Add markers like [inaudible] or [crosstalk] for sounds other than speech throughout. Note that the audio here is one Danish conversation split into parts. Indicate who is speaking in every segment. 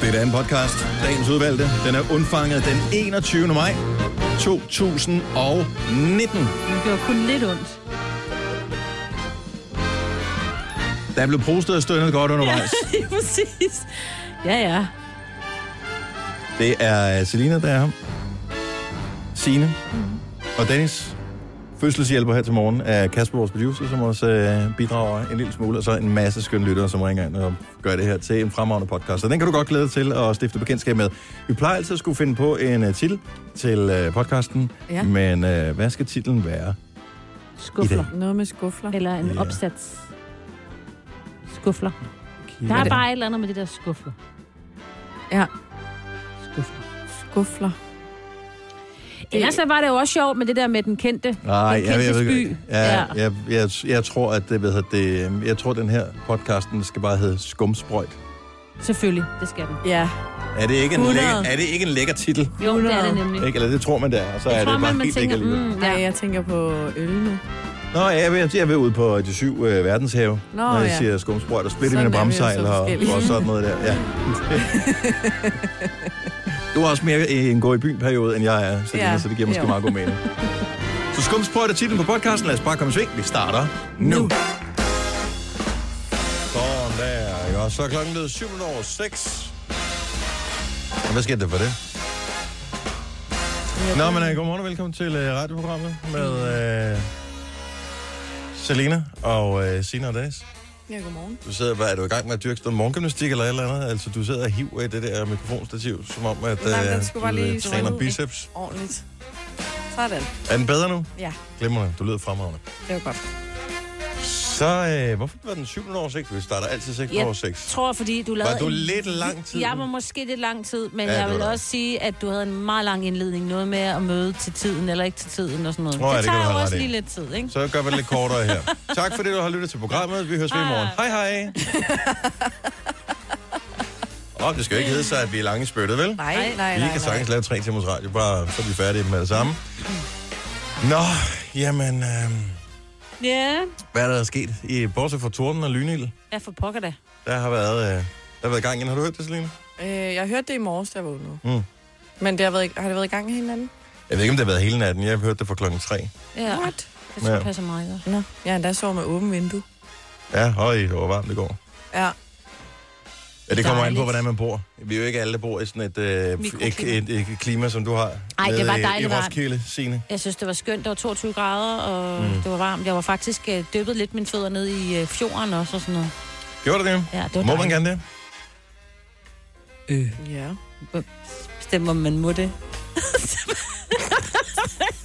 Speaker 1: Det er en podcast, dagens udvalgte. Den er undfanget den 21. maj 2019.
Speaker 2: Det gjorde kun lidt ondt.
Speaker 1: Der er blevet prostet og stønnet godt undervejs.
Speaker 2: [laughs] Lige præcis. Ja, ja.
Speaker 1: Det er øh, Selina, der er her. Signe
Speaker 2: Mm-hmm.
Speaker 1: og Dennis. Fødselshjælper her til morgen er Kasper, vores producer, som også øh, bidrager en lille smule, og så en masse skønne lyttere, som ringer ind og gør det her til en fremragende podcast. Så den kan du godt glæde dig til at stifte bekendtskab med. Vi plejer altid at skulle finde på en øh, titel til øh, podcasten, ja.
Speaker 3: Ja.
Speaker 1: men øh, hvad skal titlen være?
Speaker 2: Skuffler.
Speaker 3: Noget med skuffler.
Speaker 2: Eller en
Speaker 1: Ja.
Speaker 2: ja. opsats. Skuffler. Der er bare et eller andet med det der skuffler.
Speaker 3: Ja.
Speaker 2: Skuffler.
Speaker 3: Skuffler.
Speaker 2: Ellers så var det jo også sjovt med det der med den kendte.
Speaker 1: Nej, jeg, jeg, jeg,
Speaker 2: kendtes
Speaker 1: jeg,
Speaker 2: by.
Speaker 1: jeg,
Speaker 2: Ja.
Speaker 1: jeg, jeg, jeg tror, at det, hvad hedder det, øhm, jeg tror, den her podcasten skal bare hedde Skumsprøjt.
Speaker 2: Selvfølgelig, det skal den.
Speaker 3: Ja.
Speaker 1: Er det ikke en,
Speaker 3: 100.
Speaker 1: lækker, er det ikke en lækker titel?
Speaker 2: Jo, det er det
Speaker 3: 100.
Speaker 2: nemlig.
Speaker 1: Ikke? Eller det tror man, det er, og så er det
Speaker 2: tror,
Speaker 1: bare
Speaker 2: man, man
Speaker 1: helt ikke
Speaker 2: tænker,
Speaker 1: alligevel.
Speaker 2: mm,
Speaker 3: Nej,
Speaker 2: ja.
Speaker 3: jeg tænker på øl nu.
Speaker 1: Nå, ja, jeg vil, jeg vil ud på de syv øh, verdenshave,
Speaker 3: Nå,
Speaker 1: når jeg
Speaker 3: ja.
Speaker 1: siger skumsprøjt og splitte
Speaker 3: Sådan
Speaker 1: mine
Speaker 3: er vi jo så
Speaker 1: bramsejl og,
Speaker 3: forskellige.
Speaker 1: og sådan noget der.
Speaker 3: [laughs]
Speaker 1: Ja. du er også mere i en gå i byen periode, end jeg er, så, ja.
Speaker 3: Ja.
Speaker 1: det, så det giver måske
Speaker 3: Jo.
Speaker 1: meget god
Speaker 3: [laughs]
Speaker 1: mening. Så skumsprøjt er titlen på podcasten. Lad os bare komme i sving. Vi starter nu. nu.
Speaker 3: Nu.
Speaker 1: Sådan der, ikke? Og så er klokken blevet 7 over 6. Og hvad sker der for det? Nå, men uh, godmorgen og velkommen til uh, radioprogrammet med
Speaker 3: Mm.
Speaker 1: uh, Selina og uh, Sina og Dennis.
Speaker 3: Ja, godmorgen.
Speaker 1: Du sidder, hvad, er du i gang med at dyrke sådan noget morgengymnastik eller et eller andet? Altså, du sidder og hiver i det der mikrofonstativ, som om, at uh,
Speaker 3: Nej, men den skulle bare
Speaker 1: du
Speaker 3: lige
Speaker 1: øh, træner
Speaker 3: ud, ikke?
Speaker 1: biceps.
Speaker 3: Ordentligt. Sådan.
Speaker 1: Er den bedre nu?
Speaker 3: Ja,
Speaker 1: Glimrende, du lyder fremragende.
Speaker 3: det var godt.
Speaker 1: Så, uh, hvorfor var den 7 over 6? Vi starter altid 6
Speaker 2: Jeg
Speaker 1: over 6.
Speaker 2: tror, fordi du lavede...
Speaker 1: Var du
Speaker 2: en-
Speaker 1: lidt lang tid?
Speaker 2: Jeg var måske lidt lang tid, men
Speaker 1: Ja,
Speaker 2: ja,
Speaker 1: det
Speaker 2: jeg vil
Speaker 1: var dig.
Speaker 2: også sige, at du havde en meget lang indledning. Noget med at møde til tiden eller ikke til tiden og sådan noget.
Speaker 1: Nå, ja, det
Speaker 2: det
Speaker 1: kan du
Speaker 2: tager
Speaker 1: have
Speaker 2: jo
Speaker 1: ret
Speaker 2: også
Speaker 1: i.
Speaker 2: lige lidt tid, ikke?
Speaker 1: Så gør vi det lidt kortere her. Tak fordi du har lyttet til programmet. Vi høres ved i morgen. Hej hej. Og det skal jo ikke hedde sig, at vi er lange i spyttet, vel?
Speaker 2: Nej.
Speaker 3: Nej, nej, nej.
Speaker 1: Vi
Speaker 3: nej,
Speaker 1: kan sagtens lave tre timers radio, bare så er vi færdige med det samme. Nå, jamen, øh,
Speaker 2: Ja,
Speaker 1: hvad er der sket? I, bortset fra torden og lynild,
Speaker 2: hvad for pokker da?
Speaker 1: der har været, øh, der har været gang igen. Har du hørt det, Selina?
Speaker 3: Øh, jeg hørte det i morges, da jeg vågnede.
Speaker 1: Mm.
Speaker 3: Men det har, været, har det været i gang hele natten?
Speaker 1: Jeg ved ikke, om det har været hele natten. Jeg har hørt det fra klokken tre.
Speaker 2: Ja,
Speaker 3: What?
Speaker 2: det tror jeg
Speaker 1: Ja.
Speaker 2: passer meget godt.
Speaker 3: Nå, jeg endda sov med åbent vindue.
Speaker 1: Ja, høj, det var varmt i går.
Speaker 3: Ja,
Speaker 1: Ja, det kommer an på,
Speaker 2: Dejligt.
Speaker 1: hvordan man bor. Vi er jo ikke alle, der bor i sådan et, øh, et,
Speaker 2: Mikroklima.
Speaker 1: et, et, et klima, som du har.
Speaker 2: Ej, det
Speaker 1: nede
Speaker 2: var
Speaker 1: i-
Speaker 2: dejligt
Speaker 1: I
Speaker 2: varmt.
Speaker 1: Roskilde, Signe.
Speaker 2: Jeg synes, det var skønt. Det var 22 grader, og
Speaker 1: Mm.
Speaker 2: mm. det var varmt. Jeg var faktisk øh, dyppet lidt mine fødder ned i øh, fjorden også og sådan noget.
Speaker 1: Gjorde du det?
Speaker 2: Ja, det var
Speaker 1: Må man
Speaker 2: dejligt.
Speaker 1: gerne det?
Speaker 2: Øh.
Speaker 3: ja.
Speaker 2: Stemmer, man må det.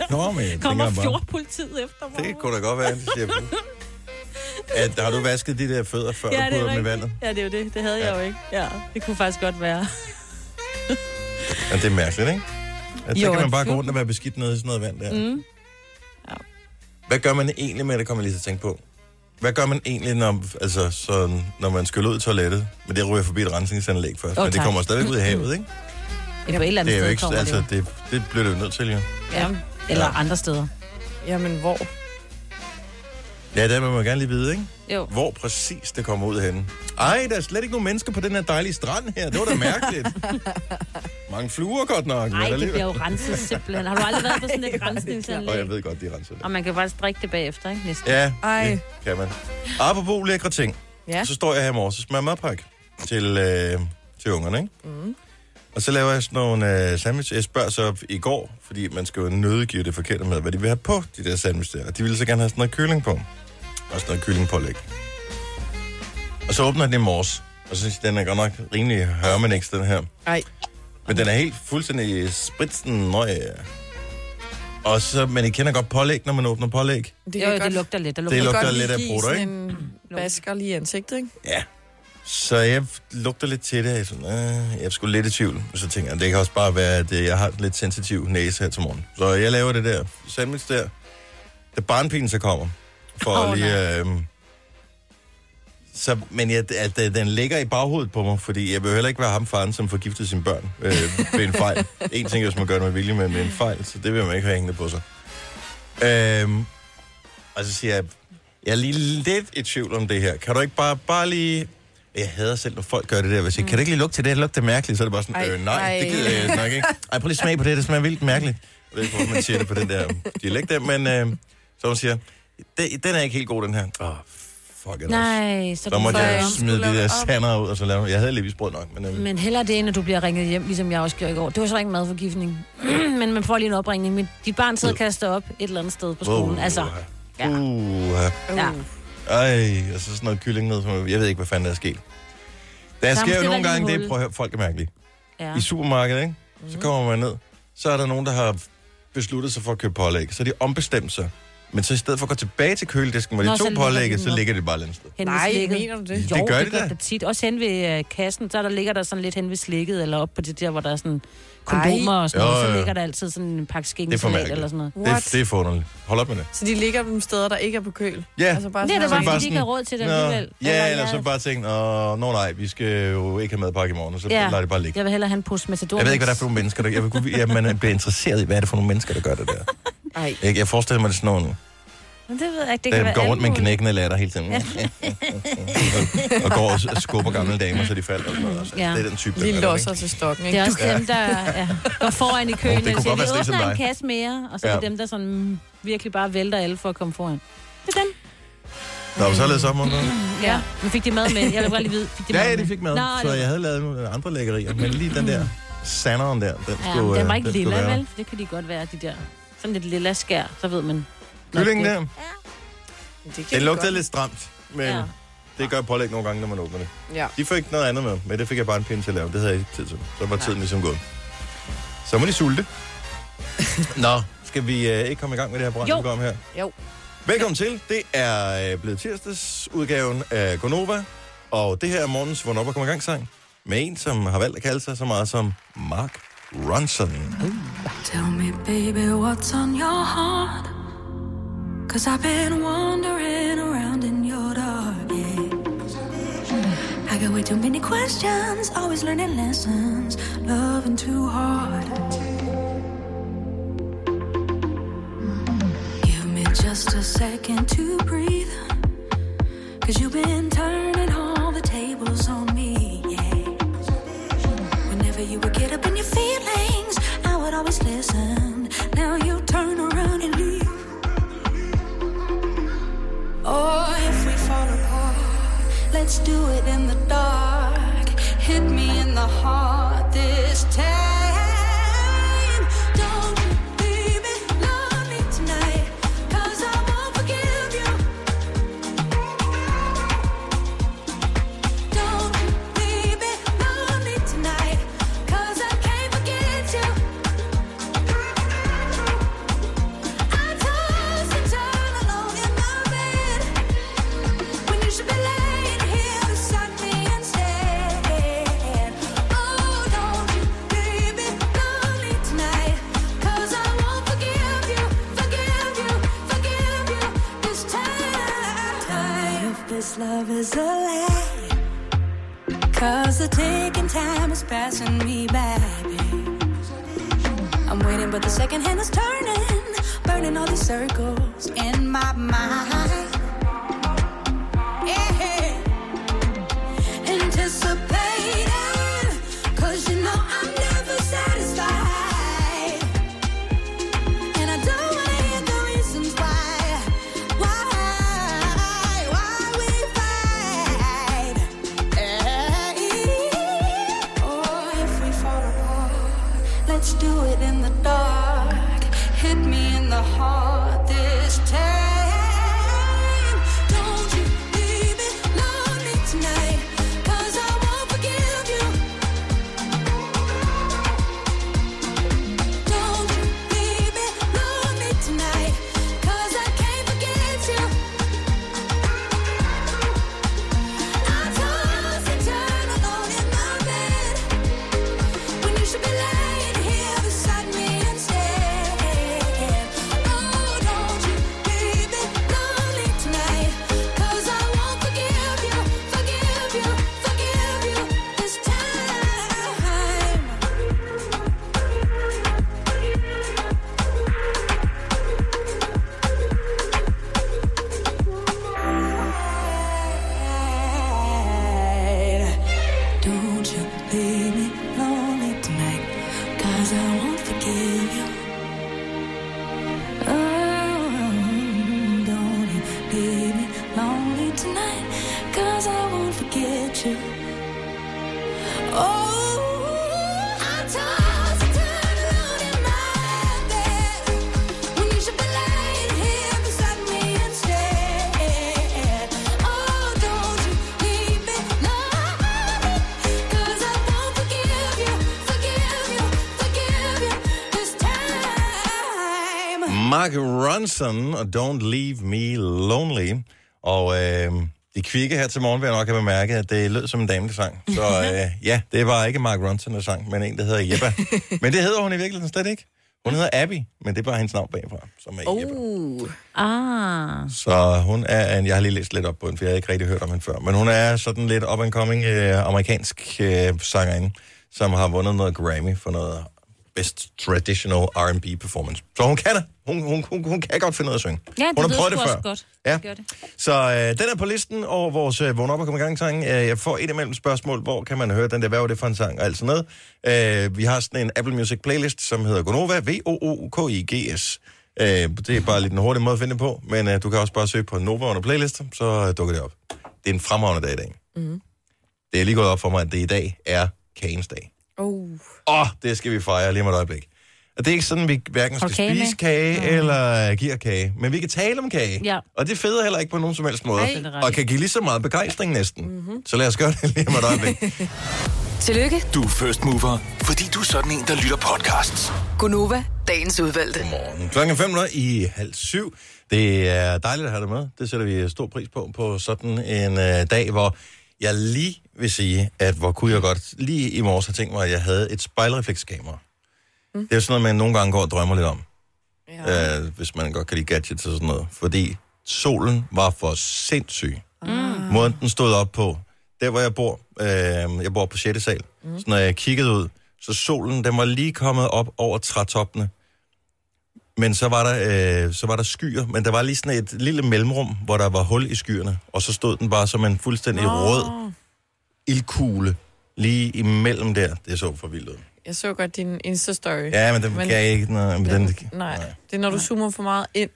Speaker 1: Nå, men jeg
Speaker 2: Kommer
Speaker 1: øh, tænker bare,
Speaker 2: fjordpolitiet efter mig?
Speaker 1: det kunne da godt være, de siger. At, har du vasket de der fødder før ja, du putter dem i vandet?
Speaker 2: Ja, det er jo det. Det havde
Speaker 1: Ja.
Speaker 2: jeg jo ikke. Ja, det kunne faktisk godt være.
Speaker 1: Ja, det er mærkeligt, ikke? At så
Speaker 2: Jo,
Speaker 1: kan man bare gå
Speaker 2: absolut.
Speaker 1: rundt og være beskidt nede i sådan noget vand der.
Speaker 2: Mm.
Speaker 1: Hvad gør man egentlig med det, kommer jeg lige til at tænke på? Hvad gør man egentlig, når, altså, så, når man skal ud i toilettet? Men det ryger forbi et rensningsanlæg først.
Speaker 2: Åh,
Speaker 1: Oh, men det
Speaker 2: tak.
Speaker 1: kommer stadigvæk ud i
Speaker 2: [laughs]
Speaker 1: havet, ikke?
Speaker 2: Ja, på et eller andet
Speaker 1: Det er jo
Speaker 2: sted
Speaker 1: ikke,
Speaker 2: kommer
Speaker 1: altså, det, det bliver det jo nødt til, jo.
Speaker 2: det. jo. Ja. Eller andre steder.
Speaker 3: Jamen, hvor?
Speaker 1: Ja, det vil man gerne lige vide, ikke?
Speaker 2: Jo.
Speaker 1: Hvor præcis det kommer ud henne. Ej, der er slet ikke nogen mennesker på den her dejlige strand her. Det var da mærkeligt.
Speaker 2: [laughs]
Speaker 1: Mange fluer godt nok. men
Speaker 2: Nej, det
Speaker 1: alligevel-
Speaker 2: bliver jo
Speaker 1: [laughs]
Speaker 2: renset simpelthen. Har du aldrig været på
Speaker 3: [laughs]
Speaker 2: sådan et
Speaker 1: Og jeg
Speaker 2: rensningsanlæg?
Speaker 1: ved godt, de renser det.
Speaker 2: Og man kan faktisk drikke det bagefter, ikke? Næsten.
Speaker 1: Ja, Ej.
Speaker 3: Ej.
Speaker 1: det kan man. Apropos lækre ting.
Speaker 3: Ja.
Speaker 1: Så står jeg her i morges og smager madpakke til, øh, til ungerne, ikke? Mm. Og så laver jeg sådan nogle øh, sandwich. Jeg spørger så i går, fordi man skal jo nødgive det forkerte med, hvad de vil have på de der sandwich der. Og de ville så gerne have sådan noget kylling på. Og sådan noget kyllingpålæg. Og så åbner jeg den i morges. Og så synes jeg, den er godt nok rimelig hørmenæks, den her.
Speaker 3: Nej.
Speaker 1: Men den er helt fuldstændig spritsen nøje. Og så, men I kender godt pålæg, når man åbner pålæg.
Speaker 3: Det
Speaker 2: Jo, jo, det lugter lidt. Der lugter
Speaker 1: Det
Speaker 2: lidt. Mm.
Speaker 1: lugter
Speaker 3: godt lige
Speaker 1: lidt af
Speaker 3: give
Speaker 1: brutter,
Speaker 3: sådan en Basker lige i ansigtet, ikke?
Speaker 1: Ja. Så jeg lugter lidt til det. Jeg er, sådan, øh, jeg er sgu lidt i tvivl. Så tænker jeg, det kan også bare være, at øh, jeg har en lidt sensitiv næse her til morgen. Så jeg laver det der sandwich der. Da barnpigen så kommer. For oh,
Speaker 2: Åh,
Speaker 1: lige... Øh, så, men jeg, at, øh, den ligger i baghovedet på mig, fordi jeg vil heller ikke være ham faren, som forgiftede sine børn øh, ved en fejl. en ting er, hvis man gør det med vilje, men med en fejl, så det vil man ikke have hængende på sig. Øhm, og så siger jeg, jeg er lige lidt i tvivl om det her. Kan du ikke bare, bare lige Jeg hader selv, når folk gør det der. Hvis jeg, kan det ikke lige lugte til det? Det lugter mærkeligt. Så er det bare sådan,
Speaker 3: Ej,
Speaker 1: øh, nej,
Speaker 3: ej.
Speaker 1: det gider jeg nok ikke. Ej, prøv lige at smage på det. Det smager vildt mærkeligt. Jeg ved ikke, hvordan man siger det på den der dialekt der, men øh, så hun siger, "Det- den er ikke helt god, den her. Åh, oh, fuck it også.
Speaker 2: Nej, så,
Speaker 1: Så
Speaker 2: kunne
Speaker 1: måtte
Speaker 2: folk-
Speaker 1: jeg
Speaker 3: om.
Speaker 1: smide de der
Speaker 3: Skulle lave om.
Speaker 1: sandere ud, og så lave Jeg havde lige brød nok, men... Øh,
Speaker 2: Men heller det, end at du bliver ringet hjem, ligesom jeg også gjorde i går. Det var så ikke madforgiftning. [clears throat] Men man får lige en opringning. Men dit barn sidder og kaster op et eller andet sted på skolen.
Speaker 1: wow,
Speaker 2: Altså, ja.
Speaker 1: Uh,
Speaker 2: ja.
Speaker 1: Ej, og så sådan noget kylling ned. som- Jeg ved ikke, hvad fanden der er sket. Der sker jo
Speaker 2: måske
Speaker 1: nogle
Speaker 2: være
Speaker 1: gange
Speaker 2: lige
Speaker 1: det,
Speaker 2: hul.
Speaker 1: prøv at høre, folk er mærkelige.
Speaker 2: ja. Mm.
Speaker 1: i supermarkedet, ikke? Så kommer man ned. Så er der nogen, der har besluttet sig for at købe pålæg. Så har de ombestemt sig. Men så i stedet for at gå tilbage til køledisken, hvor
Speaker 2: Nå,
Speaker 1: de
Speaker 2: så
Speaker 1: tog
Speaker 2: ligger
Speaker 1: pålægget,
Speaker 2: de
Speaker 1: så
Speaker 2: ned.
Speaker 1: ligger det bare et eller andet sted.
Speaker 2: Hen ved
Speaker 3: Nej,
Speaker 2: slikket.
Speaker 3: mener du det?
Speaker 1: Det
Speaker 2: Jo,
Speaker 1: gør
Speaker 2: det,
Speaker 1: de
Speaker 2: gør
Speaker 1: da.
Speaker 2: det tit. Også hen ved øh, kassen, så der ligger der sådan lidt hen ved slikket, eller op på det der, hvor der er sådan kondomer og sådan
Speaker 1: Jo,
Speaker 2: noget.
Speaker 1: jo,
Speaker 2: Så
Speaker 1: jo.
Speaker 2: ligger der altid sådan en pakke
Speaker 1: Det er for
Speaker 2: skænkesalat
Speaker 1: mærkeligt.
Speaker 2: eller sådan noget.
Speaker 3: What?
Speaker 1: Det, det er forunderligt. Hold op med det.
Speaker 3: Så de ligger dem steder, der ikke er på køl? Altså
Speaker 1: Ja.
Speaker 3: bare
Speaker 2: Det er da
Speaker 1: Så
Speaker 2: bare,
Speaker 3: noget-
Speaker 1: bare
Speaker 2: fordi de ikke
Speaker 1: sådan,
Speaker 2: har råd til det alligevel.
Speaker 1: Nå, ja, eller
Speaker 2: jeg-
Speaker 1: så bare tænkt, åh, nå nej, vi skal jo ikke have madpakke i morgen, og så
Speaker 2: Ja.
Speaker 1: ja. lader det bare ligge.
Speaker 2: Jeg vil hellere have en pose matador.
Speaker 1: Jeg ved ikke, hvad det er for nogle mennesker, der... Jeg vil, kunne- ja, man bliver interesseret i, hvad er det for nogle mennesker, der gør det
Speaker 2: [laughs]
Speaker 1: der.
Speaker 3: Ej.
Speaker 1: Jeg, jeg forestiller mig, det er sådan nogle,
Speaker 2: Men det ved jeg ikke. Det kan
Speaker 1: der
Speaker 2: være
Speaker 1: går
Speaker 2: alt
Speaker 1: rundt med en
Speaker 2: [laughs] muligt.
Speaker 1: knækkende latter hele tiden. og, og går og s- skubber gamle damer, så de falder. Og sådan noget. Altså,
Speaker 2: Ja.
Speaker 1: Det er den type, der gør
Speaker 3: Lige
Speaker 1: det, ikke?
Speaker 3: låser til stokken,
Speaker 2: Det
Speaker 3: ikke?
Speaker 2: er også dem, der ja, går foran i køen.
Speaker 1: Åh, det kunne
Speaker 2: og siger,
Speaker 1: godt være
Speaker 2: vi
Speaker 1: sådan
Speaker 2: åbner en
Speaker 1: dig."
Speaker 2: kasse mere, og så er det
Speaker 1: Ja.
Speaker 2: dem, der sådan mm, virkelig bare vælter alle for at komme foran. Det er dem.
Speaker 1: Nå, men så har jeg lavet så meget.
Speaker 2: Ja. Men fik de mad med? Jeg vil bare lige vide. Fik de
Speaker 1: Ja,
Speaker 2: mad
Speaker 1: ja, de fik mad.
Speaker 2: Nå,
Speaker 1: så
Speaker 2: det-
Speaker 1: jeg havde lavet nogle andre lækkerier, men lige den der sanderen der, den
Speaker 2: Ja,
Speaker 1: skulle...
Speaker 2: men den
Speaker 1: øh,
Speaker 2: var ikke
Speaker 1: skulle
Speaker 2: lilla,
Speaker 1: være.
Speaker 2: vel? For det kan de godt være, de der. Sådan lidt lilla skær, så ved man. nok
Speaker 1: Kyllingen
Speaker 2: det.
Speaker 1: der,
Speaker 3: Det,
Speaker 1: den lugtede lidt stramt, men
Speaker 2: Ja.
Speaker 1: det gør pålæg nogle gange, når man åbner det.
Speaker 3: Ja.
Speaker 1: De fik noget andet med, men det fik jeg bare en pind til at lave. Det havde jeg ikke tid til. Så var tiden ligesom gået. Så må de
Speaker 3: [laughs]
Speaker 1: sulte. Nå, skal vi øh, ikke komme i gang med det her
Speaker 2: Jo.
Speaker 1: brand, om her?
Speaker 3: Jo.
Speaker 1: Velkommen til. Det er øh, blevet tirsdagsudgaven af Gonova. Og det her er morgens Vågn op og kom i gang sang med en, som har valgt at kalde sig så meget som Mark Ronson.
Speaker 4: Tell me, baby, what's on your heart? Cause I've been wandering around in your dark. Yeah. I got way too many questions, always learning lessons, loving too hard. Give me just a second to breathe. Cause you've been turning all the tables on me, yeah. Whenever you would get up in your feelings, I would always listen. Now you turn around and leave. Oh, if we fall apart, let's do it in the dark. Hit me in the heart this time. Don't you, baby, love me tonight. 'Cause I won't forgive you. Don't you, baby, love me tonight. 'Cause I can't forget you. I toss and turn alone in my bed when you should be laying here beside me instead. Oh, don't you, baby, love me tonight. 'Cause I won't forgive you, forgive you, forgive you this time. If this love is a lie. Cause the ticking time is passing me by, babe. I'm waiting, but the second hand is turning, burning all these circles in my mind. Yeah. Anticipating, cause you know I'm never satisfied. And I don't wanna hear the reasons why, why, why we fight. Or Oh, if we fall apart, let's do it in the dark. Hit me in the heart this time. Oh, Oh, too. Oh, I toss and turn around in my bed when you should be laying here beside me instead. Oh, don't you leave me, love me, 'cause I won't forgive you, forgive you, forgive you this time.
Speaker 1: Mark Ronson og Don't Leave Me Lonely. Og øh, det kvikke her til morgen vil jeg nok have bemærket, at det lød som en dame, der sang. Så øh, ja, det var ikke Mark Ronson, der sang, men en, der hedder Jeppa. Men det hedder hun i virkeligheden slet ikke. Hun hedder Abby, men det er bare hendes navn bagfra, som er oh. Jeppa.
Speaker 3: Uh,
Speaker 2: Ah.
Speaker 1: Så hun er en, jeg har lige læst lidt op på hende, for jeg havde ikke rigtig hørt om hende før, men hun er sådan lidt up and coming øh, amerikansk øh, sangerinde, som har vundet noget Grammy for noget Best Traditional R&B Performance. Så hun kan det. Hun, hun, hun, hun kan godt finde noget at synge.
Speaker 2: Ja, det
Speaker 1: hun
Speaker 2: lyder sgu også godt.
Speaker 1: Ja.
Speaker 2: Det gør det.
Speaker 1: Så øh, den er på listen over vores øh, vågn op og kom i gang sang. Øh, jeg får et imellem spørgsmål, hvor kan man høre den der, hvad var det for en sang og alt sådan noget. Øh, vi har sådan en Apple Music playlist, som hedder Gonova, V-O-O-K-I-G-S. Øh, det er bare lidt en hurtig måde at finde det på, men øh, du kan også bare søge på Nova under playlister, så øh, dukker det op. Det er en fremragende dag i dag. Mm.
Speaker 2: Mhm.
Speaker 1: Det er lige gået op for mig, at det i dag er kagens dag.
Speaker 3: oh.
Speaker 1: Åh, oh, det skal vi fejre lige om et øjeblik. Og det er ikke sådan, vi hverken skal
Speaker 2: Hold kage
Speaker 1: spise
Speaker 2: med.
Speaker 1: kage mm. eller give kage. Men vi kan tale om kage.
Speaker 2: Ja.
Speaker 1: Og det feder heller ikke på nogen som helst måde.
Speaker 2: Ej. Det er ret.
Speaker 1: Og kan give lige så meget begejstring næsten.
Speaker 5: Mhm.
Speaker 1: Mm-hmm. Så lad os gøre det lige om et øjeblik.
Speaker 6: Tillykke,
Speaker 5: [laughs] Du er first mover, fordi du er sådan en, der lytter podcasts.
Speaker 6: Gunova, dagens udvalgte.
Speaker 1: Godmorgen. Klokken er fem minutter i halv syv. Det er dejligt at have dig med. Det sætter vi stor pris på på sådan en øh, dag, hvor jeg lige vil sige, at hvor kunne jeg godt lige i morges have tænkt mig, at jeg havde et spejlreflekskamera. Mm. Det er jo sådan noget, man nogle gange går og drømmer lidt om.
Speaker 3: Ja.
Speaker 1: øh, hvis man godt kan lide gadgets og sådan noget. Fordi solen var for sindssyg. Mm. Måden den stod op på. Der, hvor jeg bor, øh, jeg bor på 6. sal. Mm. Så når jeg kiggede ud, så solen, den var lige kommet op over trætoppene. Men så var, der, øh, så var der skyer, men der var lige sådan et lille mellemrum, hvor der var hul i skyerne. Og så stod den bare som en fuldstændig oh. rød ildkugle lige imellem der. Det så for vildt ud.
Speaker 3: Jeg så godt din Insta-story.
Speaker 1: Ja, men den
Speaker 3: Men-
Speaker 1: men, kan ikke noget. Men den, den,
Speaker 3: Nej, det er når du zoomer for meget ind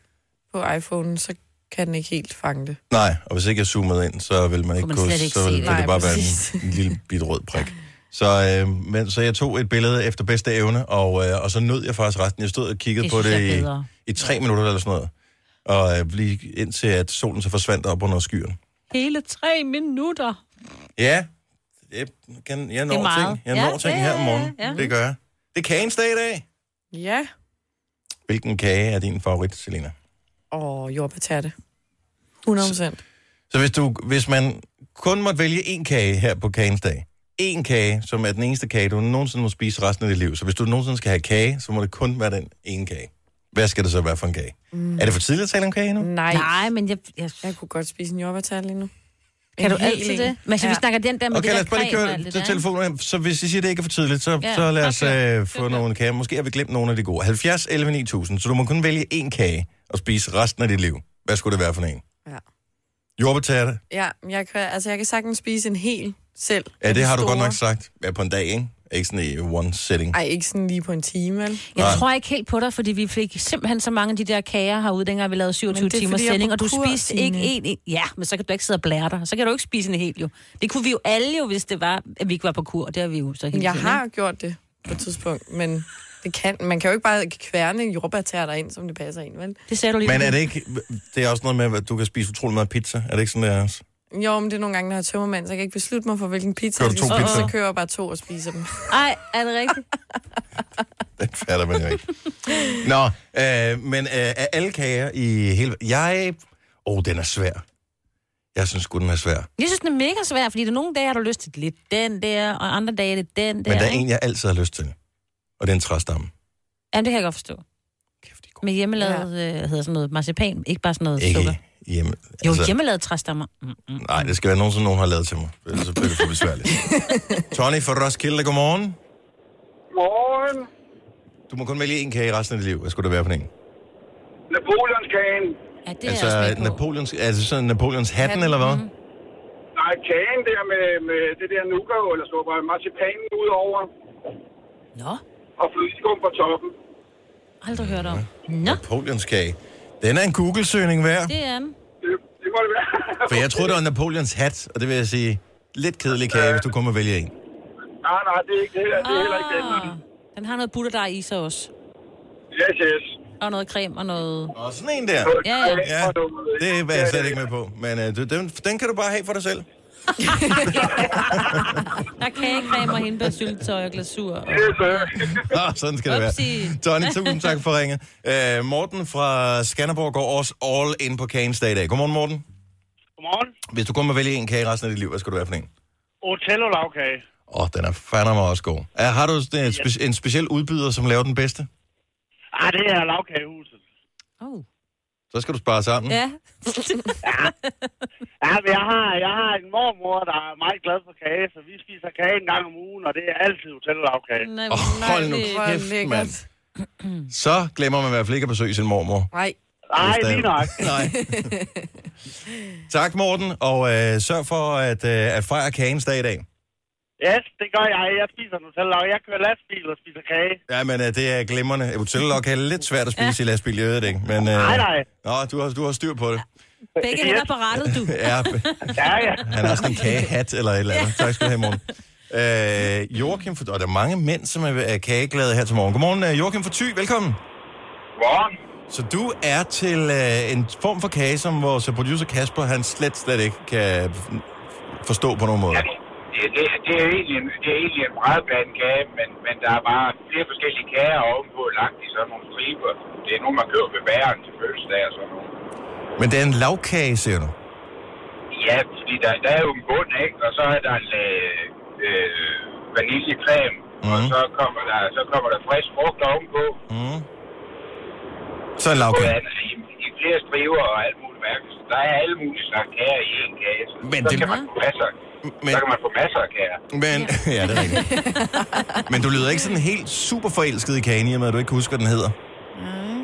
Speaker 3: på iPhone'en, så kan den ikke helt fange det.
Speaker 1: Nej, og hvis ikke jeg zoomede ind, så ville man ikke
Speaker 2: man
Speaker 1: kunne,
Speaker 2: slet ikke
Speaker 1: så ville
Speaker 2: se
Speaker 1: ville
Speaker 3: det.
Speaker 1: det bare
Speaker 3: Nej,
Speaker 1: være
Speaker 3: præcis.
Speaker 1: [laughs] en, en lille bit rød prik. Så, øh, men, så jeg tog et billede efter bedste evne, og, øh, og så nød jeg faktisk resten. Jeg stod og kiggede
Speaker 2: Det
Speaker 1: på
Speaker 2: synes
Speaker 1: det
Speaker 2: jeg er
Speaker 1: i,
Speaker 2: bedre.
Speaker 1: i tre minutter eller sådan noget. Og øh, lige indtil at solen så forsvandt op under skyen.
Speaker 2: Hele tre minutter.
Speaker 1: Ja, det kan, jeg når
Speaker 2: meget.
Speaker 1: ting. Jeg
Speaker 2: Ja,
Speaker 1: når ting
Speaker 2: ja,
Speaker 1: her om morgenen.
Speaker 2: ja, ja.
Speaker 1: Det gør jeg. Det er kagens dag i dag.
Speaker 3: Ja.
Speaker 1: Hvilken kage er din favorit, Selina?
Speaker 3: Åh, jordbærterte. 100 procent.
Speaker 1: Så hvis, du, hvis man kun måtte vælge én kage her på kagens dag, en kage, som er den eneste kage, du nogensinde må spise resten af dit liv. Så hvis du nogensinde skal have kage, så må det kun være den ene kage. Hvad skal det så være for en kage? Mm. Er det for tidligt at tale om kage nu?
Speaker 3: Nej.
Speaker 2: Nej, men jeg, jeg,
Speaker 3: Jeg kunne godt spise en jordbærterte lige nu.
Speaker 2: kan du
Speaker 3: En hel
Speaker 2: altid
Speaker 3: en.
Speaker 2: det? Men så vi
Speaker 3: Ja.
Speaker 2: snakker den der med
Speaker 1: Okay,
Speaker 2: det
Speaker 1: lad
Speaker 2: der
Speaker 1: os bare lige
Speaker 2: creme og
Speaker 1: køre
Speaker 2: alt det
Speaker 1: til
Speaker 2: der, ikke?
Speaker 1: telefonen. Så hvis I siger, det ikke er for tidligt, så,
Speaker 2: Ja,
Speaker 1: så lad
Speaker 2: tak,
Speaker 1: os
Speaker 2: tak.
Speaker 1: øh, få nogle kager. Måske har vi glemt nogle af de gode. 70, 11, 9000. Så du må kun vælge én kage og spise resten af dit liv. Hvad skulle det være for en?
Speaker 3: Ja.
Speaker 1: Jordbærterte?
Speaker 3: Ja, men jeg kan, altså jeg kan sagtens spise en hel selv.
Speaker 1: Ja, det har du godt nok
Speaker 3: Store.
Speaker 1: sagt. Ja, på en dag, ikke? Ikke sådan i one sitting.
Speaker 3: Ej, ikke sådan lige på en time, vel?
Speaker 2: Jeg
Speaker 1: Nej.
Speaker 2: tror ikke helt på dig, fordi vi fik simpelthen så mange af de der kager herude, dengang vi lavede 27
Speaker 3: Men det er,
Speaker 2: timers
Speaker 3: fordi jeg er
Speaker 2: sending,
Speaker 3: på
Speaker 2: og du
Speaker 3: kur,
Speaker 2: spiste ikke en,
Speaker 3: Signe.
Speaker 2: en... Ja, men så kan du ikke sidde og blære dig. Så kan du ikke spise en hel jo. Det kunne vi jo alle jo, hvis det var, at vi ikke var på kur, og det har vi jo så hele
Speaker 3: Jeg
Speaker 2: tiden,
Speaker 3: har gjort det på et tidspunkt, men det kan, man kan jo ikke bare kværne jordbærtærter ind, som det passer ind, vel?
Speaker 2: Ikke? Det sagde du lige.
Speaker 1: Men er det ikke, det er også noget med, at du kan spise utrolig meget pizza. Er det ikke sådan, det er [laughs] også?
Speaker 3: Jo, men det er nogle gange, når jeg er tømmermand, så jeg kan ikke beslutte mig for, hvilken pizza
Speaker 1: Kører
Speaker 3: jeg
Speaker 1: du
Speaker 3: skal
Speaker 1: to
Speaker 3: spise, så
Speaker 1: pizzaer?
Speaker 3: kører jeg bare to og spiser dem.
Speaker 2: Ej, er det rigtigt?
Speaker 1: Den fatter man jo ikke. Nå, øh, men øh, af alle kager i hele... Jeg... Åh, oh, den er svær. Jeg synes sgu, den er svær.
Speaker 2: [laughs] Jeg synes, den er mega svær, fordi der er nogle dage, har du lyst til lidt den der, og andre dage er det den der.
Speaker 1: Men der er
Speaker 2: ikke?
Speaker 1: en, jeg altid har lyst til. Og det er en træstamme.
Speaker 2: Jamen, det kan jeg godt forstå.
Speaker 1: Kæft, de er gode.
Speaker 2: Med hjemmelavet, ja. øh, hedder sådan noget marcipan, ikke bare sådan noget ikke. sukker.
Speaker 1: Ikke hjemme.
Speaker 2: Jo, hjemmelavet træstammer. Mm, mm.
Speaker 1: Altså, Nej, det skal være nogen, som nogen har lavet til mig. Ellers så bliver det for
Speaker 2: [laughs]
Speaker 1: besværligt. Tony fra Roskilde, godmorgen.
Speaker 7: Morgen.
Speaker 1: Du må kun vælge en kage resten af dit liv. Hvad skulle det være for en?
Speaker 7: Napoleonskagen.
Speaker 2: Ja, det altså, er jeg
Speaker 1: Altså,
Speaker 2: også med på. mm.
Speaker 1: Napoleons, altså sådan Napoleons hatten, eller hvad?
Speaker 7: Nej, kagen der med, med det der nukker, eller så bare marcipanen ud over,
Speaker 2: Nå,
Speaker 7: og flødeskum på toppen.
Speaker 2: aldrig hørt om. Nå,
Speaker 1: Napoleonskage. Den er en Google-søgning værd.
Speaker 2: det er den.
Speaker 7: Det, det må det være.
Speaker 1: For jeg troede, det var Napoleons hat, og det vil jeg sige, lidt kedelig kage, hvis du kommer og vælger en.
Speaker 7: Nej, nej, det er, ikke, det er, det er heller ikke den.
Speaker 2: Ah, den har noget butterdej i sig også.
Speaker 7: Yes, yes.
Speaker 2: Og noget creme og noget...
Speaker 1: Og sådan en der.
Speaker 2: Ja, ja.
Speaker 1: Ja, det var jeg slet ikke med på. Men øh, du- den, den kan du bare have for dig selv.
Speaker 2: Der er kagecreme og hindbærsyltetøj og glasur. Og...
Speaker 7: Yes, sir.
Speaker 1: [laughs] Nå, sådan skal det være.
Speaker 2: Upsi.
Speaker 1: Tony, tusind tak for ringet. Øh, Morten fra Skanderborg går også all in på kagens dag i dag. Godmorgen, Morten.
Speaker 7: Godmorgen.
Speaker 1: Hvis du kun må vælge en kage resten af dit liv, hvad skal du være for en?
Speaker 7: Otello lavkage.
Speaker 1: Åh, oh, den er fandme også god. Er, har du sådan en, spe- en speciel udbyder, som laver den bedste?
Speaker 7: Ah, det er lavkagehuset.
Speaker 2: Oh.
Speaker 1: Så skal du spare sammen.
Speaker 2: Ja.
Speaker 7: [laughs] Ja, men jeg har, jeg har en mormor, der er meget glad for kage, så vi spiser kage en gang om ugen, og det er altid Otello lavkage.
Speaker 2: Nej,
Speaker 1: Åh,
Speaker 2: nej,
Speaker 1: hold nu
Speaker 2: det-
Speaker 4: Hvor
Speaker 1: kæft,
Speaker 4: lækkert.
Speaker 1: mand. Så glemmer man i hvert fald ikke at besøge sin mormor.
Speaker 4: Nej.
Speaker 7: Nej, lige
Speaker 3: [laughs]
Speaker 7: nok.
Speaker 2: [laughs]
Speaker 1: Nej. tak, Morten, og øh, sørg for at, øh, at fejre kagens dag i dag.
Speaker 7: Yes, det gør jeg. Jeg spiser Nutella, og jeg kører lastbil og spiser kage.
Speaker 1: Ja, men øh, det er glimrende. Utillelok er lidt svært at spise i lastbil, jeg ved det ikke. Men, øh,
Speaker 7: Nej, nej.
Speaker 1: Nå, du har, du har styr på det.
Speaker 2: Begge hænder på rettet, du.
Speaker 1: Ja,
Speaker 7: [laughs] Ja, ja.
Speaker 1: han har sådan en kagehat eller et eller andet. Tak skal du have, Morten. Øh, Joachim, for, og der er mange mænd, som er, er kageglade her til morgen. Godmorgen, øh, Joachim for Thy. Velkommen.
Speaker 7: Godmorgen.
Speaker 1: Så du er til øh, en form for kage, som vores producer Kasper, han slet, slet ikke kan f- forstå på nogen måde.
Speaker 7: Det, det, det, er egentlig en, det er egentlig en brædbandkage, men, men der er bare flere forskellige kager ovenpå, lagt i sådan nogle striber. Det er nogle, man køber ved bæren til fødselsdag og sådan nogle.
Speaker 1: Men det er en lavkage, siger du.
Speaker 7: Ja, fordi der, der er jo en bund, ikke? Og så er der en lag øh, vaniljekrem, mm. og
Speaker 1: Mhm.
Speaker 7: så kommer, der, så kommer der frisk frugt ovenpå,
Speaker 1: Mm. Så en
Speaker 7: både
Speaker 1: lavkage.
Speaker 7: an, i, i flere striver og alt muligt mærkeligt. Så Der er alle mulige slags kager i en kage, så,
Speaker 1: Men
Speaker 7: så
Speaker 1: det-
Speaker 7: kan man få masser,
Speaker 1: Men-
Speaker 7: så kan man få masser af kager.
Speaker 1: Men, ja, det er rigtigt. Men du lyder ikke sådan helt super forelsket i kagen, i og med, at du ikke kan huske, hvad den hedder.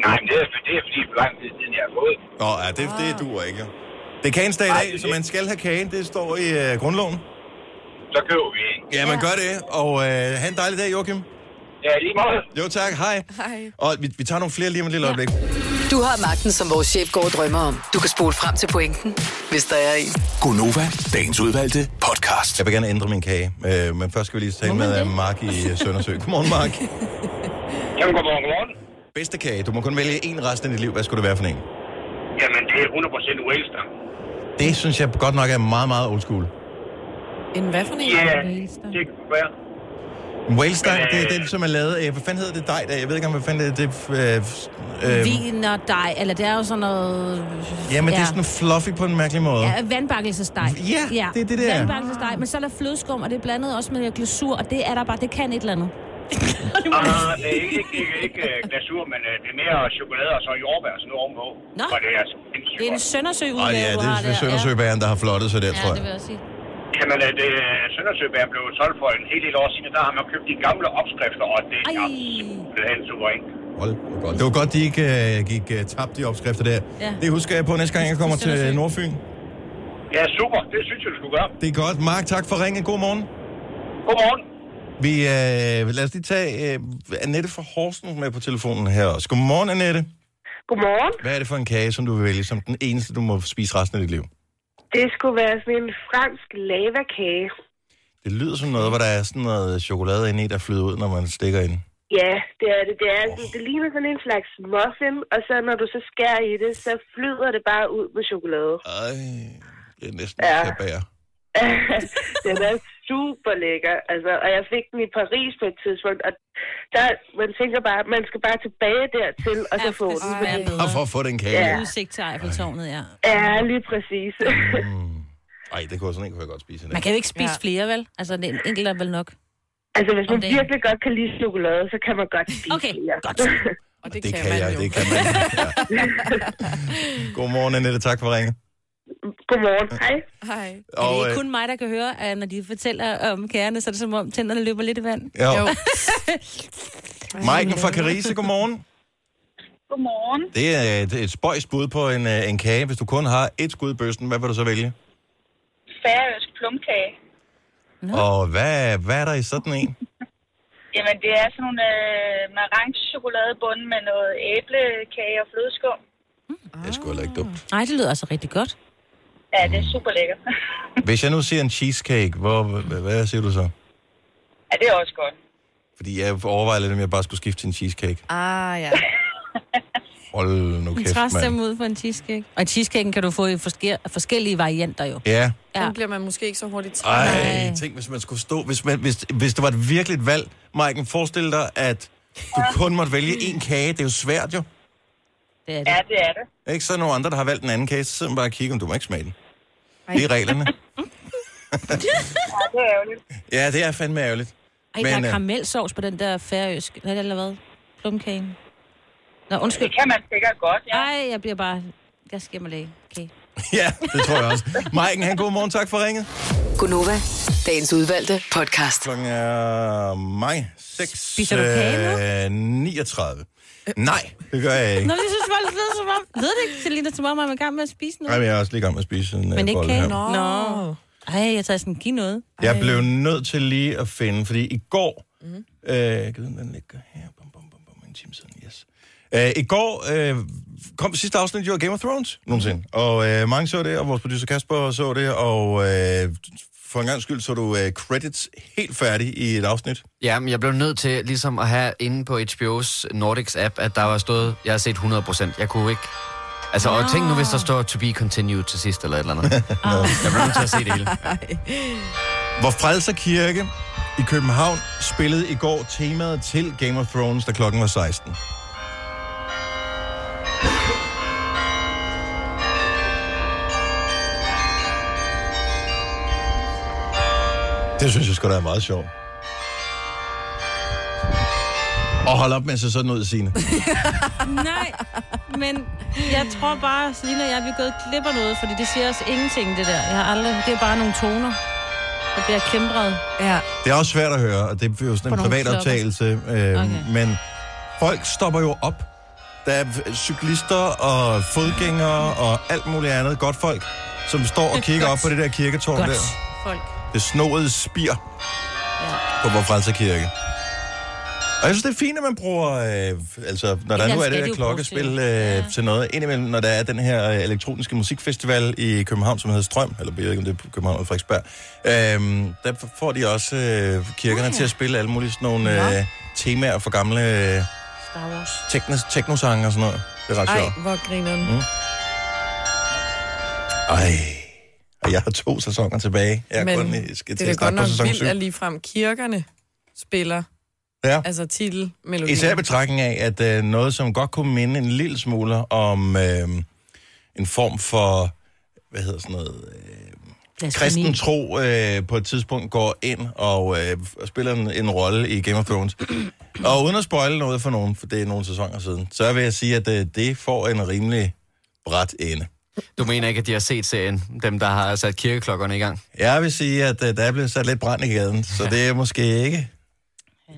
Speaker 7: Nej, men det er, det er fordi, for lang tid siden jeg har fået den.
Speaker 1: Nå, ja, det, det duer ikke. jo. Det er kagens dag i
Speaker 7: Ej,
Speaker 1: dag,
Speaker 7: det-
Speaker 1: så man skal have kagen. Det står i øh, grundloven.
Speaker 7: Så køber vi en.
Speaker 1: Ja, man gør det. Og øh, have en dejlig dag, Joachim.
Speaker 7: Ja, lige måde.
Speaker 1: Jo, tak. Hej.
Speaker 4: Hej.
Speaker 1: Og vi, vi tager nogle flere lige om et lille øjeblik.
Speaker 6: Du har magten, som vores chef går og drømmer om. Du kan spole frem til pointen, hvis der er
Speaker 2: [laughs]
Speaker 6: en.
Speaker 8: Gonova, dagens udvalgte podcast.
Speaker 1: Jeg vil gerne ændre min kage, øh, men først skal vi lige tale med øh, Mark i øh, Søndersø. [laughs] Godmorgen, Mark.
Speaker 7: Jamen, godmorgen, godmorgen.
Speaker 1: Bedste kage. Du må kun vælge en resten af dit liv. Hvad skulle det være for en?
Speaker 7: Jamen, det er 100% Welston.
Speaker 1: Det synes jeg godt nok er meget, meget old school.
Speaker 4: En hvad for en? [laughs]
Speaker 7: Ja,
Speaker 2: Wellston.
Speaker 7: det kunne være.
Speaker 1: Whalestang,
Speaker 7: Men,
Speaker 1: det er
Speaker 7: øh,
Speaker 1: den, som er lavet af... Hvad fanden hedder det dej der? Jeg ved ikke, om hvad fanden det er. Det, er, øh, øh,
Speaker 2: Vin og dej, eller det er jo sådan noget...
Speaker 1: jamen, det er sådan fluffy på en mærkelig måde.
Speaker 2: Ja, vandbakkelsesdej.
Speaker 1: Ja, det er det, det er.
Speaker 2: Vandbakkelsesdej, men så er der flødeskum, og det er blandet også med glasur, og det er der bare, det kan et eller andet.
Speaker 7: Ah, det er ikke, ikke, ikke øh, glasur, men øh, det er mere chokolade og så jordbær og sådan noget ovenpå.
Speaker 2: Nå.
Speaker 7: Og det er altså-
Speaker 2: Det er en
Speaker 7: sindssygt
Speaker 2: søndersø
Speaker 1: Og
Speaker 2: udgave,
Speaker 1: ja,
Speaker 2: du
Speaker 1: det
Speaker 2: har
Speaker 1: er
Speaker 2: der.
Speaker 1: Søndersøbæren, der har flottet sig der,
Speaker 2: ja.
Speaker 1: tror
Speaker 2: ja, det vil
Speaker 1: jeg.
Speaker 2: jeg sige.
Speaker 7: Jamen, øh, det er Søndersøbær blev solgt for en hel del år siden, og der har man købt de gamle opskrifter, og det
Speaker 2: Ej.
Speaker 7: er simpelthen super, ikke?
Speaker 1: Hold, hvor godt. Det var godt, de ikke øh, gik øh, tabt i opskrifter der.
Speaker 2: Ja.
Speaker 1: Det husker jeg på næste gang, jeg kommer til
Speaker 2: Søndersø.
Speaker 1: Nordfyn.
Speaker 7: Ja, super. Det synes jeg, du skulle gøre.
Speaker 1: Det er godt. Mark, tak for ringen. God morgen.
Speaker 7: Godmorgen.
Speaker 1: Vi, øh, lad os lige tage øh, Annette fra Horsens med på telefonen her også. Godmorgen, Annette.
Speaker 9: Godmorgen.
Speaker 1: Hvad er det for en kage, som du vil vælge som den eneste, du må spise resten af dit liv?
Speaker 9: Det skulle være sådan en fransk lavakage.
Speaker 1: Det lyder som noget, hvor der er sådan noget chokolade inde i, der flyder ud, når man stikker ind.
Speaker 9: Ja, det er det. Det, er, det, det ligner sådan en slags muffin, og så når du så skærer i det, så flyder det bare ud med chokolade.
Speaker 1: Ej, det er næsten
Speaker 9: Ja.
Speaker 1: ja. bære.
Speaker 9: [laughs] den er super lækker, altså. Og jeg fik den i Paris på et tidspunkt, og der, man tænker bare, man skal bare tilbage dertil, og så
Speaker 2: Ja,
Speaker 9: få
Speaker 2: det
Speaker 9: den.
Speaker 2: smager bedre.
Speaker 1: Og for at få den kage. Mm.
Speaker 9: Ja.
Speaker 1: Ja.
Speaker 2: Udsigt til Eiffeltårnet, ja.
Speaker 9: Ja, lige præcis.
Speaker 1: Ej, det kunne sådan en, kunne jeg godt spise. en
Speaker 2: Man
Speaker 1: dag.
Speaker 2: kan jo ikke spise
Speaker 4: Ja.
Speaker 2: flere, vel? Altså, det er en enkelt er vel nok.
Speaker 9: altså, hvis man
Speaker 2: Om dagen.
Speaker 9: virkelig godt kan lide chokolade, så kan man godt spise
Speaker 2: Okay,
Speaker 9: mere.
Speaker 2: godt.
Speaker 4: Og det,
Speaker 1: Det, det kan, kan jeg,
Speaker 4: jo.
Speaker 1: det kan man. Ja. Godmorgen, Annette. Tak for ringen.
Speaker 9: Godmorgen. [laughs] Hej.
Speaker 4: Hej.
Speaker 2: Og,
Speaker 1: øh,
Speaker 2: det er kun mig, der kan høre, at når de fortæller om kærerne, så er det som om tænderne løber lidt i vand.
Speaker 1: øh,
Speaker 4: Jo.
Speaker 1: jo. [laughs] Maiken fra Carise, godmorgen.
Speaker 9: Godmorgen.
Speaker 1: Det er et, et spøjst bud på en, øh, en kage. Hvis du kun har et skud i bøsten, hvad vil du så vælge?
Speaker 9: Færøsk plumkage.
Speaker 1: Og hvad, hvad er der i sådan en?
Speaker 9: Jamen, det er sådan nogle øh, marange chokoladebund med noget æblekage og flødeskum.
Speaker 1: Det er sgu heller ikke dumt.
Speaker 2: Nej, det lyder altså rigtig godt.
Speaker 9: Ja, det er super lækkert.
Speaker 1: Hvis jeg nu siger en cheesecake, hvor, hvad, hvad siger du så?
Speaker 9: ja, det er også godt.
Speaker 1: Fordi jeg overvejer lidt, om jeg bare skulle skifte til en cheesecake.
Speaker 3: Ah, ja.
Speaker 1: Hold nu kæft,
Speaker 2: Træs dem
Speaker 1: mand.
Speaker 2: ud for en cheesecake. Og cheesecaken kan du få i forske- forskellige varianter jo.
Speaker 1: Ja.
Speaker 2: Ja.
Speaker 3: Nu bliver man måske ikke så hurtigt træt.
Speaker 1: Ej, tænk, hvis man skulle stå... Hvis, man, hvis, hvis det var et virkeligt valg, Maiken, forestil dig, at du kun måtte vælge én kage. Det er jo svært, jo.
Speaker 2: Det er det.
Speaker 9: Ja, det er
Speaker 2: [laughs]
Speaker 9: det.
Speaker 1: Ikke så er der nogle andre, der har valgt en anden kage, så sidder man bare og kigger, om du må ikke smage den. Det er
Speaker 2: [laughs]
Speaker 1: reglerne.
Speaker 9: Ja, det er ærgerligt.
Speaker 1: Ja, det er fandme ærgerligt. [laughs]
Speaker 2: Ej,
Speaker 1: Men,
Speaker 2: der er
Speaker 1: øh,
Speaker 2: karamelsovs på den der færøsk. Hvad er det, eller hvad? Plumkagen. Nå,
Speaker 9: Det
Speaker 2: undskyld.
Speaker 9: kan man sikkert godt, ja.
Speaker 2: Ej, jeg bliver bare... Jeg skal hjem og læge. Okay.
Speaker 1: Ja, det tror jeg også. Maiken, han god morgen. Tak for ringet.
Speaker 6: Gunova, dagens udvalgte podcast.
Speaker 1: Klokken er mig. 6.
Speaker 2: Spiser du kage
Speaker 1: øh, 39. Nej, det gør jeg ikke.
Speaker 2: Nå, jeg synes folk lyder som om... Ved det ikke, Selina, som om, at man er i gang med at spise
Speaker 1: Nej,
Speaker 2: noget?
Speaker 1: men jeg er også lige i gang med at spise en øh,
Speaker 2: Men ikke
Speaker 1: bolle
Speaker 2: kage?
Speaker 1: her.
Speaker 2: Nå. Nå. Ej, jeg tager sådan, give noget.
Speaker 1: Jeg blev nødt til lige at finde, fordi i går... Mm. Øh, jeg kan vide, om den ligger her. Bum, bum, bum, bum, en time siden, yes. Øh, I går øh, kom sidste afsnit jo af Game of Thrones nogensinde. Og øh, mange så det, og vores producer Kasper så det, og øh, for en gang skyld så du øh, credits helt færdig i et afsnit.
Speaker 10: Ja, men jeg blev nødt til ligesom at have inde på HBO's Nordics app, at der var stået, jeg har set 100%. Jeg kunne ikke... Altså, og tænk nu, hvis der står to be continued til sidst, eller et eller andet. Jeg
Speaker 4: Ah.
Speaker 10: blev nødt til at se det
Speaker 3: [laughs]
Speaker 10: hele.
Speaker 1: Hvor Frelser Kirke i København spillede i går temaet til Game of Thrones, da klokken var 16. Det synes jeg sgu da er meget sjovt. Og hold op med at se sådan ud, Signe.
Speaker 2: Nej, men jeg tror bare, Selina og jeg, vi er gået glip af noget, fordi det siger os ingenting, det der. Jeg har aldrig... Det er bare nogle toner, der bliver kæmpret.
Speaker 3: Ja.
Speaker 1: Det er også svært at høre, og det er jo sådan en
Speaker 2: nogle
Speaker 1: privat optagelse. Øh, okay. Men folk stopper jo op. Der er cyklister og fodgængere og alt muligt andet godt folk, som står og kigger op på det der kirketårn
Speaker 2: Godt,
Speaker 1: der.
Speaker 2: folk.
Speaker 1: Det snoede spir på vores Frelser Kirke. Og jeg synes, det er fint, at man bruger... Øh, altså, når der
Speaker 2: andet
Speaker 1: nu er det
Speaker 2: skal det
Speaker 1: der
Speaker 2: jo
Speaker 1: klokkespil øh,
Speaker 2: bruges til.
Speaker 1: ja.
Speaker 2: Ja.
Speaker 1: til noget. Indimellem, når der er den her øh, elektroniske musikfestival i København, som hedder Strøm, eller jeg ved ikke, om det er København eller Frederiksberg, øh, der får de også øh, kirkerne ja. til at spille alle mulige sådan nogle øh, temaer for gamle øh,
Speaker 2: Star Wars.
Speaker 1: tekno- teknosange og sådan noget. Det er ret
Speaker 3: Ej,
Speaker 1: sjovt. Mm.
Speaker 3: hvor grineren.
Speaker 1: Ej. Og jeg har to sæsoner tilbage. Jeg er
Speaker 3: Men
Speaker 1: kun, i- skal
Speaker 3: det
Speaker 1: til
Speaker 3: er
Speaker 1: at
Speaker 3: da
Speaker 1: starte på
Speaker 3: godt nok
Speaker 1: sæson
Speaker 3: vildt,
Speaker 1: 7.
Speaker 3: at ligefrem kirkerne spiller
Speaker 1: Ja.
Speaker 3: altså titelmelodien.
Speaker 1: Især i betragtning af, at øh, noget, som godt kunne minde en lille smule om øh, en form for, hvad hedder sådan noget, øh, kristen tro øh, på et tidspunkt går ind og, øh, og spiller en, en rolle i Game of Thrones. og uden at spoile noget for nogen, for det er nogle sæsoner siden, så vil jeg sige, at øh, det får en rimelig bræt ende.
Speaker 10: Du mener ikke, at de har set serien? Dem, der har sat kirkeklokkerne i gang?
Speaker 1: Jeg vil sige, at øh, der er blevet sat lidt brand i gaden, så det er måske ikke...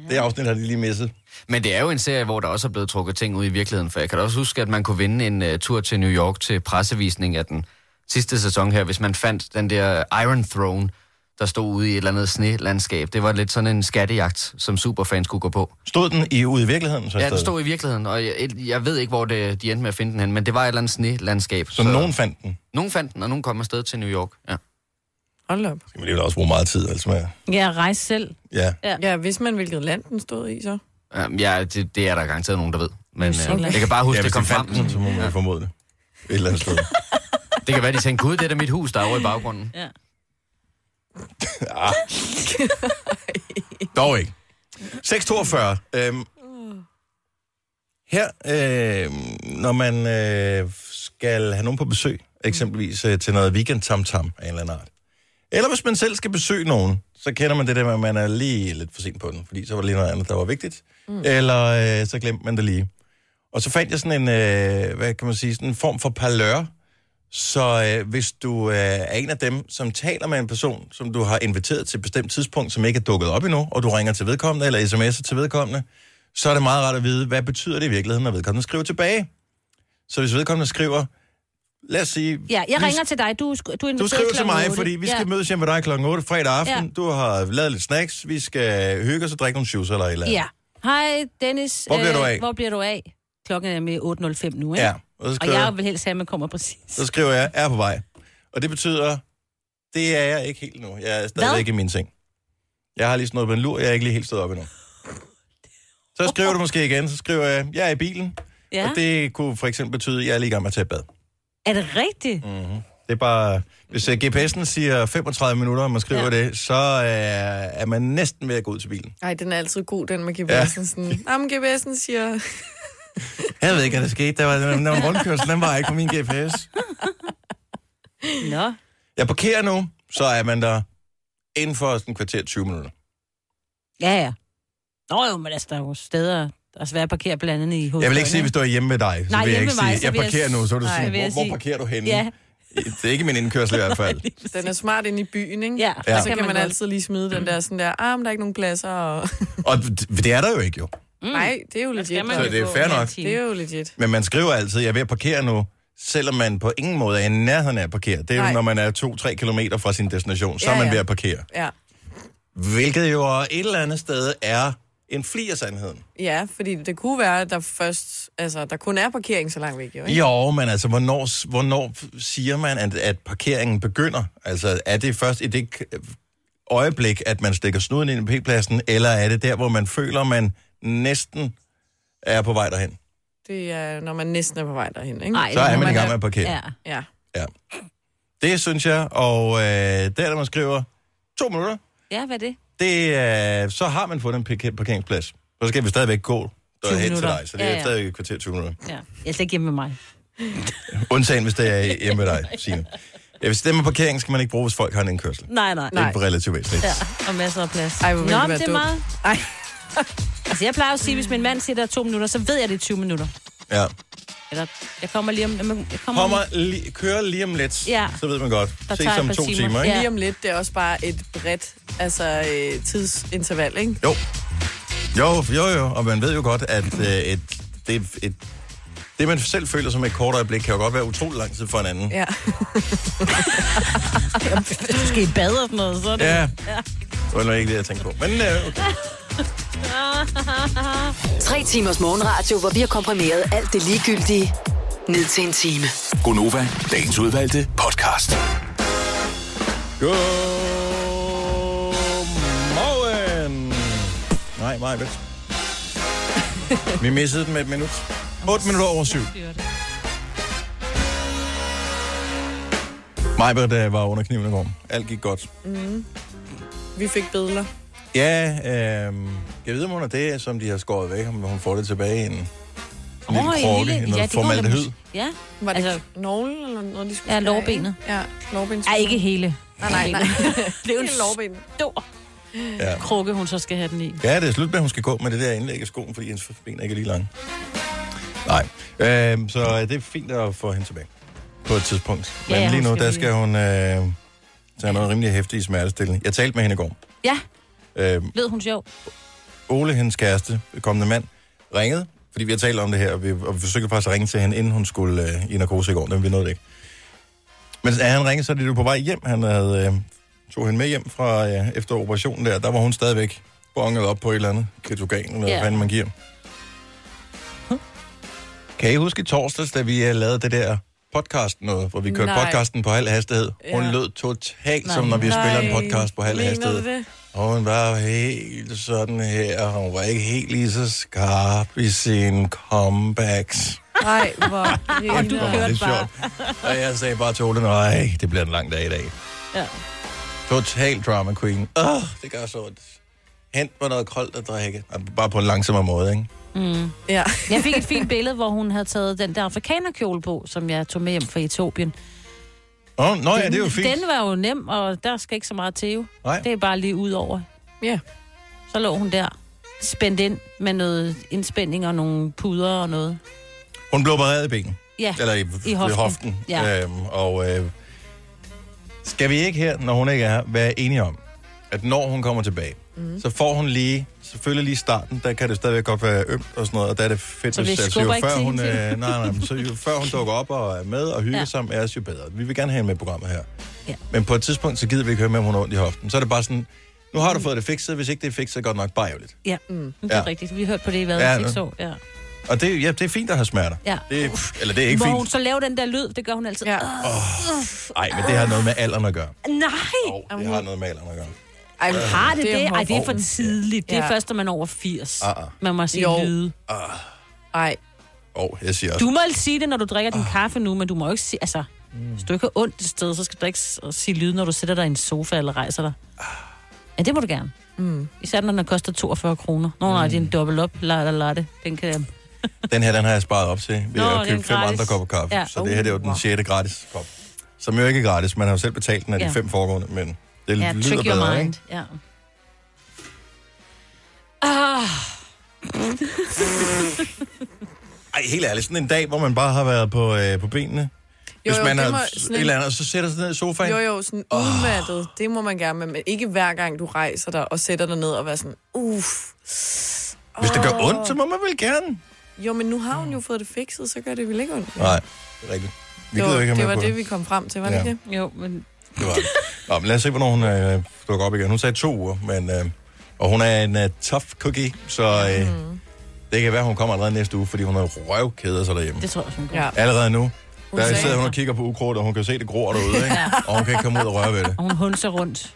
Speaker 1: Det afsnit har de lige misset.
Speaker 10: Men det er jo en serie, hvor der også er blevet trukket ting ud i virkeligheden, for jeg kan da også huske, at man kunne vinde en uh, tur til New York til pressevisning af den sidste sæson her, hvis man fandt den der Iron Throne, der stod ude i et eller andet snelandskab. Det var lidt sådan en skattejagt, som superfans kunne gå på.
Speaker 1: Stod den i, ude i virkeligheden? Så
Speaker 10: Ja, den
Speaker 1: stadig?
Speaker 10: stod i virkeligheden, og jeg, jeg ved ikke, hvor det, de endte med at finde den hen, men det var et eller andet snelandskab.
Speaker 1: Så nogen fandt den.
Speaker 10: nogen fandt den, og nogen kom afsted til New York. Ja.
Speaker 3: Hold op.
Speaker 1: Skal man alligevel også bruge meget tid, altså med...
Speaker 2: Ja, rejse selv.
Speaker 1: Ja.
Speaker 3: Ja, hvis man hvilket land den stod i, så.
Speaker 10: Øhm, Ja, det, det er der garanteret nogen, der ved. Men øh, jeg kan bare huske,
Speaker 1: ja,
Speaker 10: ja,
Speaker 1: hvis
Speaker 10: det kom
Speaker 1: de
Speaker 10: frem.
Speaker 1: fandt den, så må man jo formode det. Et eller andet sted.
Speaker 10: Det kan være, de tænkte, gud, det er da mit hus, der er over i
Speaker 1: [laughs]
Speaker 10: baggrunden.
Speaker 1: Ah. Dog ikke. 642. Øhm, her, øh, når man øh, skal have nogen på besøg, eksempelvis øh, til noget weekend tam af en eller anden art. Eller hvis man selv skal besøge nogen, så kender man det der med, at man er lige lidt for sent på den, fordi så var det lige noget andet, der var vigtigt. Mm. Eller øh, så glemte man det lige. Og så fandt jeg sådan en, øh, hvad kan man sige, sådan en form for parlør, Så øh, hvis du øh, er en af dem, som taler med en person, som du har inviteret til et bestemt tidspunkt, som ikke er dukket op endnu, og du ringer til vedkommende eller sms'er til vedkommende, så er det meget rart at vide, hvad betyder det i virkeligheden, når vedkommende skriver tilbage. Så hvis vedkommende skriver, lad os sige...
Speaker 2: Ja, jeg
Speaker 1: vi-
Speaker 2: ringer til dig. Du, er sk- du, er
Speaker 1: du
Speaker 2: inviteret
Speaker 1: skriver til
Speaker 2: klokken
Speaker 1: mig,
Speaker 2: otte.
Speaker 1: fordi vi
Speaker 2: Ja.
Speaker 1: skal mødes hjemme ved dig klokken 8 fredag aften.
Speaker 2: Ja.
Speaker 1: Du har lavet lidt snacks, vi skal hygge os og drikke nogle shoes eller et eller andet.
Speaker 2: Ja. Hej, Dennis. Øh,
Speaker 1: Hvor bliver du af?
Speaker 2: Hvor bliver du af? Klokken er med 8.05 nu, ikke?
Speaker 1: ja. Og så
Speaker 2: Og
Speaker 1: skriver,
Speaker 2: jeg vil helst have, at man kommer præcis.
Speaker 1: så skriver jeg, er på vej. Og det betyder, det er jeg ikke helt nu. Jeg er
Speaker 11: Hvad?
Speaker 1: stadigvæk i min seng. Jeg har lige snået på en lur, jeg er ikke lige helt stået op endnu. Så skriver du måske igen, så skriver jeg, jeg er i bilen.
Speaker 2: Ja.
Speaker 1: Ja. Og det kunne for eksempel betyde, at jeg er lige i gang med at tage et bad.
Speaker 2: Er det rigtigt?
Speaker 1: Mm-hmm. Det er bare, hvis øh, GPS'en siger 35 minutter, og man skriver
Speaker 3: Ja.
Speaker 1: ja. det, så øh, er man næsten ved at gå ud til bilen.
Speaker 3: Ej, den er altid god, den med GPS'en. Ja. Sådan, Jamen, GPS'en siger...
Speaker 1: Jeg ved ikke, hvad der skete. Der var, der var en rundkørsel, den var ikke på min GPS.
Speaker 2: Nå.
Speaker 1: Jeg parkerer nu, så er man der inden for sådan en kvarter 20 minutter.
Speaker 2: Ja, ja. Nå jo, men altså, der er jo steder, der er svært at parkere blandt andet i hovedet.
Speaker 1: Jeg vil ikke sige, hvis du er hjemme ved dig. Så
Speaker 2: Nej,
Speaker 1: vil jeg ikke
Speaker 2: hjemme ved mig,
Speaker 1: sige,
Speaker 2: så
Speaker 1: jeg
Speaker 2: vil jeg
Speaker 1: parkerer
Speaker 2: s-
Speaker 1: nu, så vil du
Speaker 2: Nej, vil
Speaker 1: sige,
Speaker 2: jeg
Speaker 1: hvor,
Speaker 2: sige-
Speaker 1: hvor parkerer du henne?
Speaker 2: Ja.
Speaker 1: Det er ikke min indkørsel i hvert
Speaker 2: [laughs]
Speaker 1: fald.
Speaker 3: Den er smart inde i byen, ikke?
Speaker 2: Ja,
Speaker 1: Ja.
Speaker 3: Og så
Speaker 1: kan
Speaker 3: kan man,
Speaker 1: man godt.
Speaker 3: altid lige smide den der sådan der, ah, men der er ikke nogen pladser. Og... [laughs]
Speaker 1: Og d- det er der jo ikke jo.
Speaker 3: Mm. Nej, det er jo legit.
Speaker 1: man Så jo det er gå fair med nok. en time.
Speaker 3: Det er jo legit.
Speaker 1: Men man skriver altid, jeg er ved at parkere nu, selvom man på ingen måde er i nærheden af at parkere. Det er jo,
Speaker 3: Nej.
Speaker 1: når man er 2-3 kilometer fra sin destination, så
Speaker 3: Ja,
Speaker 1: er man
Speaker 3: ja.
Speaker 1: ved at parkere.
Speaker 3: Ja.
Speaker 1: Hvilket jo et eller andet sted er en fli af sandheden.
Speaker 3: ja, fordi det kunne være, at der først... Altså, der kun er parkering så langt væk, jo, ikke?
Speaker 1: Jo, men altså, hvornår, hvornår siger man, at, at parkeringen begynder? Altså, er det først i det k- øjeblik, at man stikker snuden ind i p-pladsen, eller er det der, hvor man føler, man næsten er på vej derhen?
Speaker 3: Det er, når man næsten er på vej derhen, ikke?
Speaker 1: Ej, Så er man i gang med at parkere.
Speaker 3: Ja. ja.
Speaker 1: Ja. Det synes jeg, og øh, der, der man skriver to minutter,
Speaker 2: Ja, hvad er det?
Speaker 1: det, øh, så har man fundet en parke- parkeringsplads. Så skal vi stadigvæk gå
Speaker 2: 20
Speaker 1: derhen til
Speaker 2: minutter.
Speaker 1: dig, så det er
Speaker 2: Ja,
Speaker 1: ja,
Speaker 2: ja.
Speaker 1: ja. stadigvæk et kvarter 20 minutter.
Speaker 2: Ja. Jeg er slet ikke hjemme med mig.
Speaker 1: Undtagen, hvis det er hjemme ved dig, Signe. Ja, hvis det er med parkering, skal man ikke bruge, hvis folk har en indkørsel.
Speaker 2: Nej, nej.
Speaker 1: Det er relativt væsentligt.
Speaker 2: Ja, og masser af plads.
Speaker 3: Ej, hvor ville
Speaker 2: Nå, men
Speaker 3: det være
Speaker 2: det er
Speaker 3: dumt.
Speaker 2: meget. Ej. [laughs] Altså, jeg plejer jo at sige, hvis min mand siger, der er to minutter, så ved jeg, det er 20 minutter.
Speaker 1: Ja.
Speaker 2: Eller, jeg kommer lige om... Jamen, Jeg kommer,
Speaker 1: Kommer, li- kører lige om lidt,
Speaker 2: Ja.
Speaker 1: ja. så ved man godt.
Speaker 2: Der
Speaker 1: Ses
Speaker 2: tager
Speaker 1: om
Speaker 2: et
Speaker 1: to
Speaker 2: par
Speaker 1: timer,
Speaker 2: timer.
Speaker 1: ikke?
Speaker 3: Lige om lidt, det er også bare et bredt altså, øh, tidsinterval, ikke?
Speaker 1: Jo. Jo, jo, jo. Og man ved jo godt, at øh, et, det, et, det, man selv føler som et kort øjeblik, kan jo godt være utrolig lang tid for en anden.
Speaker 3: Ja.
Speaker 2: Hvis du skal i bad og sådan noget, så er det...
Speaker 1: Ja. Det var nok ikke det, jeg tænkte på. Men øh, okay.
Speaker 6: Tre timers morgenradio, hvor vi har komprimeret alt det ligegyldige ned til en time.
Speaker 12: Gonova, dagens udvalgte podcast.
Speaker 1: Godmorgen. Nej, mig vel. Vi missede den med et minut. 8 minutter over syv. Majbert øh, var under kniven i går. Alt gik godt.
Speaker 3: Mm. Vi fik billeder.
Speaker 1: Ja, øh, jeg ved, om hun er det, som de har skåret væk, om hun får det tilbage i en, en lille krokke, en noget formaldehyd.
Speaker 2: Ja.
Speaker 3: Var det altså, knoglen eller noget, de skulle
Speaker 2: Ja,
Speaker 3: skære af?
Speaker 2: lårbenet.
Speaker 3: Ja, lårbenet.
Speaker 2: Ej, ikke hele.
Speaker 3: Nej, nej, nej.
Speaker 2: det er jo en
Speaker 3: Hele lårbenet.
Speaker 2: stor
Speaker 1: Ja.
Speaker 2: krukke, hun så skal have den i.
Speaker 1: Ja, det er slut med, at hun skal gå med det der indlæg af skoen, fordi hendes ben er ikke lige lange. Nej, øh, så øh, det er fint at få hende tilbage på et tidspunkt. Men
Speaker 2: Ja, ja,
Speaker 1: lige
Speaker 2: hun
Speaker 1: nu,
Speaker 2: skal
Speaker 1: der
Speaker 2: lige-
Speaker 1: skal hun øh, tage noget rimelig hæftig smertestillende. Jeg talte med hende i går.
Speaker 2: Ja,
Speaker 1: Øh,
Speaker 2: lød hun sjov.
Speaker 1: Ole, hendes kæreste, kommende mand, ringede, fordi vi har talt om det her, og vi, og vi forsøgte faktisk at ringe til hende, inden hun skulle øh, i narkose i går, men vi nåede det ikke. Men da han ringede, så er det jo på vej hjem. Han havde, øh, tog hende med hjem fra øh, efter operationen der. Der var hun stadigvæk bonget op på et eller andet ketogan, eller
Speaker 11: Ja.
Speaker 1: yeah. hvad man giver. Kan I huske i torsdags, da vi øh, lavede det der podcast noget, hvor vi kørte
Speaker 11: Nej.
Speaker 1: Nej. podcasten på halv hastighed? Hun
Speaker 11: Ja.
Speaker 1: lød totalt
Speaker 11: Nej.
Speaker 1: som, når vi spiller en
Speaker 11: Nej.
Speaker 1: podcast på halv
Speaker 11: Mener du
Speaker 1: hastighed.
Speaker 11: det?
Speaker 1: Og hun var helt sådan her, og hun var ikke helt lige så skarp i sine
Speaker 11: [laughs]
Speaker 1: comebacks.
Speaker 3: Nej, hvor
Speaker 1: Og du kørte Det er bare. Og jeg sagde bare til Ole, nej, det bliver en lang dag i dag.
Speaker 2: Ja.
Speaker 1: Total drama queen. Åh, det gør så ondt. Hent mig noget koldt at drikke. Og Bare på en langsommere måde, ikke?
Speaker 2: Mm.
Speaker 3: Ja.
Speaker 2: jeg fik et fint billede, hvor hun havde taget den der afrikanerkjole på, som jeg tog med hjem fra Etiopien.
Speaker 1: Åh, oh, nå ja, det er jo fint.
Speaker 2: Den var jo nem, og der skal ikke så meget til. jo.
Speaker 1: Nej.
Speaker 2: Det er bare lige ud over.
Speaker 3: Ja.
Speaker 2: Så lå hun der, spændt ind med noget indspænding og nogle puder og noget.
Speaker 1: Hun blev opereret i benen.
Speaker 2: Ja,
Speaker 1: Eller i,
Speaker 2: i
Speaker 1: i
Speaker 2: hoften.
Speaker 1: hoften. hoften.
Speaker 2: Ja.
Speaker 1: Øhm, og øh, skal vi ikke her, når hun ikke er her, være enige om, at når hun kommer tilbage, mm. så får hun lige, selvfølgelig lige starten, der kan det stadigvæk godt være ømt og sådan noget, og der er det fedt,
Speaker 11: Så vi
Speaker 1: hvis-
Speaker 11: skubber ikke
Speaker 1: før
Speaker 11: til
Speaker 1: hun,
Speaker 11: hende til.
Speaker 1: øh, nej, nej, men så jo før hun dukker op og er med og hygger
Speaker 11: Ja.
Speaker 1: ja. sammen, er os jo bedre. Vi vil gerne have hende med i programmet her.
Speaker 2: Ja.
Speaker 1: Men på et tidspunkt, så gider vi ikke høre med, om hun har ondt i hoften. Så er det bare sådan, nu har du fået det fikset, hvis ikke det er fikset, så er det godt nok bare ærgerligt.
Speaker 2: Ja, mm. det er
Speaker 1: Ja.
Speaker 2: rigtigt. Vi hørte på det i hvad?
Speaker 1: Ja,
Speaker 2: Ja, ikke
Speaker 1: nu.
Speaker 2: så? Ja.
Speaker 1: Og det, ja, det er fint at have smerter.
Speaker 2: Ja.
Speaker 1: Det, er- eller det er ikke
Speaker 2: Hvor hun
Speaker 1: fint.
Speaker 2: så laver den der lyd, det gør hun altid. Ja.
Speaker 1: Nej, men det har noget med alderen at gøre.
Speaker 2: Nej!
Speaker 1: Oh, det har noget med alderen at gøre.
Speaker 3: Ej,
Speaker 2: Har det det? Ej, det er for
Speaker 3: hårdt.
Speaker 2: tidligt. Det er
Speaker 3: Ja.
Speaker 2: først, når man er over 80.
Speaker 1: Ah, ah.
Speaker 2: Man må sige
Speaker 3: Jo.
Speaker 2: lyde.
Speaker 3: Ej,
Speaker 1: Åh, oh, jeg siger også.
Speaker 2: Du må ikke sige det, når du drikker
Speaker 1: Ah.
Speaker 2: din kaffe nu, men du må jo ikke sige... Altså,
Speaker 1: Mm.
Speaker 2: hvis du ikke har ondt et sted, så skal du ikke s- sige lyde, når du sætter dig i en sofa eller rejser dig. Ja, det må du gerne. Mm. Især når den koster 42 kroner. Nå, nej, det er en
Speaker 1: Mm.
Speaker 2: dobbelt op. Latte, latte. Den kan jeg...
Speaker 1: Den her, den har jeg sparet op til ved
Speaker 2: Nå,
Speaker 1: Nå,
Speaker 2: det er
Speaker 1: at købe
Speaker 2: en
Speaker 1: fem
Speaker 2: gratis.
Speaker 1: andre kopper kaffe.
Speaker 2: Ja.
Speaker 1: Ja. Så det her, det er jo den sjette gratis kop. Som jo ikke er gratis, man har jo selv betalt den af de
Speaker 2: Ja.
Speaker 1: fem foregående, men det
Speaker 2: Ja,
Speaker 1: lyder
Speaker 2: trick your
Speaker 1: bedre,
Speaker 2: mind.
Speaker 1: ikke?
Speaker 2: Ja. Ah,
Speaker 1: Ej, helt ærligt, sådan en dag, hvor man bare har været på, øh, på benene. Hvis
Speaker 3: jo,
Speaker 1: man
Speaker 3: det
Speaker 1: har
Speaker 3: må
Speaker 1: s-
Speaker 3: sådan
Speaker 1: et
Speaker 3: en-
Speaker 1: eller andet, og så sætter sig ned i sofaen. Ah,
Speaker 3: jo jo, sådan udmattet, det må man gerne, men ikke hver gang du rejser dig og sætter dig ned og være sådan, uff.
Speaker 1: Hvis det gør ondt, så må man vel gerne.
Speaker 3: Jo, men nu har hun jo fået det fikset, så gør det vel ikke ondt.
Speaker 1: Nej, det er rigtigt. Vi
Speaker 3: det
Speaker 1: gider
Speaker 3: var,
Speaker 1: ikke have
Speaker 3: det,
Speaker 1: med
Speaker 3: var
Speaker 1: på
Speaker 3: det, vi kom frem til, var det
Speaker 1: Ja.
Speaker 3: ikke det?
Speaker 2: jo, men...
Speaker 1: Det var det. Nå, men lad os se, hvornår hun øh, dukker op igen. Hun sagde to uger, men, øh, og hun er en øh, tough cookie, så øh, mm. det kan være, hun kommer allerede næste uge, fordi hun har røvkæder sig derhjemme.
Speaker 2: Det tror jeg også, hun gør.
Speaker 3: Ja.
Speaker 1: Allerede nu.
Speaker 3: Hun
Speaker 1: der
Speaker 3: sagde
Speaker 1: sidder hun og
Speaker 3: altså.
Speaker 1: kigger på ukrudt, og hun kan se, det gror derude,
Speaker 2: [laughs]
Speaker 1: ikke? og hun kan ikke komme ud og røre ved det.
Speaker 2: Og hun hunser rundt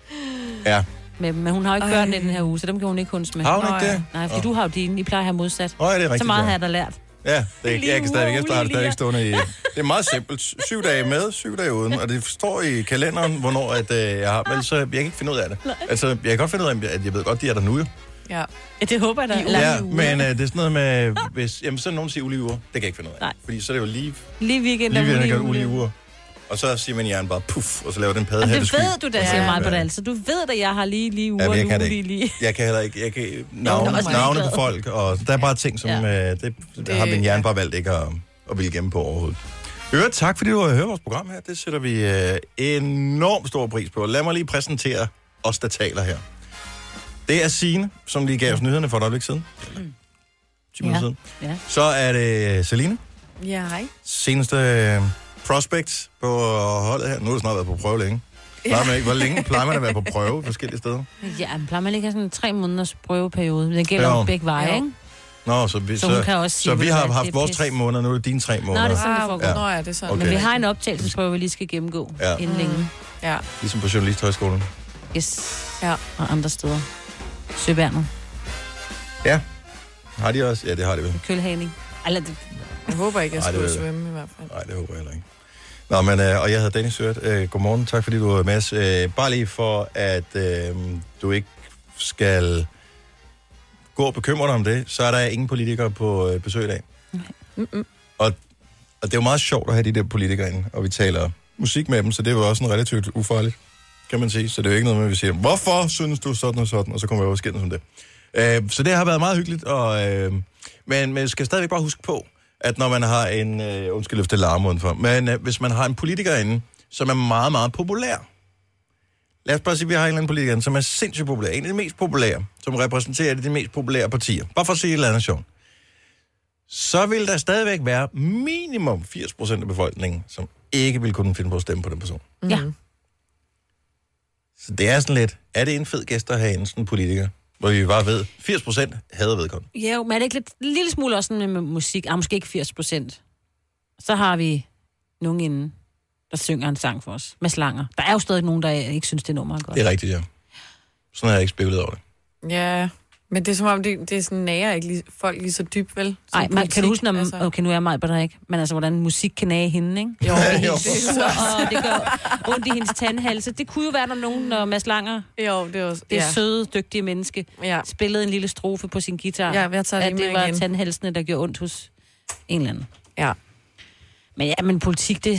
Speaker 1: Ja.
Speaker 2: med dem, men hun har jo ikke børn i den her uge, så dem kan hun ikke hunse med.
Speaker 1: Har hun
Speaker 2: Nå,
Speaker 1: ikke
Speaker 2: ja.
Speaker 1: det?
Speaker 2: Nej, fordi du har jo dine, I plejer at have modsat.
Speaker 1: Nå, ja, det er rigtigt.
Speaker 2: Så meget
Speaker 1: ja.
Speaker 2: har jeg da lært.
Speaker 1: Ja, det er, jeg kan stadigvæk, jeg har det
Speaker 2: urolig,
Speaker 1: stadigvæk stående i... Det er meget simpelt. Syv dage med, syv dage uden, og det står i kalenderen, hvornår at, øh, jeg har... Men så jeg kan ikke finde ud af det. Altså, jeg kan godt finde ud af, at jeg ved godt, de er der nu jo.
Speaker 3: Ja.
Speaker 2: Ja, det håber jeg da. Eller
Speaker 1: Ja, men øh, det er sådan noget med... Hvis, jamen, så er der nogen der siger ulige uger. Det kan jeg ikke finde ud af.
Speaker 2: Nej.
Speaker 1: Fordi så er det jo lige...
Speaker 2: lige weekend
Speaker 1: Lige ved, at
Speaker 2: ulige
Speaker 1: gøre ulige
Speaker 2: uger.
Speaker 1: uger. Og så siger min hjerne bare puff, og så laver den
Speaker 2: Og
Speaker 1: padde
Speaker 2: det ved du da,
Speaker 1: Ja.
Speaker 2: siger meget på det
Speaker 1: Ja.
Speaker 2: altså. Du ved da, jeg har lige lige uger,
Speaker 1: Ja, men jeg
Speaker 2: lige
Speaker 1: kan det
Speaker 2: ulige, lige.
Speaker 1: ikke. Jeg kan heller ikke. Jeg kan
Speaker 2: Nå,
Speaker 1: navne,
Speaker 2: men også
Speaker 1: navne
Speaker 2: ligeglad.
Speaker 1: på folk, og der er bare ting, som ja. øh, det, det, har min hjerne bare valgt ikke at, at ville gemme på overhovedet. Øre, tak fordi du har hørt vores program her. Det sætter vi øh, enormt stor pris på. Lad mig lige præsentere os, der taler her. Det er Signe, som lige gav os nyhederne for et øjeblik siden. 10 minutter
Speaker 2: Ja.
Speaker 1: siden.
Speaker 2: Ja.
Speaker 1: Så er det Selina,
Speaker 3: Ja, hej.
Speaker 1: seneste øh, prospect på holdet her. Nu har du snart været på prøve længe. Plejer man ikke, hvor længe plejer man at være på prøve forskellige steder?
Speaker 2: [laughs] Ja, men plejer man ikke at have sådan en tre måneders prøveperiode. Men Det gælder
Speaker 1: Jo.
Speaker 2: jo begge veje,
Speaker 3: Jo.
Speaker 2: ikke?
Speaker 1: Nå, så vi,
Speaker 2: Så
Speaker 1: så,
Speaker 2: hun
Speaker 1: så,
Speaker 2: kan også sige,
Speaker 1: så vi
Speaker 2: ved du
Speaker 1: har
Speaker 2: hvad,
Speaker 1: haft
Speaker 2: det er
Speaker 1: vores
Speaker 2: pis.
Speaker 1: tre måneder, nu er det dine tre måneder.
Speaker 2: det er
Speaker 1: det
Speaker 2: sådan, det
Speaker 3: Ah,
Speaker 2: foregår.
Speaker 3: Nå ja, det er sådan. Mm.
Speaker 1: Okay.
Speaker 2: Men vi har en optagelsesprøve, vi lige skal gennemgå
Speaker 1: Ja.
Speaker 2: ja. inden længe.
Speaker 3: Ja,
Speaker 1: Ligesom på Journalisthøjskolen.
Speaker 2: Yes.
Speaker 3: Ja.
Speaker 2: Og andre steder. Søværnet.
Speaker 1: Ja. Har de også? Ja, det har de vel.
Speaker 2: Kølhaning. Eller det,
Speaker 3: jeg håber ikke, jeg
Speaker 1: Ej, det
Speaker 3: skulle
Speaker 1: ved jeg.
Speaker 3: svømme i hvert fald.
Speaker 1: Nej, det håber jeg heller ikke. Nå, men, øh, og jeg hedder Dennis Sørt. Øh, godmorgen, tak fordi du var med os. Øh, bare lige for, at øh, du ikke skal gå og bekymre dig om det, så er der ingen politikere på øh, besøg i dag. Og, og det er jo meget sjovt at have de der politikere inde, og vi taler musik med dem, så det er jo også en relativt ufarligt, kan man sige. Så det er jo ikke noget med, at vi siger, hvorfor synes du sådan og sådan, og så kommer jeg over skændes om det. Øh, så det har været meget hyggeligt, og, øh, men man skal stadigvæk bare huske på, at når man har en, øh, undskyld løfte larm udenfor, men øh, hvis man har en politiker inde, som er meget, meget populær, lad os bare sige, at vi har en eller anden politiker, inde, som er sindssygt populær, en af de mest populære, som repræsenterer de mest populære partier, bare for at sige et eller andet sjovt, så vil der stadigvæk være minimum 80% af befolkningen, som ikke vil kunne finde på at stemme på den person.
Speaker 2: ja.
Speaker 3: Mm.
Speaker 1: Så det er sådan lidt, er det en fed gæst at have en sådan politiker, hvor vi bare ved, 80% hader vedkommende.
Speaker 2: ja, jo, men er det ikke lidt, en lille smule også sådan med musik? Ah, måske ikke 80 procent. Så har vi nogen inden, der synger en sang for os. Med slanger. Der er jo stadig nogen, der ikke synes, det nummer er godt.
Speaker 1: Det er rigtigt, ja. Sådan har jeg ikke spekulet over det.
Speaker 3: Ja, men det er som om, det, det er sådan, nærer ikke lige, folk lige så dybt, vel? Som
Speaker 2: Nej, man kan du
Speaker 3: politik,
Speaker 2: huske, når man, altså. okay, nu er jeg mig på dig, ikke? Men altså, hvordan musik kan nage hende, ikke? Jo, [laughs] det er
Speaker 1: Jo.
Speaker 2: helt sur, [laughs] og det gør ondt i hendes tandhalse. Det kunne jo være, når nogen, når Mads Langer,
Speaker 3: Jo, det er også...
Speaker 2: det
Speaker 3: ja.
Speaker 2: ja. søde, dygtige menneske,
Speaker 3: Ja.
Speaker 2: spillede en lille strofe på sin guitar,
Speaker 3: Ja, jeg tager lige
Speaker 2: at det
Speaker 3: med
Speaker 2: var
Speaker 3: igen.
Speaker 2: tandhalsene, der gjorde ondt hos en eller anden.
Speaker 3: ja.
Speaker 2: Men ja, men politik, det,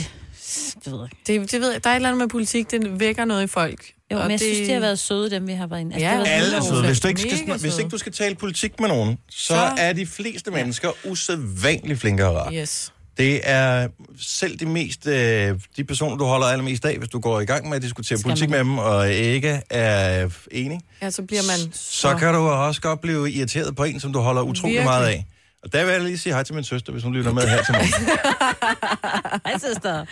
Speaker 2: det ved jeg ikke.
Speaker 3: Det, det ved jeg, der er et eller andet med politik, det vækker noget i folk.
Speaker 2: Jo,
Speaker 3: Og
Speaker 2: men jeg synes, det har været søde, dem vi har været inde.
Speaker 3: Ja,
Speaker 2: det har været
Speaker 1: Alle er
Speaker 2: søde.
Speaker 1: søde. Hvis du ikke,
Speaker 3: Mega
Speaker 1: skal,
Speaker 3: søde.
Speaker 1: hvis ikke du skal tale politik med nogen, så,
Speaker 3: Så-
Speaker 1: er de fleste mennesker usædvanligt flinke og rare.
Speaker 3: Yes.
Speaker 1: Det er selv de mest, øh, de personer, du holder allermest af, hvis du går i gang med at diskutere
Speaker 2: Skal
Speaker 1: politik
Speaker 2: man-
Speaker 1: med dem, og ikke er enig,
Speaker 3: Ja, så bliver man...
Speaker 1: så kan du også godt blive irriteret på en, som du holder utrolig
Speaker 3: Virkelig.
Speaker 1: meget af. Og der vil jeg lige sige hej til min søster, hvis hun lytter med her til morgen.
Speaker 2: [laughs] Hej, søster.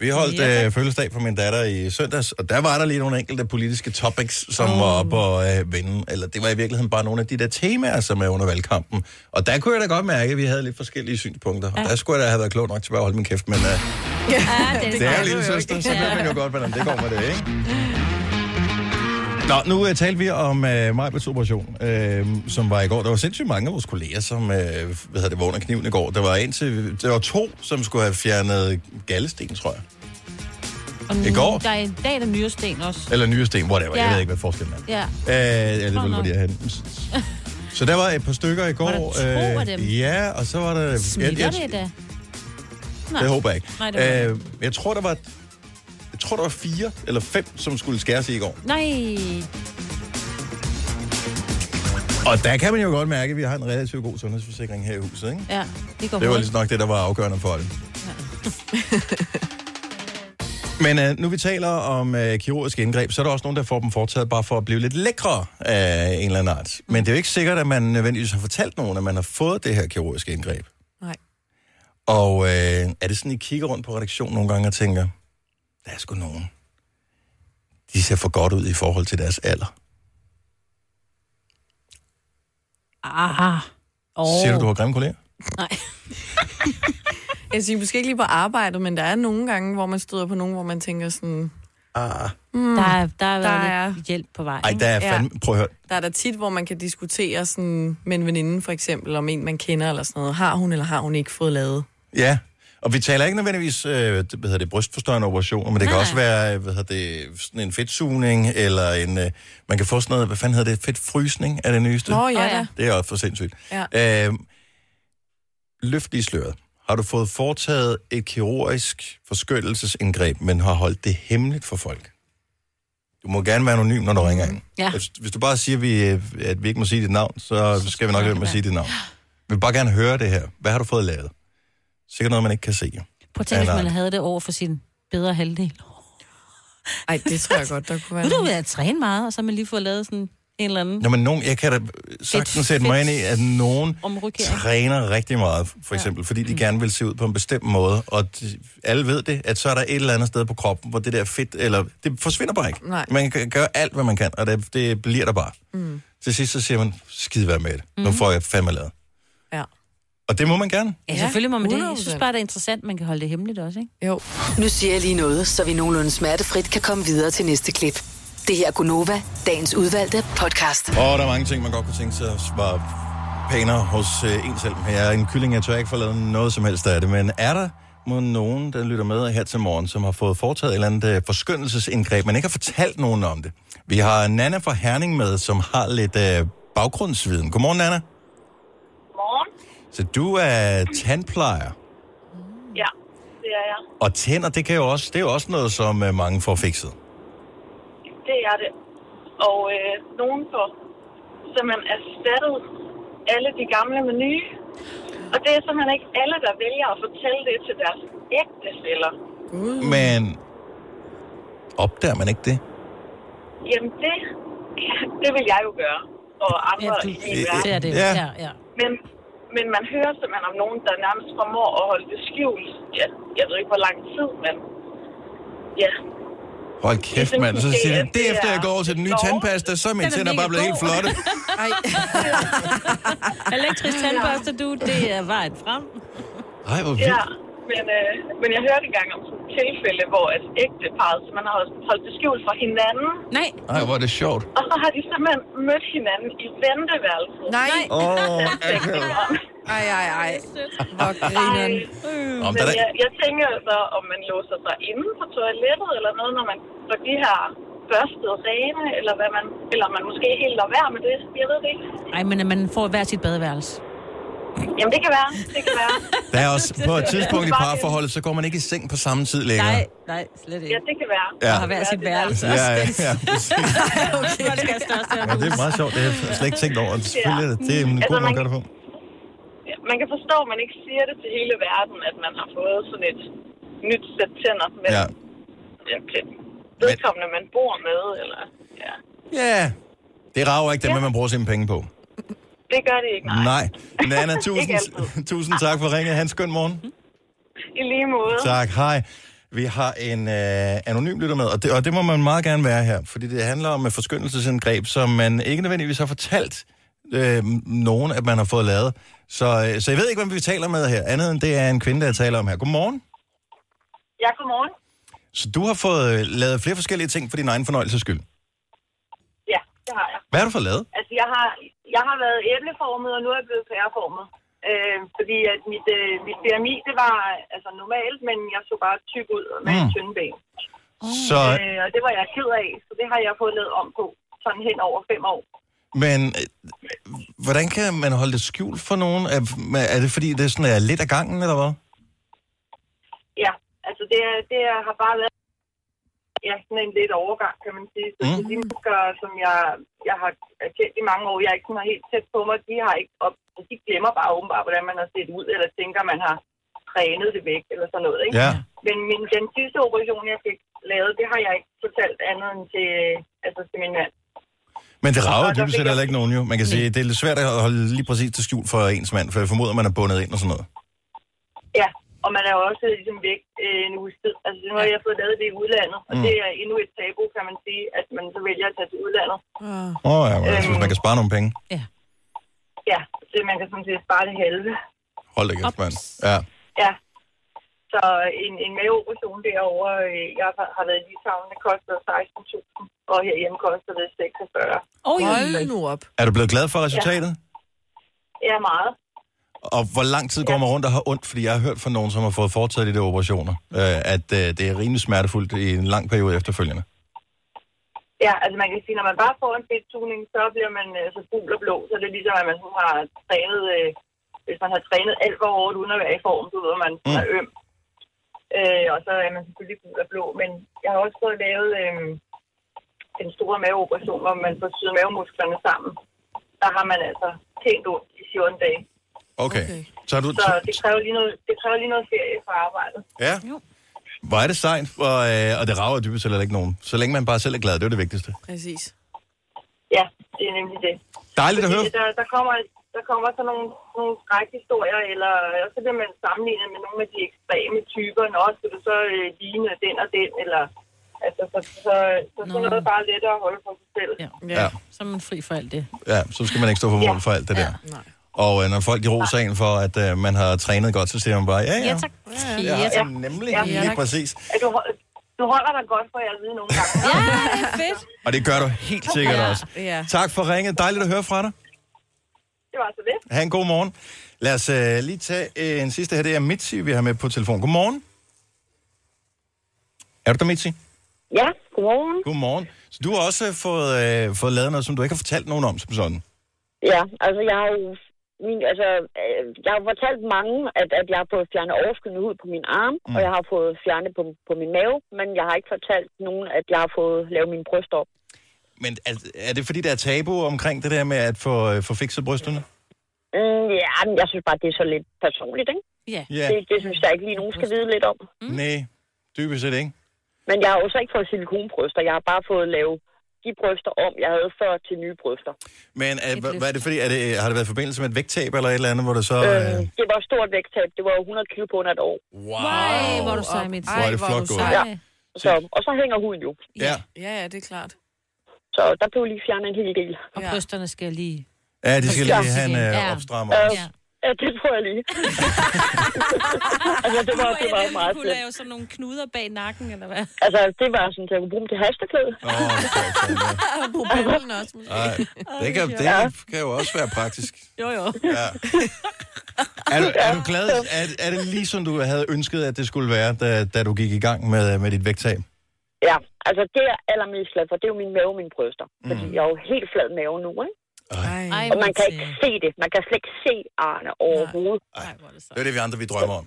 Speaker 1: Vi holdt
Speaker 2: Ja.
Speaker 1: ja. øh, fødselsdag for min datter i søndags, og der var der lige nogle enkelte politiske topics, som var oppe og øh, vende. Eller det var i virkeligheden bare nogle af de der temaer, som er under valgkampen. Og der kunne jeg da godt mærke, at vi havde lidt forskellige synspunkter. Ja. Og der skulle jeg da have været klog nok til bare at holde min kæft, men øh,
Speaker 2: Ja,
Speaker 1: det er jo lille søster, så ved man jo godt, hvordan det går med det, ikke? Nå, nu uh, talte vi om uh, Majbets operation, uh, som var i går. Der var sindssygt mange af vores kolleger, som uh, hvad hedder det, var under kniven i går. Der var, en til, der var to, som skulle have fjernet gallesten, tror jeg. I går?
Speaker 2: Der er en dag, der er nyresten også.
Speaker 1: Eller nyresten, whatever. Ja.
Speaker 2: Ja.
Speaker 1: Jeg ved ikke, hvad forskellen er.
Speaker 2: Ja.
Speaker 1: Øh, ja, det
Speaker 2: Nå,
Speaker 1: ville,
Speaker 2: nå.
Speaker 1: hvor de er henne. Så der var et par stykker i går. øh,
Speaker 2: Var der to af dem?
Speaker 1: Ja, og så var der...
Speaker 2: Smitter det da? Nej.
Speaker 1: Det håber jeg ikke.
Speaker 2: Nej, det håber jeg
Speaker 1: øh, jeg tror, der var... Jeg tror, der var fire eller fem, som skulle skæres i i går.
Speaker 2: Nej.
Speaker 1: Og der kan man jo godt mærke, at vi har en relativt god sundhedsforsikring her i huset, ikke?
Speaker 2: Ja, det går
Speaker 1: Det var ligesom-
Speaker 2: hurtigt.
Speaker 1: lige nok det, der var afgørende for det. Men øh, nu vi taler om øh, kirurgiske indgreb, så er der også nogen, der får dem foretaget bare for at blive lidt lækre af en eller anden art. Men det er jo ikke sikkert, at man nødvendigvis har fortalt nogen, at man har fået det her kirurgiske indgreb.
Speaker 3: Nej.
Speaker 1: Og øh, er det sådan, I kigger rundt på redaktionen nogle gange og tænker, der er sgu nogen. De ser for godt ud i forhold til deres alder.
Speaker 2: Ah.
Speaker 1: Oh. Ser du, du har grimme kolleger?
Speaker 2: Nej.
Speaker 3: [laughs] Jeg siger måske ikke lige på arbejdet, men der er nogle gange, hvor man støder på nogen, hvor man tænker sådan... hmm,
Speaker 1: Ah.
Speaker 2: Der, er, der, er
Speaker 3: Der
Speaker 2: der
Speaker 3: er-
Speaker 2: er lidt hjælp på vej.
Speaker 1: Ej,
Speaker 2: ikke?
Speaker 1: der er
Speaker 3: Ja.
Speaker 1: fandme... Prøv at høre.
Speaker 3: Der er der tit, hvor man kan diskutere sådan, med en veninde for eksempel, om en man kender eller sådan noget. Har hun eller har hun ikke fået lavet?
Speaker 1: Ja, og vi taler ikke nødvendigvis øh, det, hvad hedder det, brystforstørrende operationer, men det kan
Speaker 2: Nej.
Speaker 1: også være øh, hvad hedder det, sådan en fedtsugning, eller en, øh, man kan få sådan noget, hvad fanden hedder det, fedtfrysning er det nyeste.
Speaker 3: Nå
Speaker 2: Åh,
Speaker 3: ja,
Speaker 2: ja.
Speaker 3: da.
Speaker 1: Det er også for sindssygt.
Speaker 3: ja.
Speaker 1: Øh, løft lige sløret. Har du fået foretaget et kirurgisk forskyttelsesindgreb, men har holdt det hemmeligt for folk? Du må gerne være anonym, når du ringer ind.
Speaker 2: Ja.
Speaker 1: Hvis, hvis du bare siger, vi, øh, at vi ikke må sige dit navn, så skal vi nok lade være med at sige dit navn. Vi vil bare gerne høre det her. Hvad har du fået lavet? Sikkert noget, man ikke kan se. jo.
Speaker 2: Prøv at tænke,
Speaker 1: Ja,
Speaker 2: hvis man
Speaker 1: nej.
Speaker 2: havde det over for sin bedre halvdel.
Speaker 3: Ej, det tror jeg godt, der kunne være.
Speaker 2: Nu er du ved
Speaker 3: noget.
Speaker 2: at træne meget, og så har man lige fået lavet sådan en eller anden
Speaker 1: Nå, men nogen, jeg kan da sagtens
Speaker 2: Fedt,
Speaker 1: sætte mig
Speaker 2: fedt.
Speaker 1: ind i, at nogen
Speaker 2: omrokering.
Speaker 1: træner rigtig meget, for eksempel, fordi de gerne vil se ud på en bestemt måde, og de, alle ved det, at så er der et eller andet sted på kroppen, hvor det der fedt, eller det forsvinder bare ikke.
Speaker 3: Nej.
Speaker 1: Man kan gøre alt, hvad man kan, og det, det bliver der bare. Mm. Til sidst så siger man, skide være med det. Nu får jeg fandme lavet.
Speaker 3: Ja.
Speaker 1: Og det må man gerne.
Speaker 2: Ja,
Speaker 3: Ja,
Speaker 2: selvfølgelig må man det. Jeg synes
Speaker 3: 100%.
Speaker 2: bare, det er interessant, man kan holde det hemmeligt også, ikke?
Speaker 3: Jo.
Speaker 6: Nu siger jeg lige noget, så vi nogenlunde smertefrit kan komme videre til næste klip. Det her er Gunova, dagens udvalgte podcast.
Speaker 1: Og der er mange ting, man godt kunne tænke sig at svare pænere hos øh, en selv. Jeg er en kylling, jeg tør ikke forlade noget som helst af det. Men er der må nogen, der lytter med her til morgen, som har fået foretaget et eller andet øh, forskyndelsesindgreb, men ikke har fortalt nogen om det? Vi har Nana fra Herning med, som har lidt øh, baggrundsviden. Godmorgen, Nana.
Speaker 9: Morgen.
Speaker 1: Så du er tandplejer,
Speaker 9: Ja, det er jeg.
Speaker 1: og tænder, det, kan jo også, det er jo også noget, som øh, mange får fikset.
Speaker 9: Det er det. Og øh, nogen får simpelthen erstattet alle de gamle med nye. Og det er simpelthen ikke alle, der vælger at fortælle det til deres ægtefæller.
Speaker 1: Men opdager man ikke det?
Speaker 9: Jamen det, [laughs] det vil jeg jo gøre. Og andre
Speaker 2: du
Speaker 9: i min verden.
Speaker 2: ser det.
Speaker 1: Ja.
Speaker 2: Ja, ja.
Speaker 9: Men, men man hører simpelthen om nogen, der nærmest formår at holde det skjult. Jeg, jeg ved ikke, hvor lang tid, men ja.
Speaker 1: Hold kæft,
Speaker 9: synes
Speaker 1: mand. Så
Speaker 9: måske,
Speaker 1: siger
Speaker 9: at
Speaker 1: den,
Speaker 9: det
Speaker 1: det efter jeg
Speaker 9: er
Speaker 1: går over til den nye
Speaker 9: sjovt.
Speaker 1: tandpasta, så er mine
Speaker 2: Den er
Speaker 1: tænder
Speaker 2: mega
Speaker 1: bare blevet helt
Speaker 2: god.
Speaker 1: flotte.
Speaker 3: Ej.
Speaker 2: [laughs] Elektrisk tandbørste, du, det er vejen frem.
Speaker 1: Ej, hvor
Speaker 9: Ja,
Speaker 1: vildt.
Speaker 9: men, øh, men jeg hørte engang om sådan et tilfælde, hvor et ægteparret, som man har holdt- holdt det skjult for hinanden,
Speaker 2: Nej,
Speaker 1: Ej, hvor er det sjovt.
Speaker 9: og så har de simpelthen mødt hinanden i venteværelset.
Speaker 3: Nej.
Speaker 1: Åh, oh,
Speaker 3: Ej, ej, ej. Hvor
Speaker 9: Ej,
Speaker 3: grineren.
Speaker 1: Om
Speaker 9: men
Speaker 1: der,
Speaker 9: jeg, jeg tænker altså, om man låser sig inde på toilettet eller noget, når man får de her børstet rene, eller, hvad man, eller man måske helt lader være med det. Jeg ved det ikke.
Speaker 2: Ej, men at man får hver sit badeværelse.
Speaker 9: Jamen, det kan være. Det kan være.
Speaker 1: der er også på et tidspunkt i parforholdet, så går man ikke i seng på samme tid længere.
Speaker 2: Nej, nej, slet
Speaker 9: Ja,
Speaker 2: ikke.
Speaker 9: det kan være.
Speaker 1: Ja.
Speaker 2: Og har hver sit værelse.
Speaker 1: Ja, ja, ja. præcis.
Speaker 2: Hvor det skal største
Speaker 1: Men det er meget sjovt, det har jeg slet ikke tænkt over. Selvfølgelig, det er en god
Speaker 9: Altså,
Speaker 1: måde
Speaker 9: man-
Speaker 1: at gøre det på.
Speaker 9: Ja, Man kan forstå, at man ikke siger det til hele verden, at man har fået sådan et nyt sæt tænder. Men
Speaker 1: Ja.
Speaker 9: ja. til vedkommende, man bor med, eller... Ja.
Speaker 1: Ja, det rager ikke det, man bruger sine penge på.
Speaker 9: Det gør det ikke, nej.
Speaker 1: Nej. Nana,
Speaker 9: [laughs] Ikke
Speaker 1: tusind,
Speaker 9: altid.
Speaker 1: tusind tak for ringet. Han skøn morgen.
Speaker 9: I lige måde.
Speaker 1: Tak, hej. Vi har en øh, anonym lytter med, og det, og det må man meget gerne være her, fordi det handler om et forskyndelsesindgreb, som man ikke nødvendigvis har fortalt øh, nogen, at man har fået lavet. Så, øh, så jeg ved ikke, hvem vi taler med her, andet end det er en kvinde, der taler om her. Godmorgen.
Speaker 9: Ja, godmorgen.
Speaker 1: Så du har fået øh, lavet flere forskellige ting for din egen fornøjelses skyld.
Speaker 9: Ja, det har jeg.
Speaker 1: Hvad har du fået lavet?
Speaker 9: Altså, jeg har, jeg har været æbleformet, og nu er jeg blevet pæreformet. Øh, fordi at mit, øh, mit BMI, det var altså normalt, men jeg så bare tyk ud og med
Speaker 1: Mm.
Speaker 9: mm. en tynde ben.
Speaker 1: Så,
Speaker 9: Øh, og det var jeg ked af, så det har jeg fået lavet om på sådan hen over fem år.
Speaker 1: men øh, hvordan kan man holde det skjult for nogen? Er, er det fordi, det er sådan, er lidt af gangen, eller hvad?
Speaker 9: Ja, altså det, er- det er- har bare været ja, sådan en lidt overgang, kan man sige. Så mm. de mennesker, som jeg, jeg har kendt i mange år, jeg ikke sådan er helt tæt på mig, de har ikke op, de glemmer bare åbenbart, hvordan man har set ud, eller tænker, man har trænet det væk, eller sådan noget. Ikke?
Speaker 1: Ja.
Speaker 9: Men min, den sidste operation, jeg fik lavet, det har jeg ikke fortalt andet end til, altså til min mand.
Speaker 1: Men det rager
Speaker 9: Og der
Speaker 1: dybest set
Speaker 9: fik jeg-
Speaker 1: heller ikke nogen jo. Man kan sige, det er lidt svært at holde lige præcis til skjult for ens mand, for jeg formoder, man er bundet ind og sådan noget.
Speaker 9: Ja, og man er jo også ligesom væk øh, en uges tid. Altså nu har jeg fået lavet det i udlandet, og
Speaker 1: Mm.
Speaker 9: det er endnu et tabu, kan man sige, at man så vælger at tage til udlandet.
Speaker 13: Åh.
Speaker 1: Åh oh, ja, men altså, hvis
Speaker 9: Øhm.
Speaker 1: man kan spare nogle penge.
Speaker 9: Ja, så man kan sådan set spare det halve.
Speaker 1: Hold da kæft, mand. Ja.
Speaker 9: Ja. Så en, en maveoperation derovre, øh, jeg har- har været i Litauen, det koster 16.000, og herhjemme koster det 46.
Speaker 2: Oj.
Speaker 13: Hold nu op.
Speaker 1: Er du blevet glad for resultatet?
Speaker 9: Ja, meget.
Speaker 1: Og hvor lang tid går man rundt og har ondt? Fordi jeg har hørt fra nogen, som har fået foretaget de der operationer, øh, at øh, det er rimelig smertefuldt i en lang periode efterfølgende.
Speaker 9: Ja, altså man kan sige, når man bare får en fedtugning, så bliver man øh, så gul og blå, så det er ligesom, at man sådan har trænet, øh, hvis man har trænet alt for hårdt uden at være i form, så ved man, at man er øm. Øh, og så er man selvfølgelig gul og blå, men jeg har også fået lavet øh, en stor maveoperation, hvor man får syet mavemusklerne sammen. Der har man altså pænt ondt i 14 dage.
Speaker 1: Okay.
Speaker 13: Okay.
Speaker 1: Så har du...
Speaker 9: Så det kræver lige noget, det kræver lige noget ferie fra arbejdet.
Speaker 1: Ja. Hvor er det sejt, og, øh, og det rager dybest set heller ikke nogen. Så længe man bare selv er glad, det er det vigtigste.
Speaker 13: Præcis.
Speaker 9: Ja, det er nemlig det.
Speaker 1: Dejligt at
Speaker 9: Fordi
Speaker 1: høre.
Speaker 9: Der, der, kommer, der kommer sådan nogle, nogle skrækhistorier, eller og så bliver man sammenlignet med nogle af de ekstreme typer, når også skal du så øh, ligne den og den, eller altså, så, så, så, så sådan
Speaker 2: Nå.
Speaker 9: noget bare let at holde for sig selv.
Speaker 2: Ja.
Speaker 1: Ja.
Speaker 2: Så er man fri for alt det.
Speaker 1: Ja, så skal man ikke stå på mål for alt det der.
Speaker 13: Nej.
Speaker 1: Og øh, når folk de roser en for, at øh, man har trænet godt, så siger man bare, ja, ja.
Speaker 2: Ja, tak.
Speaker 1: Ja,
Speaker 2: Ja,
Speaker 1: ja.
Speaker 2: tak.
Speaker 1: nemlig.
Speaker 9: Ja.
Speaker 1: Lige
Speaker 13: Ja, tak.
Speaker 1: præcis.
Speaker 9: At du, hold- du holder dig godt for jer vide nogle gange.
Speaker 2: Ja, det er fedt.
Speaker 1: Og det gør du helt sikkert
Speaker 2: Ja.
Speaker 1: også.
Speaker 13: Ja.
Speaker 1: Tak for ringet. Dejligt at høre fra dig.
Speaker 9: [laughs] Det var så det.
Speaker 1: Ha' en god morgen. Lad os øh, lige tage øh, en sidste her. Det er Mitzi, vi har med på telefon. Godmorgen. Er du der, Mitzi?
Speaker 9: Ja, godmorgen.
Speaker 1: Godmorgen. Så du har også øh, fået, øh, fået lavet noget, som du ikke har fortalt nogen om, som sådan.
Speaker 9: Ja, altså jeg har jo min, altså, øh, jeg har fortalt mange, at, at jeg har fået fjernet overskydende hud på min arm, mm. og jeg har fået fjernet på, på min mave, men jeg har ikke fortalt nogen, at jeg har fået lavet mine bryster op.
Speaker 1: Men er, er det, fordi der er tabu omkring det der med at få, øh, få fikset brysterne?
Speaker 9: Mm, ja, men jeg synes bare, det er så lidt personligt, ikke?
Speaker 2: Ja.
Speaker 1: Ja,
Speaker 9: Det, det synes jeg ikke lige, nogen skal vide lidt om.
Speaker 1: mm. nej. Dybest set ikke.
Speaker 9: Men jeg har jo så ikke fået silikonbryster. Jeg har bare fået lavet de bryster om, jeg havde før til nye bryster.
Speaker 1: Men er, hva-
Speaker 2: løft.
Speaker 1: hvad er det fordi? Er det, har det været i forbindelse med et vægttab eller et eller andet, hvor det så...
Speaker 9: Øh.
Speaker 1: Øh...
Speaker 9: Det var et stort vægttab. Det var jo 100 kilo på under et år.
Speaker 2: Ej, hvor er du sej, mit.
Speaker 1: Hvor er det flot gået.
Speaker 2: Ej.
Speaker 9: Så, og så hænger huden jo.
Speaker 1: Ja.
Speaker 13: Ja, ja, det er klart.
Speaker 9: Så der blev lige fjernet en hel del.
Speaker 2: Og brysterne skal lige...
Speaker 1: Ja, de skal lige
Speaker 2: Ja.
Speaker 1: have en øh,
Speaker 2: Ja.
Speaker 1: opstrammer.
Speaker 2: Ja.
Speaker 9: Ja, det tror jeg lige. altså, det var, det var meget
Speaker 2: kunne
Speaker 9: fedt.
Speaker 2: lave sådan nogle knuder bag nakken, eller hvad?
Speaker 9: Altså, det var sådan, at jeg kunne bruge dem til hasteklæde.
Speaker 1: Åh,
Speaker 9: [laughs]
Speaker 1: for
Speaker 2: [laughs]
Speaker 1: fanden.
Speaker 13: Og på bælgen også, måske.
Speaker 1: Ej, det kan, det kan jo også være praktisk.
Speaker 2: Jo, jo.
Speaker 1: Ja. Er, du, er du glad? Er, er det lige som du havde ønsket, at det skulle være, da, da du gik i gang med, øh, med dit vægttab?
Speaker 9: Ja, altså det er jeg allermest glad for. Det er jo min mave og mine bryster.
Speaker 1: Mm.
Speaker 9: Fordi jeg er jo helt flad mave nu, ikke?
Speaker 2: Ej,
Speaker 9: Og man kan
Speaker 2: Mitzi.
Speaker 9: ikke se det. Man kan slet ikke se arne overhovedet.
Speaker 2: Ej, hvor er det sej.
Speaker 1: Det er det, vi andre vi drømmer om.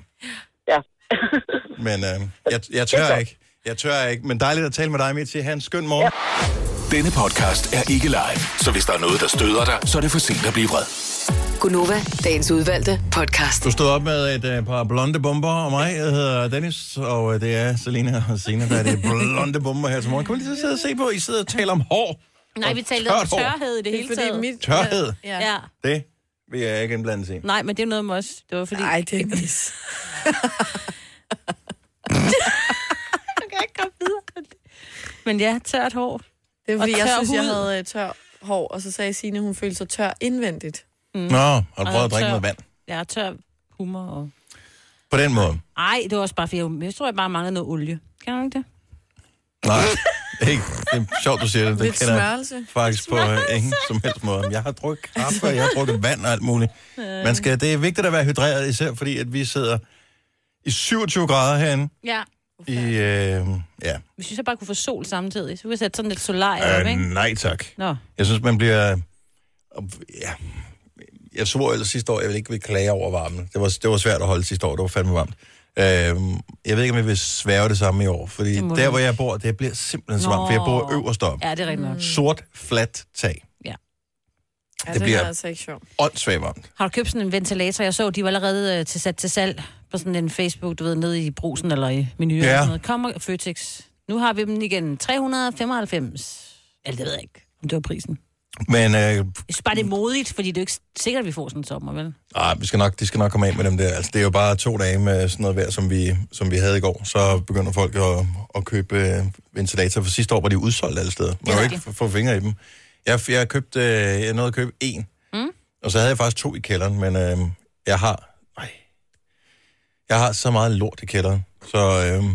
Speaker 9: Ja.
Speaker 1: Men øh, jeg, jeg tør ikke. Jeg tør ikke, men dejligt at tale med dig, Mitzi. Ha' en skøn morgen.
Speaker 12: Denne podcast er ikke live, så hvis der er noget, der støder dig, så er det for sent at blive vred.
Speaker 6: Gunova, dagens udvalgte podcast.
Speaker 1: Du stod op med et øh, par blonde bomber, og mig, jeg hedder Dennis, og øh, det er Selina og Sina, der er det blonde bomber her til morgen. Kan vi lige så sidde og se på, I sidder og taler om hår?
Speaker 2: Nej, vi talte om tørhed i det hele
Speaker 13: Fordi
Speaker 2: taget.
Speaker 13: mit...
Speaker 1: Tørhed,
Speaker 13: Ja.
Speaker 2: Ja.
Speaker 1: det vil jeg ikke indblandes i.
Speaker 2: Nej, men det er noget med os. Det var fordi...
Speaker 3: Nej, det er
Speaker 2: [laughs]
Speaker 3: mis.
Speaker 2: jeg kan ikke komme videre. Men ja, tørt hår.
Speaker 3: Det er fordi,
Speaker 2: Og
Speaker 3: jeg
Speaker 2: tør
Speaker 3: synes, jeg
Speaker 2: hud.
Speaker 3: havde øh, tør hår, og så sagde Signe, hun følte sig tør indvendigt.
Speaker 1: Nå, har du prøvet at
Speaker 2: Mm. tør.
Speaker 1: drikke noget vand?
Speaker 2: Ja, tør humor og...
Speaker 1: På den måde?
Speaker 2: Ej, det var også bare fordi, jeg, jeg tror, jeg bare manglede noget olie. Kan du ikke det?
Speaker 1: Nej, ikke. Det er sjovt, du siger det. Det
Speaker 3: Lidt
Speaker 1: kender jeg
Speaker 3: smørelse.
Speaker 1: faktisk på øh, ingen som helst måde. Jeg har drukket kaffe, og jeg har drukket vand og alt muligt. Man skal, det er vigtigt at være hydreret, især fordi, at vi sidder i 27 grader herinde.
Speaker 2: Ja.
Speaker 1: I, øh, ja.
Speaker 2: Hvis vi så bare kunne få sol samtidig, så kunne jeg sætte sådan lidt solar op,
Speaker 1: Øh,
Speaker 2: ikke?
Speaker 1: nej tak.
Speaker 2: Nå.
Speaker 1: Jeg synes, man bliver... øh, Ja. Jeg svor ellers sidste år, jeg ville ikke ville klage over varmen. Det var, det var svært at holde sidste år, det var fandme varmt. Øhm, jeg ved ikke, om jeg vil sværge det samme i år, fordi
Speaker 2: må
Speaker 1: der,
Speaker 2: du
Speaker 1: hvor jeg bor, det bliver simpelthen så varmt, for jeg bor øverst op.
Speaker 2: Ja, det er rigtigt nok.
Speaker 1: Sort, fladt tag.
Speaker 3: Ja,
Speaker 1: Det
Speaker 3: det,
Speaker 1: bliver-
Speaker 3: bliver... er altså ikke sjovt.
Speaker 1: Åndssvagt varmt.
Speaker 2: Har du købt sådan en ventilator? Jeg så, de var allerede øh, til sat til salg på sådan en Facebook, du ved, nede i brusen eller i menu. Ja.
Speaker 1: Ja.
Speaker 2: Eller sådan noget. Kom og Føtex. Nu har vi dem igen. 395. Eller det ved jeg ikke, om det var prisen.
Speaker 1: Men øh,
Speaker 2: Jeg synes bare, det er modigt, fordi det er jo ikke sikkert, at vi får sådan en sommer, vel?
Speaker 1: ah, vi skal nok, de skal nok komme af med dem der. Altså, det er jo bare to dage med sådan noget vejr, som vi, som vi havde i går. Så begynder folk at, at købe øh, ventilator, for sidste år var de udsolgt alle steder. Man
Speaker 2: er
Speaker 1: kan jo
Speaker 2: rigtigt.
Speaker 1: ikke få- få fingre i dem. Jeg, jeg, købte, øh, jeg nåede at købe en, mm. og så havde jeg faktisk to i kælderen, men øh, jeg har... Ej, jeg har så meget lort i kælderen, så øh,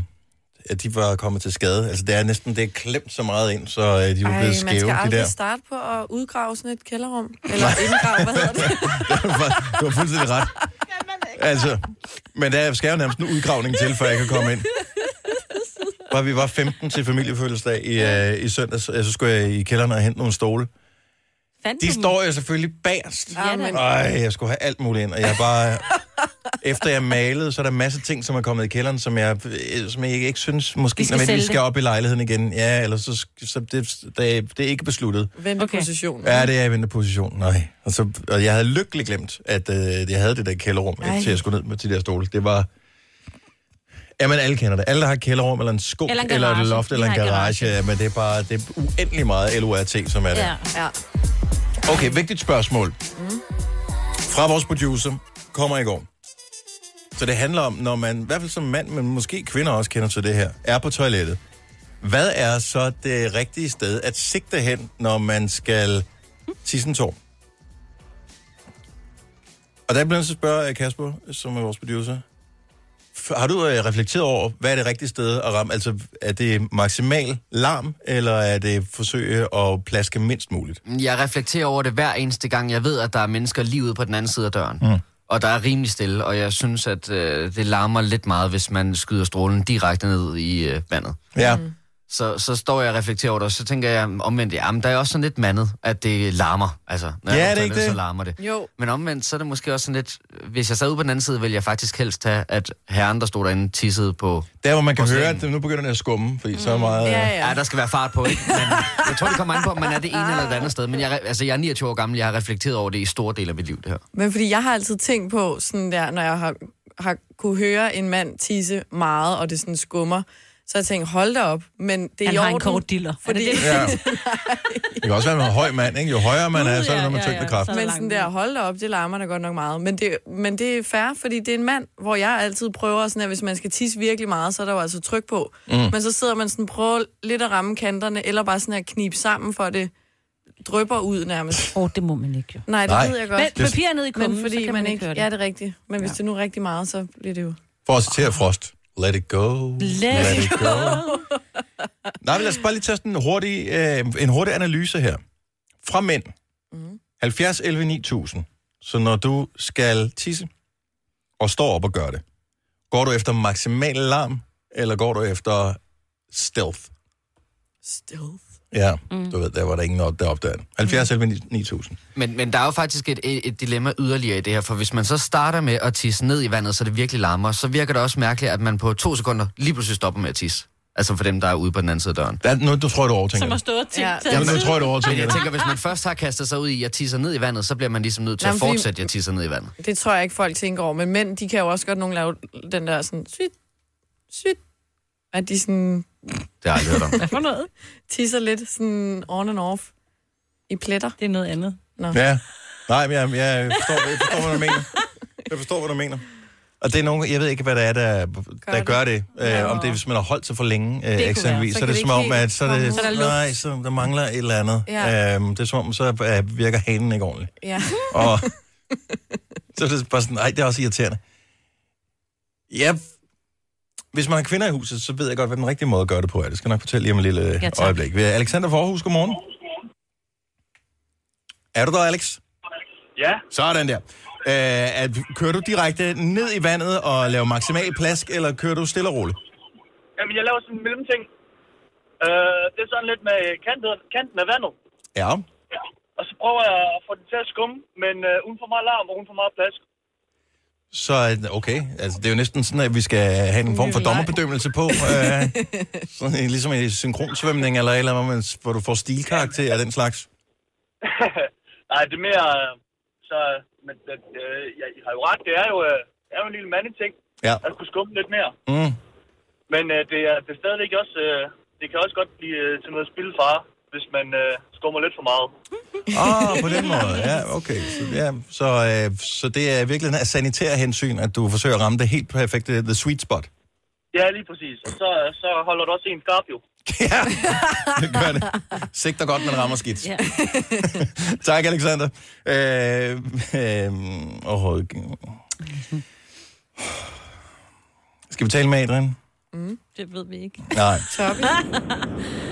Speaker 1: at de var kommet til skade. Altså, det er næsten det er klemt så meget ind, så øh, de var
Speaker 3: Ej, man
Speaker 1: blevet
Speaker 3: skal
Speaker 1: skæve, de
Speaker 3: aldrig
Speaker 1: der.
Speaker 3: starte på at udgrave sådan et
Speaker 1: [laughs]
Speaker 3: kælderrum. Eller indgrave, hvad hedder det?
Speaker 1: du har- du har fuldstændig ret. Altså, men der skal jo nærmest en udgravning til, før jeg kan komme ind. Var vi var 15 til familiefødselsdag i, øh, i søndags, øh, så skulle jeg i kælderen og hente nogle stole.
Speaker 2: Fandt
Speaker 1: De
Speaker 2: du dem?
Speaker 1: står jo selvfølgelig bagerst.
Speaker 2: Ja, da.
Speaker 1: Ej, jeg skulle have alt muligt ind, og jeg bare... Efter jeg malede, så er der en masse ting, som er kommet i kælderen, som jeg, øh, som jeg ikke, ikke synes, måske
Speaker 2: Vi skal
Speaker 1: nødvendigvis
Speaker 2: sælge
Speaker 1: skal op i lejligheden igen. Ja, eller så, så det, det, er- det er ikke besluttet.
Speaker 3: Vente
Speaker 2: Okay.
Speaker 3: okay. positionen.
Speaker 1: Ja, det er i venteposition, nej. Og, så, og jeg havde lykkelig glemt, at øh, jeg havde det der kælderrum,
Speaker 3: Ej.
Speaker 1: indtil jeg skulle ned med de der stole. Det var... Jamen, alle kender det. Alle, der har et kælderrum, eller en skub,
Speaker 2: Eller en
Speaker 1: eller et
Speaker 2: garage.
Speaker 1: loft,
Speaker 2: Vi
Speaker 1: eller en
Speaker 2: har en
Speaker 1: garage. Ja, men det er bare det er uendelig meget LORT, som er det.
Speaker 2: Ja.
Speaker 3: Ja.
Speaker 1: Okay, vigtigt spørgsmål. Fra vores producer kommer i går. Så det handler om, når man, i hvert fald som mand, men måske kvinder også kender til det her, er på toilettet. Hvad er så det rigtige sted at sigte hen, når man skal tisse en tår? Og der bliver jeg nødt til at spørge øh, Kasper, som er vores producer. F- Har du øh, reflekteret over, hvad er det rigtige sted at ramme? Altså, er det maksimal larm, eller er det forsøge at plaske mindst muligt?
Speaker 10: Jeg reflekterer over det hver eneste gang. Jeg ved, at der er mennesker lige ude på den anden side af døren. Mm. Og der er rimelig stille, og jeg synes, at øh, det larmer lidt meget, hvis man skyder strålen direkte ned i øh, vandet.
Speaker 1: Ja.
Speaker 10: Så, så står jeg og reflekterer over det, og så tænker jeg omvendt, jamen, der er også sådan lidt mandet, at det larmer. Altså, når
Speaker 1: Ja,
Speaker 10: jeg
Speaker 1: det er
Speaker 10: tager
Speaker 1: ikke
Speaker 10: ned,
Speaker 1: det?
Speaker 10: så larmer det.
Speaker 3: Jo.
Speaker 10: Men omvendt, så er det måske også sådan lidt, hvis jeg sad ude på den anden side, ville jeg faktisk helst have, at herren, der stod derinde, tissede på...
Speaker 1: Der, hvor man kan
Speaker 10: Også
Speaker 1: høre,
Speaker 10: en.
Speaker 1: at det- nu begynder det at skumme, fordi
Speaker 2: Mm.
Speaker 1: så er meget...
Speaker 3: Ja,
Speaker 1: Ja,
Speaker 10: Ja,
Speaker 3: ja.
Speaker 10: der skal være fart på,
Speaker 3: [laughs]
Speaker 10: ikke? Men jeg tror, det kommer an på, om man er det ene eller det andet sted. Men jeg, re- altså, jeg er 29 år gammel, jeg har reflekteret over det i store dele af mit liv, det her.
Speaker 3: Men fordi jeg har altid tænkt på, sådan der, når jeg har, har kunne høre en mand tisse meget, og det sådan skummer, så har jeg tænkt, hold da op, men det er
Speaker 2: Han
Speaker 3: i
Speaker 2: har
Speaker 3: orden,
Speaker 2: en kort diller.
Speaker 3: Fordi, [laughs]
Speaker 2: Er det [laughs]
Speaker 1: ja. Det kan også være, at man er en høj mand, ikke? Jo højere man er, så er det, når man
Speaker 2: ja,
Speaker 1: tyngde
Speaker 2: ja.
Speaker 1: kraft.
Speaker 2: Så-
Speaker 3: men
Speaker 2: langt
Speaker 3: sådan der,
Speaker 2: ud.
Speaker 3: hold da op, det larmer da godt nok meget. Men det, men det er fair, fordi det er en mand, hvor jeg altid prøver sådan, at hvis man skal tisse virkelig meget, så er der jo altså tryk på. Mm. Men så sidder man sådan, prøver lidt at ramme kanterne, eller bare sådan at knibe sammen, for at det drypper ud nærmest.
Speaker 2: Åh, oh, det må man ikke jo.
Speaker 3: Nej, det
Speaker 1: Nej.
Speaker 3: Nej. ved jeg
Speaker 2: Men
Speaker 3: godt. Men,
Speaker 2: papir er nede i kummen,
Speaker 3: men
Speaker 2: så
Speaker 3: fordi
Speaker 2: kan
Speaker 3: man,
Speaker 2: man
Speaker 3: ikke,
Speaker 2: høre det.
Speaker 3: ja, det er rigtigt. Men hvis det nu er rigtig meget, så bliver det jo...
Speaker 1: For at citere Frost. Let it go.
Speaker 2: Let it
Speaker 1: go. Nej, men lad os bare lige tage sådan en hurtig, øh, en hurtig analyse her. Fra mænd.
Speaker 2: Mm.
Speaker 1: 70, 11, 9000. Så når du skal tisse, og står op og gør det, går du efter maksimal larm, eller går du efter stealth?
Speaker 3: Stealth.
Speaker 1: Ja, mm. du ved, der var der ingen, der opdagede det. 70,
Speaker 3: Mm.
Speaker 1: 11, 9000.
Speaker 10: Men, men der er jo faktisk et, et, et dilemma yderligere i det her, for hvis man så starter med at tisse ned i vandet, så det virkelig larmer, så virker det også mærkeligt, at man på to sekunder lige pludselig stopper med at tisse. Altså for dem, der er ude på den anden side af døren.
Speaker 1: Der, nu, du tror, jeg, du overtænker
Speaker 2: Som
Speaker 1: det.
Speaker 2: har stået og tænkt.
Speaker 3: Ja,
Speaker 2: Ja,
Speaker 1: Jamen, nu tror jeg, du
Speaker 10: Men
Speaker 1: overtænker
Speaker 10: jeg
Speaker 1: det.
Speaker 10: tænker, hvis man først har kastet sig ud i, at jeg tisser ned i vandet, så bliver man ligesom nødt til at
Speaker 3: Jamen, fordi-
Speaker 10: fortsætte, at jeg tisser ned i vandet.
Speaker 3: Det tror jeg ikke, folk tænker over. Men mænd, de kan jo også godt nogen lave den der sådan... Syt, syt. At de sådan
Speaker 10: Det har jeg aldrig hørt om.
Speaker 2: Hvad for noget?
Speaker 3: tisser lidt sådan on and off i pletter.
Speaker 2: Det er noget andet.
Speaker 1: Ja. Nej, men jeg, jeg, forstår, jeg forstår, hvad du mener. Jeg forstår, hvad du mener. Og det er nogen, jeg ved ikke, hvad det er, der, der
Speaker 3: det.
Speaker 1: gør det. Øh, om det er, hvis man har holdt sig for længe, øh,
Speaker 2: være.
Speaker 1: eksempelvis.
Speaker 2: Så
Speaker 1: Så, så er
Speaker 3: kan
Speaker 1: det
Speaker 3: det
Speaker 1: som
Speaker 3: ikke
Speaker 1: om, at så er det,
Speaker 3: komme ud. Så er der luft.
Speaker 1: nej, så der mangler et eller andet.
Speaker 3: Ja.
Speaker 1: Øhm, det er som om, så øh, virker hanen ikke ordentligt.
Speaker 3: Ja.
Speaker 1: Og så er det bare sådan, nej, det er også irriterende. Ja, hvis man har kvinder i huset, så ved jeg godt, hvad den rigtige måde at gøre det på er. Det skal jeg nok fortælle lige om et lille øh,
Speaker 2: Ja, tak.
Speaker 1: øjeblik. Vi har Alexander Forhus, godmorgen. Er du der, Alex?
Speaker 14: Ja,
Speaker 1: Sådan der. Øh, at, kører du direkte ned i vandet og laver maksimal plask, eller kører du stille og roligt?
Speaker 14: jamen jeg laver sådan en mellemting. Øh, det er sådan lidt med kanten, kanten af vandet.
Speaker 1: Ja.
Speaker 14: Og så prøver jeg at få den til at skumme, men øh, uden for meget larm og uden for meget plads.
Speaker 1: Så øh, okay, altså det er jo næsten sådan, at vi skal have en form for dommerbedømmelse på. Øh, sådan, en- ligesom en synkronsvømning eller et eller andet, hvor man- hvor du får stilkarakter og den slags.
Speaker 14: [laughs] Nej, det er mere... øh, Så, øh, men øh, jeg, I har jo ret, det er jo, øh, det er jo en lille mandeting.
Speaker 1: Ja.
Speaker 14: At kunne skumme lidt mere.
Speaker 1: Mm.
Speaker 14: Men øh, det, er, det er stadigvæk også... Øh, det kan også godt blive øh, til noget spildfare, hvis man øh, skummer lidt for meget.
Speaker 1: Ah, på den måde. Ja, okay. Så, ja. Så, øh, så det er virkelig af sanitære hensyn, at du forsøger at ramme det helt perfekte, the sweet spot.
Speaker 14: Ja, lige præcis. Og så, så holder du også en skarp jo.
Speaker 1: ja, det gør det. Sigter godt, men rammer skidt.
Speaker 2: Ja.
Speaker 1: [laughs] tak, Alexander. Øh, øh, åh, øh. Skal vi tale med Adrian?
Speaker 2: Det ved vi ikke. [laughs]
Speaker 1: Nej.
Speaker 3: Toppe.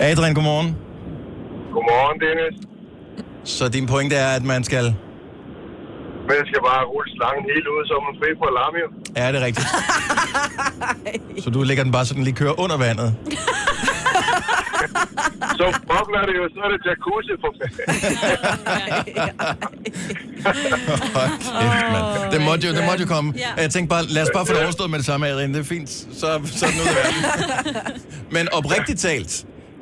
Speaker 1: Adrian, godmorgen.
Speaker 14: [laughs] Godmorgen, Dennis.
Speaker 1: Så din pointe er, at man skal...
Speaker 14: Man skal bare rulle slangen helt ud, så man fri på alarm jo.
Speaker 1: Ja, det er rigtigt. Så du lægger den bare, så den lige kører under vandet.
Speaker 14: Så bobler det jo, så er det jacuzzi [laughs] for fanden.
Speaker 1: Hold kæft, mand. Det måtte jo, det måtte jo komme.
Speaker 2: Ja.
Speaker 1: Jeg tænkte bare, lad os bare få det overstået med det samme, Adrian. Det er fint. Så, så er den ud af verden. Men oprigtigt talt,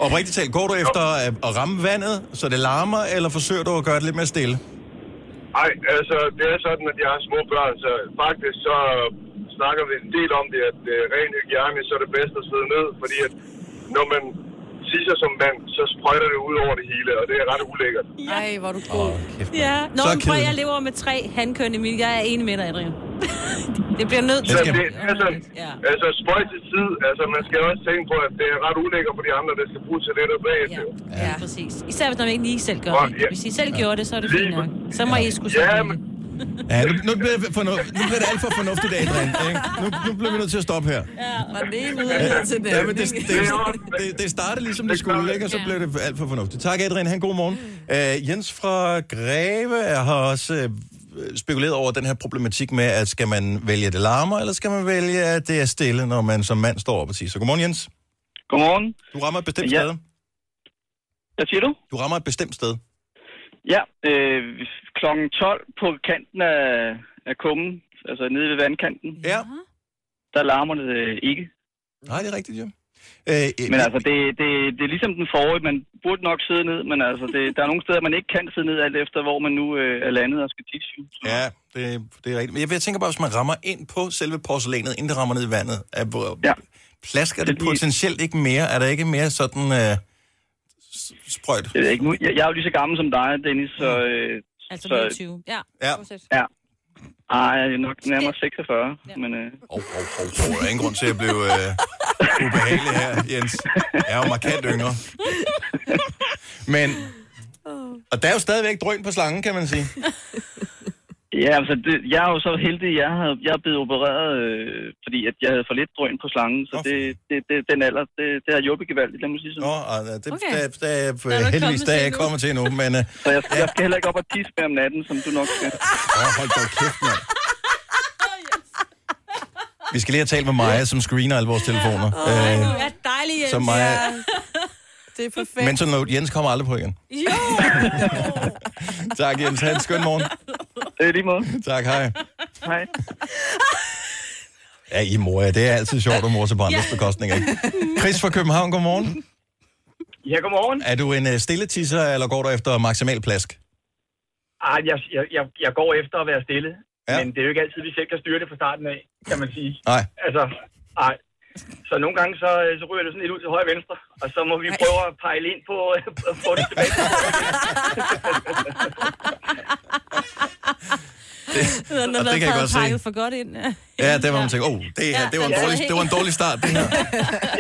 Speaker 1: oprigtigt talt, går du efter at, at ramme vandet, så det larmer, eller forsøger du at gøre det lidt mere stille?
Speaker 14: Nej, altså, det er sådan, at jeg har små børn, så faktisk så snakker vi en del om det, at øh, rent hygiejne, så er det bedst at sidde ned, fordi at når man tisser som vand, så sprøjter det ud over det hele, og det er ret ulækkert.
Speaker 3: Ej, hvor er du god.
Speaker 1: Kæft, mand.
Speaker 2: Ja. Nå,
Speaker 1: Så
Speaker 2: men prøv,
Speaker 1: kedeligt.
Speaker 2: jeg lever med tre handkønne mil. Jeg er enig med dig, Adrian. [laughs] det bliver nødt til.
Speaker 14: Så
Speaker 1: Jeg skal-
Speaker 14: det, det er sådan,
Speaker 2: Ja.
Speaker 14: altså spøjt til side, altså man skal også tænke på, at det er ret ulækkert for de andre, der skal bruge til det
Speaker 2: Ja.
Speaker 14: der bagefter.
Speaker 2: ja, præcis. Især hvis man ikke lige selv gør det. Hvis I selv gjorde det, så er det fint nok. Så må I sgu så
Speaker 14: Ja,
Speaker 2: gøre
Speaker 14: men-
Speaker 2: det.
Speaker 1: Ja, nu, nu, bliver, det fornu- nu bliver det alt for fornuftigt, Adrian. ikke? Nu, nu bliver vi nødt til at stoppe her.
Speaker 3: Fra den ene yderlighed til den
Speaker 1: Ja, men
Speaker 3: anden.
Speaker 1: det,
Speaker 3: ikke?
Speaker 1: det, det, det startede ligesom det skulle, ikke? og så blev det alt for fornuftigt. Tak, Adrian. Han god morgen. Uh, Jens fra Greve har også uh, spekuleret over den her problematik med, at skal man vælge, at det larmer, eller skal man vælge, at det er stille, når man som mand står op og tisser. Godmorgen, Jens.
Speaker 14: Godmorgen.
Speaker 1: Du rammer et bestemt
Speaker 14: Ja.
Speaker 1: sted.
Speaker 14: Hvad siger du?
Speaker 1: Du rammer et bestemt sted.
Speaker 14: Ja, øh, klokken 12 på kanten af, af kummen, altså nede ved vandkanten,
Speaker 1: Ja.
Speaker 14: der larmer det øh, ikke.
Speaker 1: Nej, det er rigtigt, jo. Uh,
Speaker 14: Men altså, det, det, det er ligesom den forrige. Man burde nok sidde ned, men altså, det, der er nogle steder, man ikke kan sidde ned, alt efter hvor man nu øh, er landet og skal tisse.
Speaker 1: Ja, det, det er rigtigt. Men jeg, jeg tænker bare, hvis man rammer ind på selve porcelænet, inden det rammer ned i vandet, er, ja.
Speaker 14: Ja.
Speaker 1: plasker det
Speaker 14: Fordi-
Speaker 1: potentielt ikke mere? Er der ikke mere sådan øh, s- sprøjt?
Speaker 14: Jeg, ved ikke, nu, jeg, jeg er jo lige så gammel som dig, Dennis, så... Øh,
Speaker 2: Altså
Speaker 14: så
Speaker 2: 29. Ja.
Speaker 1: Ja.
Speaker 2: fortsæt.
Speaker 14: ej, jeg er nok nærmere 46, men... Øh,
Speaker 1: Åh, oh, oh, oh, oh. Der er ingen grund til at blive øh, ubehagelig her, Jens. Jeg er jo markant yngre. Men, og der er jo stadigvæk drøn på slangen, kan man sige.
Speaker 14: Ja, altså, det, jeg er jo så heldig, jeg havde, jeg er blevet opereret, øh, fordi at jeg havde for lidt drøn på slangen, så
Speaker 1: Nå,
Speaker 14: det, det, det, den alder, det, det har hjulpet gevaldigt, lad mig sige sådan.
Speaker 1: Nå, og øh, det, okay.
Speaker 2: Okay.
Speaker 1: der, der, der,
Speaker 2: er du
Speaker 1: der,
Speaker 2: ikke
Speaker 1: heldigvis, der
Speaker 2: kommet
Speaker 1: er
Speaker 2: til
Speaker 1: jeg ikke
Speaker 2: endnu.
Speaker 1: kommet til endnu, men... Øh,
Speaker 14: Så jeg, jeg skal heller ikke op og tisse med om natten, som du nok skal.
Speaker 1: Åh, hold da kæft, mand. Vi skal lige have talt med Maja, som screener alle vores telefoner.
Speaker 2: Ej,
Speaker 1: Øh,
Speaker 2: du er dejlig, Jens.
Speaker 1: så Maja,
Speaker 3: Det er perfekt.
Speaker 1: mental note, Jens kommer aldrig på igen.
Speaker 2: Jo!
Speaker 1: Tak, Jens. Ha' en skøn morgen.
Speaker 14: Det er lige måde.
Speaker 1: Tak, hej.
Speaker 14: Hej.
Speaker 1: Ja, I mor, ja. Det er altid sjovt at mor sig på andres bekostning, ikke? Chris fra København, godmorgen.
Speaker 14: Ja, godmorgen.
Speaker 1: Er du en øh, stille tisser, eller går du efter maksimal plask?
Speaker 14: Ej, jeg, jeg, jeg, jeg går efter at være stille,
Speaker 1: Ja.
Speaker 14: ja. men det er jo ikke altid, vi selv kan styre det fra starten af, kan man sige.
Speaker 1: Nej.
Speaker 14: Altså, nej. Så nogle gange, så, øh, så ryger det sådan lidt ud til højre og venstre, og så må vi prøve at øh, pejle ind på, på det tilbage.
Speaker 2: Når
Speaker 1: og [laughs] det
Speaker 2: den har været
Speaker 1: kan jeg godt
Speaker 2: pakket- pakket
Speaker 1: se.
Speaker 2: for godt ind. Ja.
Speaker 1: Ja, der var man tænker, åh, oh, det, her,
Speaker 2: Ja,
Speaker 1: det, var en
Speaker 2: den var
Speaker 1: dårlig,
Speaker 2: helt-
Speaker 1: det var en dårlig start, det her.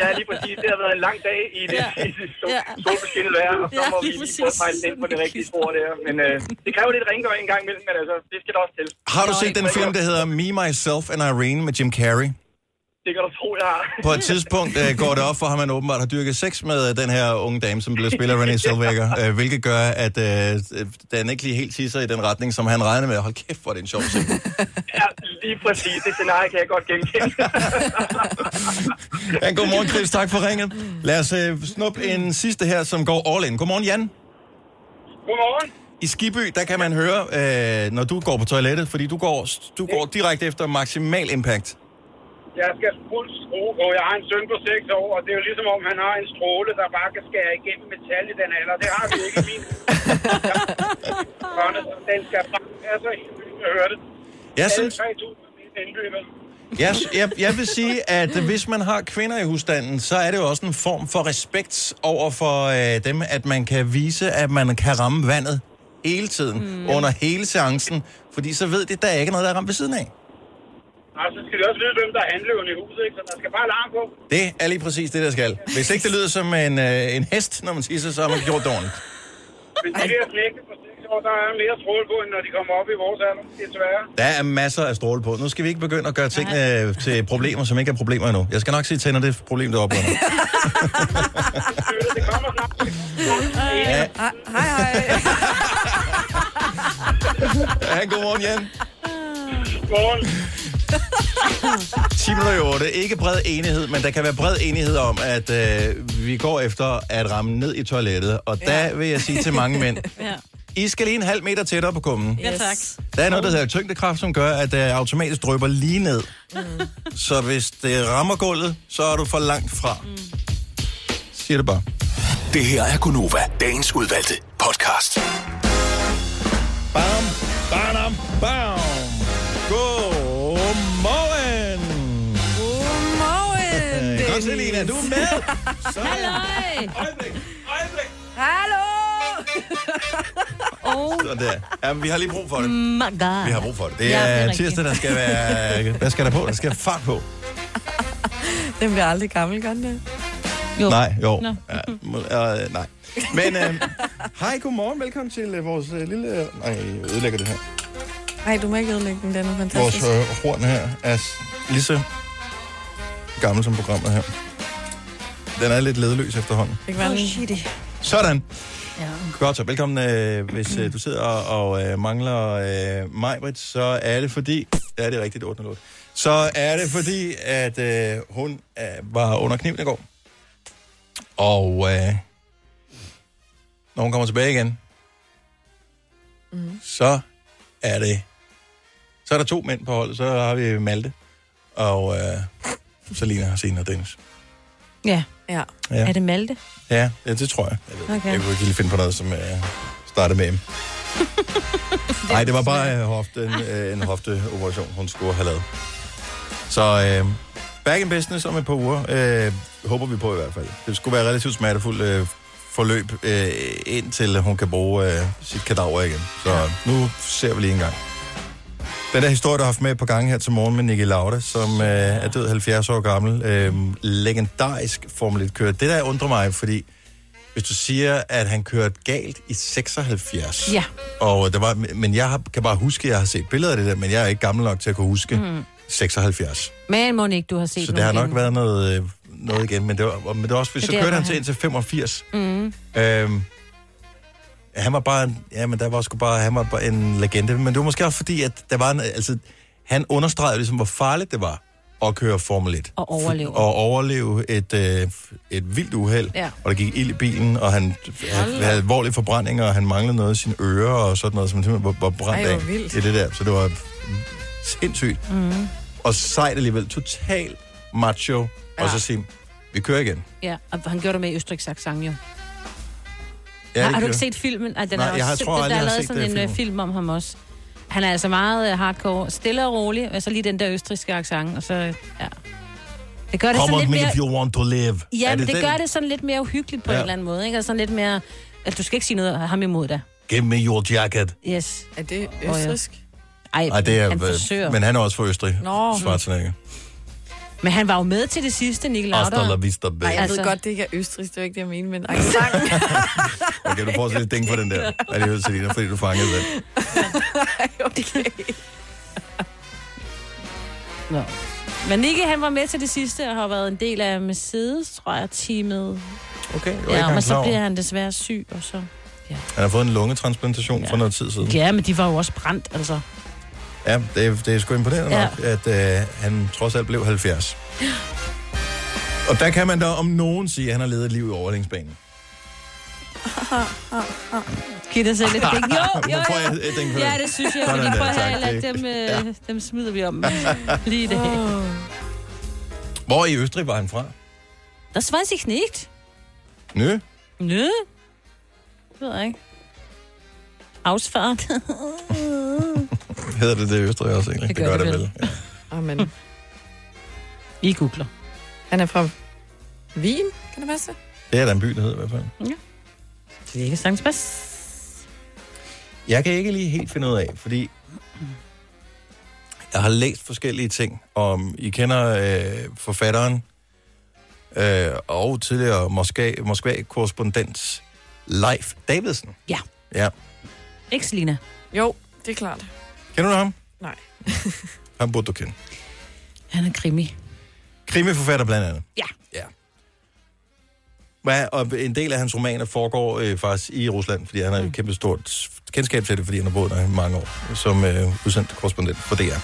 Speaker 15: Ja, lige præcis. Det har været en lang dag i det,
Speaker 2: Ja.
Speaker 15: ja. i det sol,
Speaker 2: Ja.
Speaker 15: ja. solbeskinnet vejr, og så
Speaker 2: Ja,
Speaker 15: må vi
Speaker 2: lige
Speaker 15: lige prøve at
Speaker 2: præcis.
Speaker 15: pejle lidt på det rigtige spor der. Men øh, det kræver lidt rengøring en gang imellem, men altså, det skal der også til.
Speaker 1: Har du set den film, der hedder Me, Myself and Irene med Jim Carrey?
Speaker 15: Det kan du tro, jeg har.
Speaker 1: På et tidspunkt øh, går det op for, at man åbenbart har dyrket sex med øh, den her unge dame, som bliver spillet af René Zellweger, øh, hvilket gør, at øh, den ikke lige helt tisser i den retning, som han regnede med. Hold kæft, hvor er det en sjov scene.
Speaker 15: [laughs] Ja, lige præcis. Det scenarie kan jeg godt genkende.
Speaker 1: [laughs] Ja, godmorgen, Chris. Tak for ringet. Lad os øh, snuppe en sidste her, som går all in. Godmorgen, Jan.
Speaker 15: Godmorgen.
Speaker 1: I Skiby, der kan man høre, øh, når du går på toilettet, fordi du går, du går direkte efter maksimal impact.
Speaker 15: Jeg skal fuld skrue på. Jeg har en søn på 6 år, og det er jo ligesom om, han har en stråle, der bare kan skære igennem metal i den alder. Det har vi ikke i min. den skal bare altså, jeg hører det.
Speaker 1: Jeg,
Speaker 15: Alle
Speaker 1: synes,
Speaker 15: 3.000 mil indløbet.
Speaker 1: jeg, jeg, jeg vil sige, at hvis man har kvinder i husstanden, så er det jo også en form for respekt over for øh, dem, at man kan vise, at man kan ramme vandet hele tiden, mm. under hele seancen, fordi så ved det, der er ikke noget, der er ramt ved siden af.
Speaker 15: Og Altså, så skal de også vide, hvem der er anløbende i huset, ikke? Så der skal bare larm på.
Speaker 1: Det er lige præcis det, der skal. Hvis ikke det lyder som en, øh, en hest, når man tisser, så har man gjort det ordentligt.
Speaker 15: Hvis de bliver knækket på 6 år, der er mere stråle på, end når de kommer op i vores alder. Desværre.
Speaker 1: Der er masser af stråle på. Nu skal vi ikke begynde at gøre tingene øh, til problemer, som ikke er problemer endnu. Jeg skal nok sige til, når det er et problem, der oplever.
Speaker 15: Det kommer snart.
Speaker 1: Ja,
Speaker 3: Hej, hej. hej.
Speaker 1: ja, godmorgen, Jan.
Speaker 15: Godmorgen.
Speaker 1: 10 minutter i 8. Ikke bred enighed, men der kan være bred enighed om, at øh, vi går efter at ramme ned i toilettet. Og der vil jeg sige til mange
Speaker 4: [laughs]
Speaker 1: mænd,
Speaker 2: Ja.
Speaker 1: I skal lige en halv meter tættere på kummen.
Speaker 2: ja, tak.
Speaker 1: Der er noget, der hedder tyngdekraft, som gør, at det automatisk drøber lige ned. Så hvis det rammer gulvet, så er du for langt fra. Siger det bare.
Speaker 12: Det her er Gunova, dagens udvalgte podcast.
Speaker 1: Bam, bam, bam. Godmorgen. [laughs]
Speaker 3: Godmorgen,
Speaker 1: Godt så, Lina. Du er med.
Speaker 2: Halløj!
Speaker 3: Hallo!
Speaker 2: Oh
Speaker 1: [laughs] Sådan der. Jamen, vi har lige brug for det.
Speaker 2: my god.
Speaker 1: Vi har brug for det. Det
Speaker 2: Ja, det er
Speaker 1: er
Speaker 2: rigtigt.
Speaker 1: tirsdag, der skal være... Hvad skal der på? Der skal fart på.
Speaker 3: Den bliver aldrig gammel, gør den det?
Speaker 2: Jo.
Speaker 1: Nej, jo.
Speaker 2: Nå.
Speaker 1: Ja, må- øh, nej. Men øh, hej, godmorgen. Velkommen til øh, vores øh, lille... Nej, jeg ødelægger det her.
Speaker 3: Nej, du må ikke ødelægge den, den er fantastisk.
Speaker 1: Vores øh, horn her er s- lige så gammel som programmet her. Den er lidt ledeløs efterhånden.
Speaker 3: Det kan være den-
Speaker 1: Sådan. Ja. Godt så. Velkommen, øh, hvis øh, du sidder og, og øh, mangler øh, Majbrit, så er det fordi... Ja, det er rigtigt, 8 08. Så er det fordi, at øh, hun øh, var under kniven i går. Og øh, når hun kommer tilbage igen, mm. så er det... Så er der to mænd på holdet. Så har vi Malte og øh, Selina, Hasina og Dennis.
Speaker 2: Ja.
Speaker 3: Ja.
Speaker 1: Ja.
Speaker 2: Er det Malte?
Speaker 1: Ja, ja det tror jeg. Jeg, ved,
Speaker 2: Okay.
Speaker 1: okay. jeg kunne ikke lige finde på noget, som uh, startede med M.
Speaker 4: [laughs]
Speaker 1: Nej, det var bare uh, hofte, en, uh, en hofteoperation, hun skulle have lavet. Så uh, back in business om et par uger, uh, håber vi på i hvert fald. Det skulle være relativt smertefuldt uh, forløb, uh, indtil hun kan bruge uh, sit kadaver igen. Så nu ser vi lige en gang. Den der historie, du har haft med på gange her til morgen med Nicky Lauda, som øh, er død 70 år gammel, øh, legendarisk Formel 1-kører. Det der undrer mig, fordi hvis du siger, at han kørte galt i 76,
Speaker 2: Ja.
Speaker 1: og der var, men jeg har, kan bare huske, at jeg har set billeder af det der, men jeg er ikke gammel nok til at kunne huske mm. 76.
Speaker 2: Men må ikke, du har set
Speaker 1: Så der har nok
Speaker 2: inden.
Speaker 1: været noget, øh, noget igen, men det var, men det var også, hvis
Speaker 2: Men
Speaker 1: så
Speaker 2: det er
Speaker 1: kørte
Speaker 2: der,
Speaker 1: han til
Speaker 2: han-
Speaker 1: indtil 85. Mm. Øhm, han var bare, en- ja, men der var sgu bare, han var bare en legende, men det var måske også fordi, at der var en, altså, han understregede ligesom, hvor farligt det var at køre Formel 1.
Speaker 2: Og overleve.
Speaker 1: Og overleve et, øh, et vildt uheld,
Speaker 2: Ja.
Speaker 1: og der gik ild i bilen, og han havde, havde alvorlige forbrændinger, og han manglede noget i sine ører og sådan noget, som simpelthen var, var brændt
Speaker 3: Ej,
Speaker 1: af
Speaker 3: hvor vildt.
Speaker 1: i det der. Så det var sindssygt. Mm. Og sejt alligevel. Total macho. Ja. Og så sige, vi kører igen.
Speaker 2: Ja, og han gjorde det med i Østrig Saxang, jo.
Speaker 1: Ja,
Speaker 2: Ja,
Speaker 1: vi
Speaker 2: har du
Speaker 1: kører.
Speaker 2: ikke set filmen? Ej, den
Speaker 1: Nej,
Speaker 2: er jo
Speaker 1: jeg har- tror
Speaker 2: simpelthen-
Speaker 1: aldrig,
Speaker 2: der
Speaker 1: jeg har
Speaker 2: er lavet
Speaker 1: set
Speaker 2: sådan
Speaker 1: den
Speaker 2: en
Speaker 1: film.
Speaker 2: film. film om ham også. Han er altså meget øh, hardcore, stille og rolig, og så lige den der østrigske accent, og så, øh, ja. Det gør
Speaker 1: Come
Speaker 2: det sådan
Speaker 1: on
Speaker 2: lidt
Speaker 1: me
Speaker 2: mere...
Speaker 1: if you want to live.
Speaker 2: Ja,
Speaker 1: Er
Speaker 2: men det,
Speaker 1: den?
Speaker 2: gør det sådan lidt mere uhyggeligt på
Speaker 1: Ja.
Speaker 2: en eller anden måde, ikke? Og sådan lidt mere... Altså, At du skal ikke sige noget af ham imod dig.
Speaker 1: Give me your jacket.
Speaker 2: Yes.
Speaker 3: Er det østrigsk?
Speaker 2: Ej,
Speaker 1: Ej, det er,
Speaker 2: han forsøger.
Speaker 1: men
Speaker 2: Men...
Speaker 1: han er også fra Østrig.
Speaker 3: Nå.
Speaker 1: Schwarzenegger.
Speaker 2: men han var jo med til det sidste, Nick
Speaker 1: Hasta la
Speaker 2: Lauder.
Speaker 1: vista, baby.
Speaker 3: Jeg
Speaker 2: Altså-
Speaker 3: ved godt, det ikke er østrigs, det er ikke det, jeg mener, men accent.
Speaker 1: Okay, du får også lidt ding på den
Speaker 2: [laughs]
Speaker 1: der. Er det jo Selina, fordi du fangede den.
Speaker 3: okay.
Speaker 2: Nå. Men Nicky, han var med til det sidste og har været en del af Mercedes, tror jeg, teamet.
Speaker 1: Okay, jo, ikke
Speaker 2: Ja, men
Speaker 1: klar
Speaker 2: så
Speaker 1: over.
Speaker 2: bliver han desværre syg, og så...
Speaker 1: Han har fået en lungetransplantation ja. for noget tid siden.
Speaker 2: Ja, men de var jo også brændt, altså.
Speaker 1: Ja, det er, det er sgu imponerende ja.
Speaker 2: Ja.
Speaker 1: nok, at øh, han trods alt blev 70. Og der kan man da om nogen sige, at han har levet et liv i overlængsbanen.
Speaker 4: Uh,
Speaker 2: Giv dig selv lidt penge. Jo, jo,
Speaker 1: Nu får jeg
Speaker 2: jo.
Speaker 1: et ding på
Speaker 2: Ja,
Speaker 1: den.
Speaker 2: det synes jeg,
Speaker 1: Sådan
Speaker 2: fordi
Speaker 1: der,
Speaker 2: prøv at
Speaker 1: tak.
Speaker 2: have, lad
Speaker 1: Det-
Speaker 2: dem, øh, dem smider vi om lige i dag.
Speaker 1: Hvor i Østrig var han fra?
Speaker 2: Das weiß ich nicht.
Speaker 1: Nø?
Speaker 2: Nø. Det ved jeg ikke. Ausfahrt.
Speaker 1: Hedder det det i Østrig også egentlig?
Speaker 2: Det gør det vel.
Speaker 1: Ja.
Speaker 3: Amen.
Speaker 2: I googler.
Speaker 3: Han er fra Wien, kan det passe?
Speaker 1: Det er da en by, der hedder i hvert fald.
Speaker 2: Det er ikke sagtens pas.
Speaker 1: Jeg kan ikke lige helt finde ud af, fordi jeg har læst forskellige ting om, I kender øh, forfatteren øh, og tidligere Moskva- Moskva-korrespondent Leif Davidsen.
Speaker 2: Ja.
Speaker 1: Ja.
Speaker 2: Ikke Selina.
Speaker 3: Jo, det er klart.
Speaker 1: Kender du ham?
Speaker 3: Nej.
Speaker 1: Ham burde du kende.
Speaker 2: Han er krimi.
Speaker 1: Krimiforfatter blandt andet.
Speaker 2: Ja.
Speaker 1: Ja. Hvad- Og en del af hans romaner foregår øh, faktisk i Rusland, fordi han
Speaker 2: Mm.
Speaker 1: har et kæmpe stort kendskab til det, fordi han har boet der i mange år, som øh, udsendt korrespondent for DR.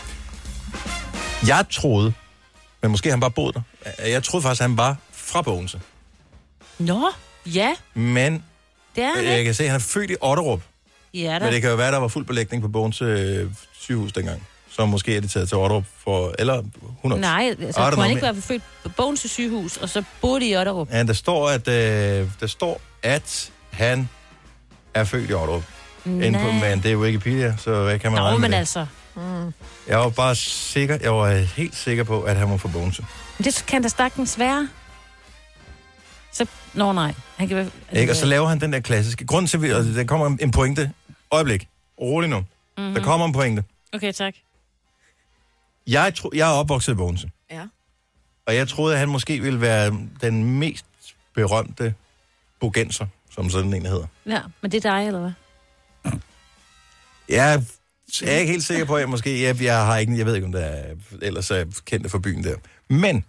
Speaker 1: Jeg troede, men måske han bare boede der, øh, jeg troede faktisk, at han var fra Bogense.
Speaker 2: Nå, ja.
Speaker 1: Men
Speaker 2: Det er han
Speaker 1: øh,
Speaker 2: ikke.
Speaker 1: jeg kan se, at han er født i Otterup,
Speaker 2: Ja,
Speaker 1: men
Speaker 2: da.
Speaker 1: det kan jo være, at der var fuld belægning på Bogense øh, sygehus dengang. Så måske er de taget til Otterup for, eller 100.
Speaker 2: Nej, altså,
Speaker 1: Ah, der
Speaker 2: kunne
Speaker 1: er
Speaker 2: han
Speaker 1: noget
Speaker 2: ikke være født på Bogense sygehus, og så boede de i Otterup.
Speaker 1: Ja, der står, at, øh, der står, at han er født i Otterup. Inde på,
Speaker 2: Nej.
Speaker 1: men det er Wikipedia, så hvad kan man
Speaker 2: Nå,
Speaker 1: regne med
Speaker 2: men
Speaker 1: det?
Speaker 2: altså,
Speaker 1: Jeg var bare sikker, jeg var helt sikker på, at han var fra Bogense.
Speaker 2: det kan da stakkens være. Så, nå nej. Han kan være, altså,
Speaker 1: Ikke? Og så laver han den der klassiske. Grunden til, at vi- der kommer en- en pointe. Øjeblik. Rolig nu. Mm-hmm.
Speaker 2: Mm.
Speaker 1: Der kommer en pointe.
Speaker 2: Mhm. Okay, tak.
Speaker 1: Jeg, tro, jeg er opvokset i Bogense.
Speaker 3: Ja.
Speaker 1: Og jeg troede, at han måske ville være den mest berømte bogenser, som sådan en hedder.
Speaker 2: Ja, men det er dig, eller hvad?
Speaker 1: Jeg er ikke helt sikker på, at jeg måske... Jeg, jeg, har ikke, jeg ved ikke, om der er, ellers er jeg kendt for byen der. Men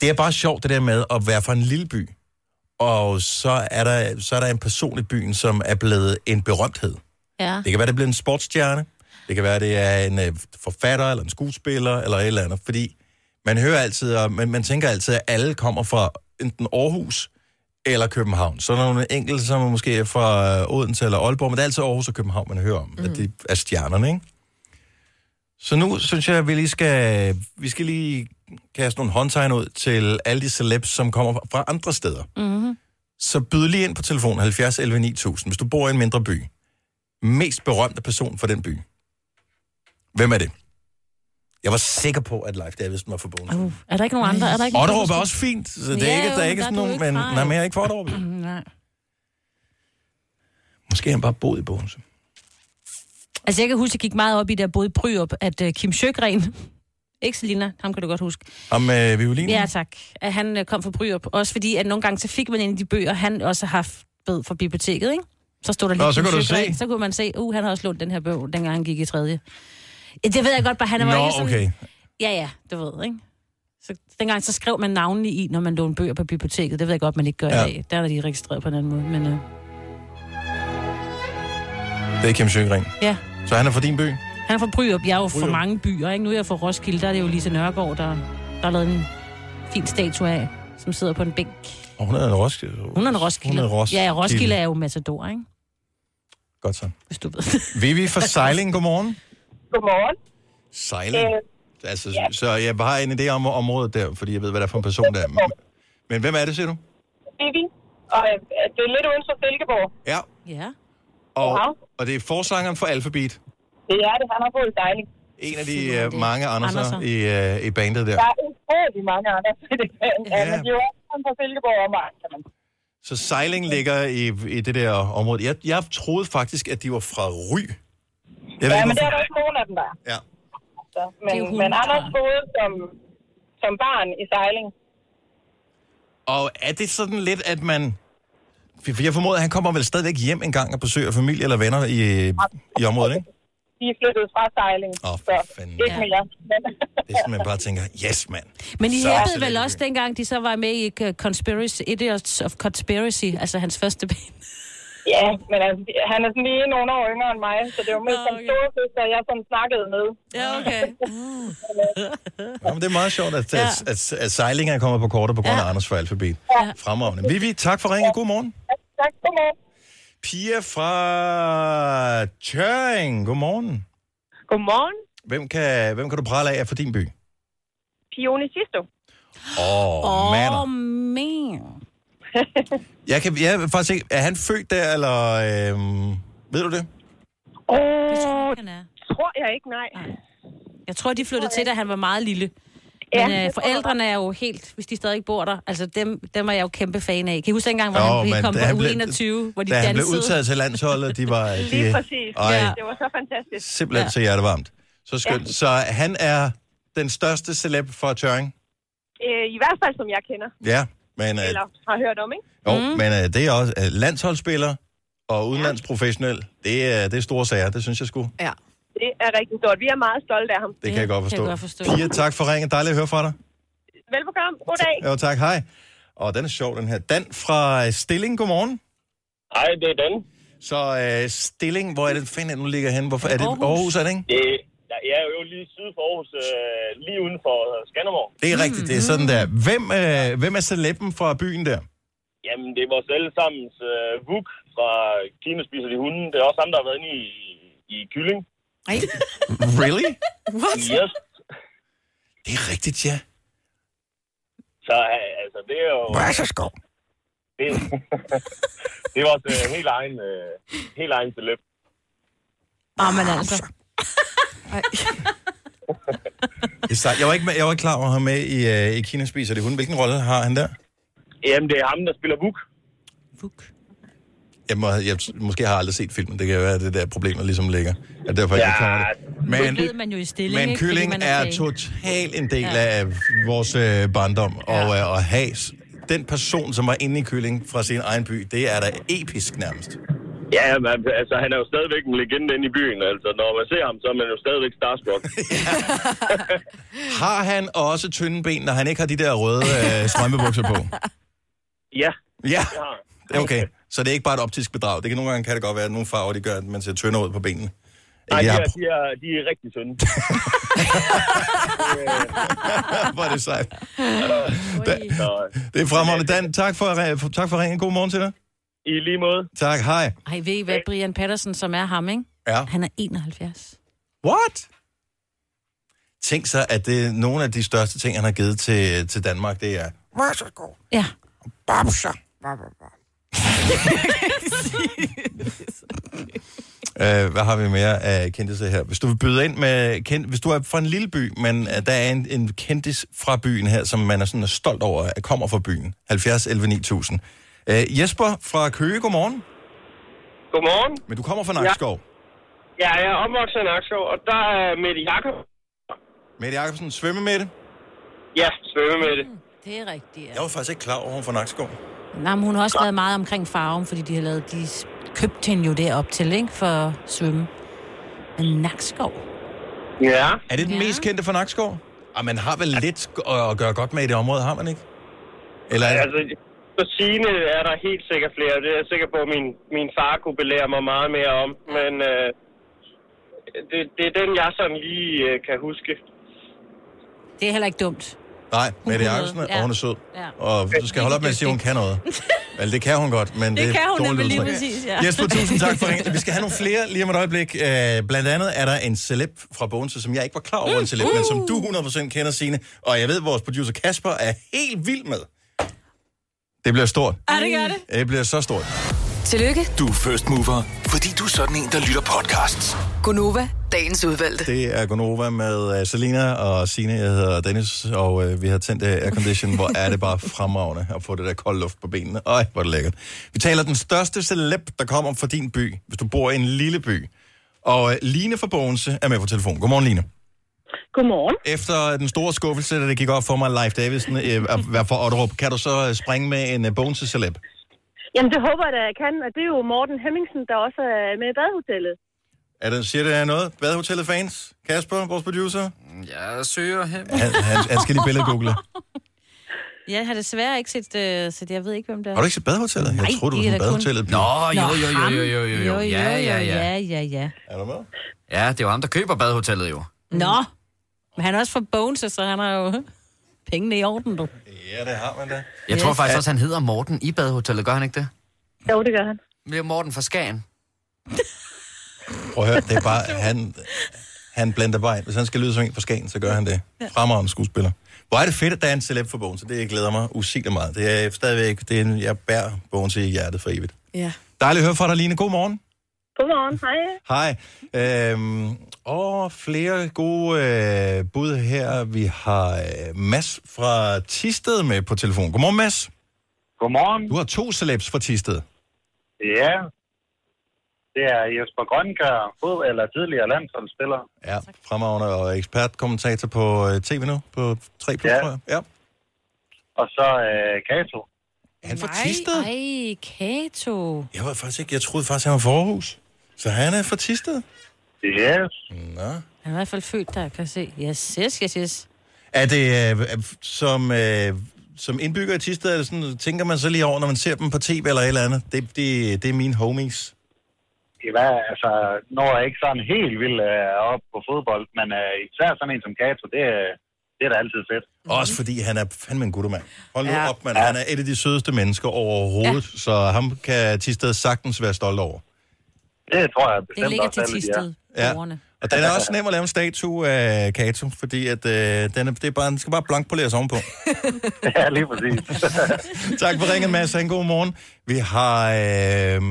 Speaker 1: det er bare sjovt, det der med at være fra en lille by, og så er der, så er der en person i byen, som er blevet en berømthed.
Speaker 2: Ja.
Speaker 1: Det kan være, det er blevet en sportsstjerne. Det kan være, det er en øh, forfatter, eller en skuespiller, eller et eller andet. Fordi man hører altid, og man, man tænker altid, at alle kommer fra enten Aarhus eller København. Så er der nogle enkelte, som er måske er fra øh, Odense eller Aalborg, men det er altid Aarhus og København, man hører om. Mm. At de er stjernerne, ikke? Så nu synes jeg, at vi lige skal, vi skal lige kaste nogle håndtegn ud til alle de celebs, som kommer fra- fra andre steder. Mm-hmm. Så byd lige ind på telefon 70 11 9000, hvis du bor i en mindre by mest berømte person for den by. Hvem er det? Jeg var sikker på, at Leif Davidsen var fra Bogense.
Speaker 2: Uh, er der ikke nogen andre? Er der ikke nogen
Speaker 1: Otterup er
Speaker 2: andre?
Speaker 1: også fint, så det er
Speaker 2: Ja,
Speaker 1: ikke, der er
Speaker 2: jo, men
Speaker 1: ikke
Speaker 2: der er
Speaker 1: sådan
Speaker 2: du
Speaker 1: nogen,
Speaker 2: ikke
Speaker 1: men
Speaker 2: fra,
Speaker 1: nej,
Speaker 2: jo.
Speaker 1: men jeg er ikke fra Otterup.
Speaker 2: Nej.
Speaker 1: Måske har han bare boet i Bogense.
Speaker 2: Altså, jeg kan huske, jeg gik meget op i, da jeg boede i Bryop, at uh, Kim Sjøgren, [laughs] ikke Selina, ham kan du godt huske.
Speaker 1: Om øh, violinen?
Speaker 2: Ja, tak. At han øh, kom fra Bryop. Også fordi, at nogle gange så fik man en af de bøger, han også har haft ved fra biblioteket, ikke? Så stod der lige
Speaker 1: Nå, så
Speaker 2: Kim
Speaker 1: kunne du
Speaker 2: Sjøgren.
Speaker 1: se.
Speaker 2: Så kunne man se, uh, han har også lånt den her bog, dengang han gik i tredje. Ja, Det ved jeg godt, bare han ligesom- var
Speaker 1: Nå,
Speaker 2: ikke sådan...
Speaker 1: okay.
Speaker 2: Ja, ja, du ved, ikke? Så dengang så skrev man navnene i, når man lånte bøger på biblioteket. Det ved jeg godt, man ikke gør
Speaker 1: Ja.
Speaker 2: ja. i dag. Der er de registreret på en anden måde. Men øh,
Speaker 1: Det er Kim Sjøgren.
Speaker 2: ja,
Speaker 1: Så han er fra din by?
Speaker 2: han er fra Bryop. Jeg er jo fra
Speaker 1: Bryrup.
Speaker 2: mange byer, ikke? Nu er jeg fra Roskilde. Der er det jo Lise Nørgaard, der, der er lavet en fin statue af, som sidder på en bænk.
Speaker 1: Og hun er en Roskilde.
Speaker 2: Hun er en Roskilde.
Speaker 1: Hun er en Roskilde.
Speaker 2: Ja, ja, Roskilde er jo Matador, ikke?
Speaker 1: Godt så.
Speaker 2: Hvis du ved
Speaker 1: [laughs]
Speaker 2: det.
Speaker 1: Vivi fra Sejling, godmorgen.
Speaker 9: Godmorgen. Øh,
Speaker 1: Sejling? Altså, ja. så jeg har en idé om området der, fordi jeg ved, hvad der er for en person, der er. Men hvem er det, siger du?
Speaker 9: Vivi. Og øh, det er lidt uden for Silkeborg.
Speaker 1: Ja.
Speaker 2: Ja.
Speaker 1: Og,
Speaker 9: Wow.
Speaker 1: og det er forsangeren for Alphabet.
Speaker 9: Det er det. Han har boet i Dejling.
Speaker 1: En af
Speaker 2: Selvfølgelig
Speaker 1: de
Speaker 2: er
Speaker 1: uh,
Speaker 2: det
Speaker 1: mange Anderser, Anderser.
Speaker 2: Anderser.
Speaker 1: I, uh, i bandet der.
Speaker 9: Der er utrolig mange andre [laughs] til det. Ja. Men de er jo også sådan fra Silkeborg og Mark, kan man sige.
Speaker 1: Så sejling ligger i, i det der område. Jeg, jeg troede faktisk, at de var fra Ry.
Speaker 13: Jeg ved
Speaker 9: Ja,
Speaker 13: ikke,
Speaker 9: men det er
Speaker 13: hvorfor.
Speaker 9: der også nogen af dem, der er.
Speaker 13: Ja.
Speaker 9: Så, men,
Speaker 2: Det er
Speaker 9: men
Speaker 2: hundetræer.
Speaker 9: Anders boede som, som barn i sejling.
Speaker 1: Og er det sådan lidt, at man... For jeg formoder, at han kommer vel stadigvæk hjem en gang og besøger familie eller venner i, i området, ikke?
Speaker 9: De er flyttet fra sejling,
Speaker 1: Åh,
Speaker 9: så
Speaker 1: for fanden.
Speaker 9: ikke mere. Men, [laughs]
Speaker 1: Det er sådan, man bare tænker, yes, mand.
Speaker 2: Men I
Speaker 1: Så-
Speaker 2: hæppede vel også dengang, de så var med i øh, Conspiracy, Idiots of Conspiracy, altså hans første ben.
Speaker 9: ja, men altså, han er sådan lige nogle år yngre end mig, så det var mest
Speaker 3: Nå,
Speaker 9: som
Speaker 3: okay.
Speaker 9: store søster, jeg sådan snakkede med.
Speaker 3: Ja,
Speaker 9: [laughs]
Speaker 3: okay.
Speaker 1: Ja, men det er meget sjovt, at, ja. at, at, at sejlingen er kommet på kortet på grund af ja. Anders for alfabet. Ja. Fremragende. Vivi, tak for ringen. God morgen.
Speaker 9: Tak, godmorgen.
Speaker 1: Pia fra Tjøring. God morgen.
Speaker 9: Godmorgen.
Speaker 1: Hvem kan, hvem kan du prale af er fra din by?
Speaker 9: Pione Sisto.
Speaker 1: Åh, oh,
Speaker 2: Åh,
Speaker 1: mander.
Speaker 2: oh, man.
Speaker 1: Jeg kan jeg vil faktisk ikke... Er han født der, eller... Øhm, ved du det?
Speaker 9: Åh,
Speaker 2: Det tror jeg, han er.
Speaker 9: tror jeg ikke, nej.
Speaker 2: Jeg tror, de flyttede til, da han var meget lille.
Speaker 9: Ja,
Speaker 2: Men øh,
Speaker 9: det tror jeg
Speaker 2: forældrene er jo helt, hvis de stadig bor der, altså dem, dem er jeg jo kæmpe fan af. Kan I huske dengang, hvor
Speaker 1: Åh,
Speaker 2: oh,
Speaker 1: men
Speaker 2: han kom
Speaker 1: da
Speaker 2: på
Speaker 1: han blev-
Speaker 2: U21, hvor de
Speaker 1: da han blev
Speaker 2: dansede?
Speaker 1: udtaget til landsholdet, de var... De,
Speaker 9: [laughs] Lige præcis.
Speaker 1: Ej,
Speaker 9: Ja. [laughs] Det var så fantastisk.
Speaker 1: simpelthen
Speaker 2: Ja.
Speaker 1: så hjertevarmt. Så skønt. Ja. Så han er den største celeb for Tjøring.
Speaker 9: Øh, I hvert fald, som jeg kender.
Speaker 1: Ja, men... Øh,
Speaker 9: Eller har hørt om, ikke?
Speaker 1: Jo, mm. men øh, det er også øh, landsholdsspiller og udenlandsprofessionel. Det er, det er store sager, det synes jeg sgu. Det
Speaker 3: Ja.
Speaker 9: Det er rigtig stort. Vi er meget stolte af ham.
Speaker 1: kan jeg godt forstå.
Speaker 2: kan jeg godt forstå.
Speaker 1: Pia, tak for ringen. Dejligt at høre fra dig.
Speaker 9: Velbekomme. God dag.
Speaker 1: Jo, tak. Hej. Og den er sjov, den her. Dan fra øh, Stilling, godmorgen.
Speaker 15: Hej, det er Dan.
Speaker 1: Så øh, Stilling, hvor er det, fanden er det nu ligger hen? Hvorfor er det
Speaker 2: Aarhus.
Speaker 1: Aarhus, Aarhus er det ikke?
Speaker 15: Det, jeg er jo lige syd for Aarhus, øh, lige uden for Skanderborg.
Speaker 1: Det er rigtigt, det
Speaker 3: Mm-hmm.
Speaker 1: er sådan der. Hvem, øh, hvem er celebben fra byen der?
Speaker 15: Jamen, det er vores allesammens øh, Vuk fra Klimaspiser de hunden. Det er også ham, der har været inde i, i Kylling.
Speaker 3: Ej,
Speaker 1: Really?
Speaker 3: what?
Speaker 15: Yes.
Speaker 1: Det er rigtigt, ja.
Speaker 15: Så øh, altså, det er jo...
Speaker 1: Brasserskov.
Speaker 15: Det, [laughs] det er vores øh, helt egen, øh, helt egen celeb.
Speaker 2: Nå, men altså.
Speaker 3: Ej.
Speaker 1: Det er sejt. Jeg var ikke, med, jeg var ikke klar over at have med i, øh, i Kina spiser det hun. Hvilken rolle har han der?
Speaker 15: Jamen, det er ham, der spiller Vuk.
Speaker 2: Vuk.
Speaker 1: Jeg, må, jeg måske har jeg aldrig set filmen. Det kan være, at det der problemet ligesom ligger. At derfor ja.
Speaker 15: Ja.
Speaker 1: ikke klarer det. Men,
Speaker 2: Det ved man jo i stilling,
Speaker 1: men
Speaker 2: ikke? Fordi
Speaker 1: kylling
Speaker 2: man
Speaker 1: er,
Speaker 2: fan.
Speaker 1: total en del ja. af vores øh, barndom. Ja. Og, øh, og has. Den person, som var inde i kylling fra sin egen by, det er da episk nærmest.
Speaker 15: Ja, men, altså, han er jo stadigvæk en legende inde i byen. Altså, når man ser ham, så er man jo stadigvæk starstruck.
Speaker 1: Har han også tynde ben, når han ikke har de der røde øh, strømpebukser på?
Speaker 15: ja,
Speaker 1: [laughs] Ja,
Speaker 15: det har han.
Speaker 1: det er okay. Så det er ikke bare et optisk bedrag. Det kan nogle gange kan det godt være, at nogle farver, de gør, at man ser tyndere ud på benene.
Speaker 15: Nej, de
Speaker 1: jeg har
Speaker 15: er, de, er, de er rigtig sunde.
Speaker 1: [laughs] Hvor er det sejt.
Speaker 15: Så,
Speaker 1: Det er fremragende. Dan, tak for, for- tak for ringen. God morgen til dig.
Speaker 15: I lige måde.
Speaker 1: Tak, hej.
Speaker 2: Ej, ved I hvad, Brian Patterson, som er ham, ikke?
Speaker 1: Ja.
Speaker 2: Han er 71.
Speaker 1: What? Tænk så, at det er nogle af de største ting, han har givet til, til Danmark, det er...
Speaker 2: Ja.
Speaker 1: Øh, hvad har vi mere af kendtiser her? Hvis du vil byde ind med... Kend, hvis du er fra en lille by, men øh, der er en, en kendtis fra byen her, som man er sådan stolt over, at kommer fra byen. 70 11 9000. Øh, Jesper fra Køge, godmorgen.
Speaker 15: Godmorgen.
Speaker 1: Men du kommer fra Nakskov. Ja.
Speaker 15: Ja, jeg er opvokset i Nakskov, og der er Mette Jakob.
Speaker 1: Mette Jacobsen, svømme med det.
Speaker 15: Ja, svømme med det.
Speaker 2: Mm, Det er rigtigt, ja.
Speaker 1: Jeg var faktisk ikke klar over, at hun er fra Nakskov.
Speaker 2: Nej, men hun har også været meget omkring farven, fordi de har lavet, de s- købte hende jo derop til, ikke? For at svømme. Men Nakskov.
Speaker 15: Ja.
Speaker 1: Er det den ja.
Speaker 2: Ja.
Speaker 1: mest kendte fra Nakskov? Ah, man har vel lidt g- at gøre godt med i det område, har man ikke? Eller,
Speaker 15: Ja,
Speaker 1: ja,
Speaker 15: Altså, på sine er der helt sikkert flere. Det er jeg sikker på, at min, min far kunne belære mig meget mere om. Men øh, det, det er den, jeg sådan lige øh, kan huske.
Speaker 2: Det er heller ikke dumt.
Speaker 1: nej, Mette
Speaker 2: kunne
Speaker 1: Jacobsen,
Speaker 2: noget.
Speaker 1: ja. og hun er sød.
Speaker 2: Ja.
Speaker 1: Og du skal holde op med at sige, at hun kan
Speaker 2: [laughs]
Speaker 1: noget. Eller det kan hun godt, men det,
Speaker 2: kan
Speaker 1: er
Speaker 2: hun
Speaker 1: dårligt
Speaker 2: nemlig lige
Speaker 1: udtryk.
Speaker 2: præcis, ja.
Speaker 1: Jesper, tusind
Speaker 2: [laughs]
Speaker 1: tak for ringen. Vi skal have nogle flere lige om et øjeblik. Øh, blandt andet er der en celeb fra Bogense, som jeg ikke var klar over en celeb, men som
Speaker 2: Mm.
Speaker 1: du 100% kender, sine. Og jeg ved, at vores producer Kasper er helt vild med. Det bliver stort.
Speaker 2: Ja, det gør det.
Speaker 1: Det bliver så stort.
Speaker 6: Tillykke,
Speaker 12: Du er first mover, fordi du er sådan en, der lytter podcasts.
Speaker 6: Gunova, dagens udvalgte.
Speaker 1: Det er Gonova med uh, Selina og Sine. Jeg hedder Dennis, og uh, vi har tændt uh, aircondition. Hvor er det
Speaker 6: [laughs]
Speaker 1: bare fremragende at få det der kold luft på benene. Øj, hvor er det lækkert. Vi taler den største celeb, der kommer fra din by, hvis du bor i en lille by. Og øh, Line fra Bogense er med på telefon. Godmorgen, Line.
Speaker 16: Godmorgen.
Speaker 1: Efter den store skuffelse, da det gik op for mig, Life Davidsen øh, at være for Otterup, kan du så øh, springe med en øh, Bogense-celeb?
Speaker 16: [laughs] Jamen, det håber jeg da, jeg kan, og det er jo Morten Hemmingsen, der også er med i badehotellet.
Speaker 1: Er det, siger det her noget? Badehotellet fans? Kasper, vores producer?
Speaker 10: Mm, Jeg søger hen.
Speaker 1: Han, han, han skal lige billedgoogle.
Speaker 2: Jeg har desværre ikke set, øh, så jeg ved ikke, hvem det er.
Speaker 1: Har du ikke set badehotellet? Jeg
Speaker 2: Nej,
Speaker 1: troede, du
Speaker 2: det er
Speaker 1: var
Speaker 2: da kun-
Speaker 1: badehotellet.
Speaker 10: Nå, jo,
Speaker 2: Nå,
Speaker 10: jo, jo,
Speaker 2: ham.
Speaker 10: jo, jo, jo, jo. Ja, ja, ja.
Speaker 2: ja, ja, ja.
Speaker 1: Er du med?
Speaker 10: Ja, det var ham, der køber badehotellet jo.
Speaker 2: Nå, men han er også fra Bones, så han har jo [laughs] pengene i orden, du.
Speaker 1: Ja, det har man da.
Speaker 10: Jeg tror faktisk også, han hedder Morten i badehotellet. Gør han ikke det?
Speaker 16: Jo, det gør han.
Speaker 10: Men Det er Morten fra
Speaker 2: [laughs]
Speaker 10: Skagen.
Speaker 1: Prøv at høre, det er bare, han, han blander bare ind. Hvis han skal lyde som en fra Skagen, så gør han det. Fremragende skuespiller. Hvor er det fedt, at der er en celeb for Bogen, så det glæder mig usigeligt meget. Det er stadigvæk, det er en, jeg bærer Bogen til hjertet for evigt.
Speaker 3: Ja.
Speaker 1: Dejligt at høre fra dig, Line. God morgen.
Speaker 16: Godmorgen, hej.
Speaker 1: Hej. Øhm, og flere gode øh, bud her. Vi har øh, Mads fra Tisted med på telefon. Godmorgen, Mads.
Speaker 12: Godmorgen.
Speaker 1: Du har to celebs fra Tisted.
Speaker 12: Ja. Det er Jesper Grønkær, fod- eller tidligere landsholdsspiller.
Speaker 1: Ja, fremragende og ekspertkommentator på øh, tv nu, på 3+,
Speaker 12: Ja.
Speaker 1: tror jeg. Ja.
Speaker 12: Og så øh, Kato.
Speaker 1: Han er fra
Speaker 2: Nej,
Speaker 1: Tisted.
Speaker 2: Ej, Kato.
Speaker 1: Jeg var faktisk ikke, jeg troede faktisk, han var fra Aarhus. Så han er fra Tisted.
Speaker 12: Yes.
Speaker 1: Nå.
Speaker 2: Han er i hvert fald født der, kan jeg se. Yes, yes, yes, yes.
Speaker 1: Er det, øh, er- som, øh, som indbygger i Tisted, er det sådan, tænker man så lige over, når man ser dem på tv eller et eller andet. Det, det, det er mine homies.
Speaker 12: I hvad, altså, når jeg ikke sådan helt vild øh, op på fodbold, men øh, især sådan en som Kato, det, øh, det er da altid fedt.
Speaker 2: Mhm.
Speaker 1: Mm. Også fordi han er fandme en guttermand. Hold nu ja.
Speaker 3: Ja.
Speaker 1: op, mand. Han er et af de sødeste mennesker overhovedet, ja. så ham kan Tisted sagtens være stolt over.
Speaker 12: Det tror jeg
Speaker 2: Det
Speaker 12: bestemt
Speaker 2: ligger
Speaker 12: også
Speaker 2: til
Speaker 12: alle de er.
Speaker 2: Tisted,
Speaker 1: Ja.
Speaker 2: ja. borgerne.
Speaker 1: Og den er også nem at lave en statue af Kato, fordi at, øh, den, er, det er bare, den skal bare blankpoleres ovenpå.
Speaker 12: [laughs] Ja, lige præcis.
Speaker 1: [laughs] tak for ringen, Mads. Ha' en god morgen. Vi har... Øh,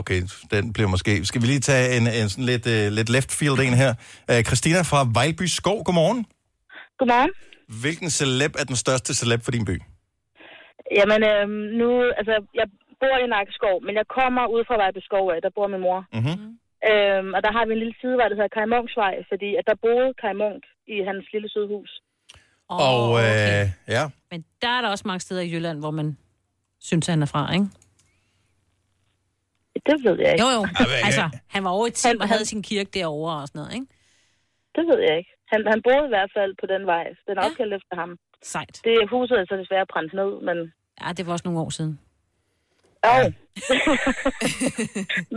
Speaker 1: okay, den bliver måske... Skal vi lige tage en, en sådan lidt, øh, lidt left field en her? Øh, Christina fra Vejlby Skov, godmorgen.
Speaker 16: Godmorgen.
Speaker 1: Hvilken celeb er den største celeb for din by?
Speaker 16: Jamen, øhm, nu, altså, jeg bor i Nakkeskov, men jeg kommer ud fra Vejbeskov af, der bor min mor.
Speaker 1: Mhm.
Speaker 16: Øhm, og der har vi en lille sidevej, der hedder Kai Munchvej, fordi at der boede Kai Munk i hans lille søde hus.
Speaker 2: Oh,
Speaker 1: Og
Speaker 2: okay.
Speaker 1: øh, ja,
Speaker 2: Men der er der også mange steder i Jylland, hvor man synes, han er fra, ikke?
Speaker 16: Det ved jeg ikke.
Speaker 2: Jo, jo.
Speaker 1: men-
Speaker 2: Altså, han var over i Tim
Speaker 16: Han-
Speaker 2: og havde sin kirke derovre og sådan noget, ikke?
Speaker 16: Det ved jeg ikke. Han, han boede i hvert fald på den vej. Den er
Speaker 2: Ja.
Speaker 16: opkaldt efter ham.
Speaker 2: Sejt.
Speaker 16: Det huset er så desværre brændt ned, men...
Speaker 2: Ja, det var også nogle år siden.
Speaker 16: Jo.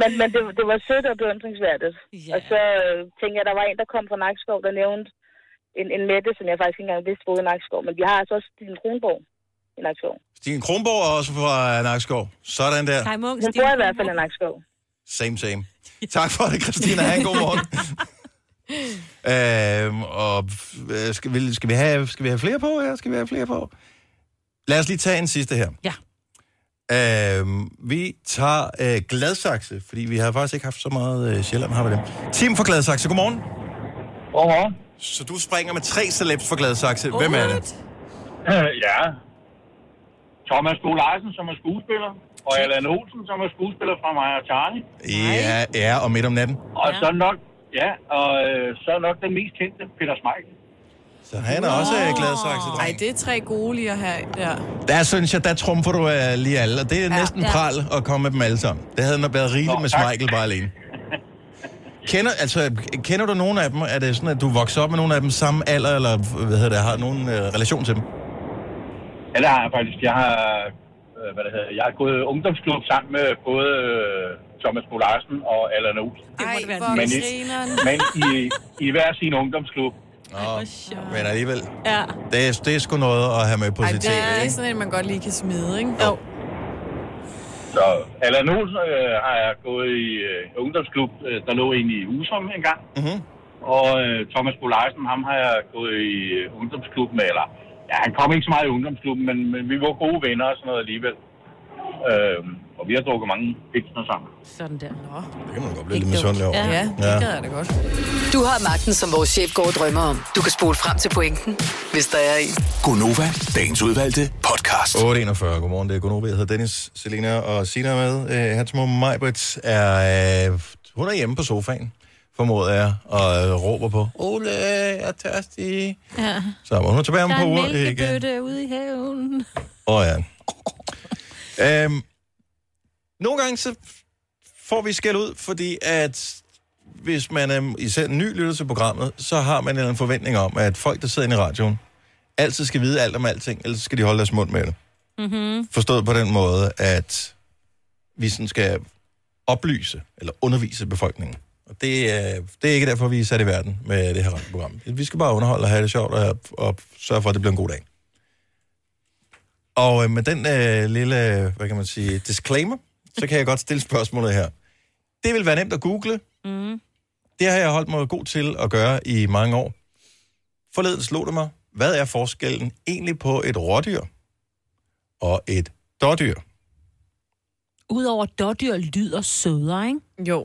Speaker 16: men men det, det var sødt og beundringsværdigt.
Speaker 2: Ja.
Speaker 16: Og så øh, tænker jeg, der var en, der kom fra Nakskov, der nævnte en, en Mette, som jeg faktisk ikke engang vidste boede i Nakskov. Men vi har altså også din Kronborg i Nakskov.
Speaker 1: Stine Kronborg er også fra Nakskov. Sådan der.
Speaker 2: Kai Munk,
Speaker 16: Hun bor i hvert fald i Nakskov.
Speaker 1: Same, same. Tak for det, Christina. Ha' Altså, en god morgen. øhm, og øh, skal vi, skal, vi have, skal vi have flere på her? Skal vi have flere på? Lad os lige tage en sidste her.
Speaker 2: Ja.
Speaker 1: Øhm, vi tager øh, Gladsaxe, fordi vi har faktisk ikke haft så meget øh, Sjælland, har vi det. Tim fra Gladsaxe, godmorgen.
Speaker 12: Godmorgen.
Speaker 1: Så du springer med tre celebs fra Gladsaxe. Hvem er det?
Speaker 12: Øh, ja. Thomas Bo Larsen, som er skuespiller, og Allan Olsen, som er skuespiller fra mig og Charlie.
Speaker 1: Ja, ja, og midt om natten.
Speaker 12: Og
Speaker 2: Ja.
Speaker 12: ja. så nok, ja, og øh, så nok den mest kendte, Peter Smeichel.
Speaker 1: Så han er også øh, Gladsaxe.
Speaker 3: Ej, det er tre gode lige at have der.
Speaker 1: Der synes jeg, der trumfer du øh, lige alle, og det er ja, næsten ja.
Speaker 2: ja.
Speaker 1: pral at komme med dem alle sammen. Det havde nok været rigeligt
Speaker 12: Nå,
Speaker 1: med
Speaker 12: tak.
Speaker 1: Michael bare alene. Kender, altså, kender du nogen af dem? Er det sådan, at du vokser op med nogen af dem samme alder, eller hvad hedder det, har nogen øh, relation til dem?
Speaker 12: Ja, det har jeg faktisk. Jeg har, øh, hvad det hedder, jeg har gået ungdomsklub sammen med både øh, Thomas Bo Larsen og Allan Olsen.
Speaker 2: Det må det
Speaker 3: Ej,
Speaker 2: være.
Speaker 3: hvor
Speaker 12: Men i-
Speaker 3: grineren.
Speaker 12: [laughs] Men i, i hver sin ungdomsklub.
Speaker 1: Nå,
Speaker 2: sjovt.
Speaker 1: men alligevel,
Speaker 2: Ja.
Speaker 1: det er, det er sgu noget at have med på
Speaker 3: Ej,
Speaker 1: sit
Speaker 3: det er
Speaker 1: tv,
Speaker 3: ikke
Speaker 1: ikke?
Speaker 3: sådan en, man godt lige kan smide, ikke? Jo.
Speaker 12: Så Allan Olsen øh, har jeg gået i øh, ungdomsklub, øh, der lå inde i Husum en gang.
Speaker 1: Mhm.
Speaker 12: Og øh, Thomas Bo Larsen, ham har jeg gået i øh, ungdomsklub med, eller ja, han kom ikke så meget i ungdomsklubben, men, men vi var gode venner og sådan noget alligevel. Øh, og vi har drukket mange pilsner sammen.
Speaker 2: Sådan der.
Speaker 1: Det kan man godt blive lidt
Speaker 2: Ikke dumt.
Speaker 1: misundelig over.
Speaker 2: Ja.
Speaker 3: Ja, det gad jeg da godt.
Speaker 6: Du har magten, som vores chef går og drømmer om. Du kan spole frem til pointen, hvis der er en.
Speaker 17: Gonova, dagens udvalgte podcast.
Speaker 1: 8.41. Godmorgen, det er Gunova. Jeg hedder Dennis, Selena og Sina er med. Øh, her til morgen, Majbrit er øh, Hun er hjemme på sofaen, formoder jeg, og øh, råber på, Ole, jeg er tørstig.
Speaker 2: Ja.
Speaker 1: Så hun er tilbage om
Speaker 2: Der
Speaker 1: et
Speaker 2: er
Speaker 1: par
Speaker 2: en
Speaker 1: uger. ikke?
Speaker 2: mælkebøtte ude i haven.
Speaker 1: Åh oh, ja. Øhm, nogle gange så får vi skæld ud, fordi at hvis man er især ny lytter til programmet, så har man en eller anden forventning om, at folk, der sidder inde i radioen, altid skal vide alt om alting, ellers skal de holde deres mund med det. Mm-hmm. Forstået på den måde, at vi sådan skal oplyse eller undervise befolkningen. Og det er, det er ikke derfor, vi er sat i verden med det her radioprogram. Vi skal bare underholde og have det sjovt og, og sørge for, at det bliver en god dag. Og øh, med den øh, lille, hvad kan man sige, disclaimer, så kan jeg godt stille spørgsmålet her. Det vil være nemt at google. Mm. Det har jeg holdt mig god til at gøre i mange år. Forleden slog det mig, hvad er forskellen egentlig på et rådyr og et dårdyr?
Speaker 2: Udover dårdyr lyder sødere, ikke?
Speaker 3: Jo.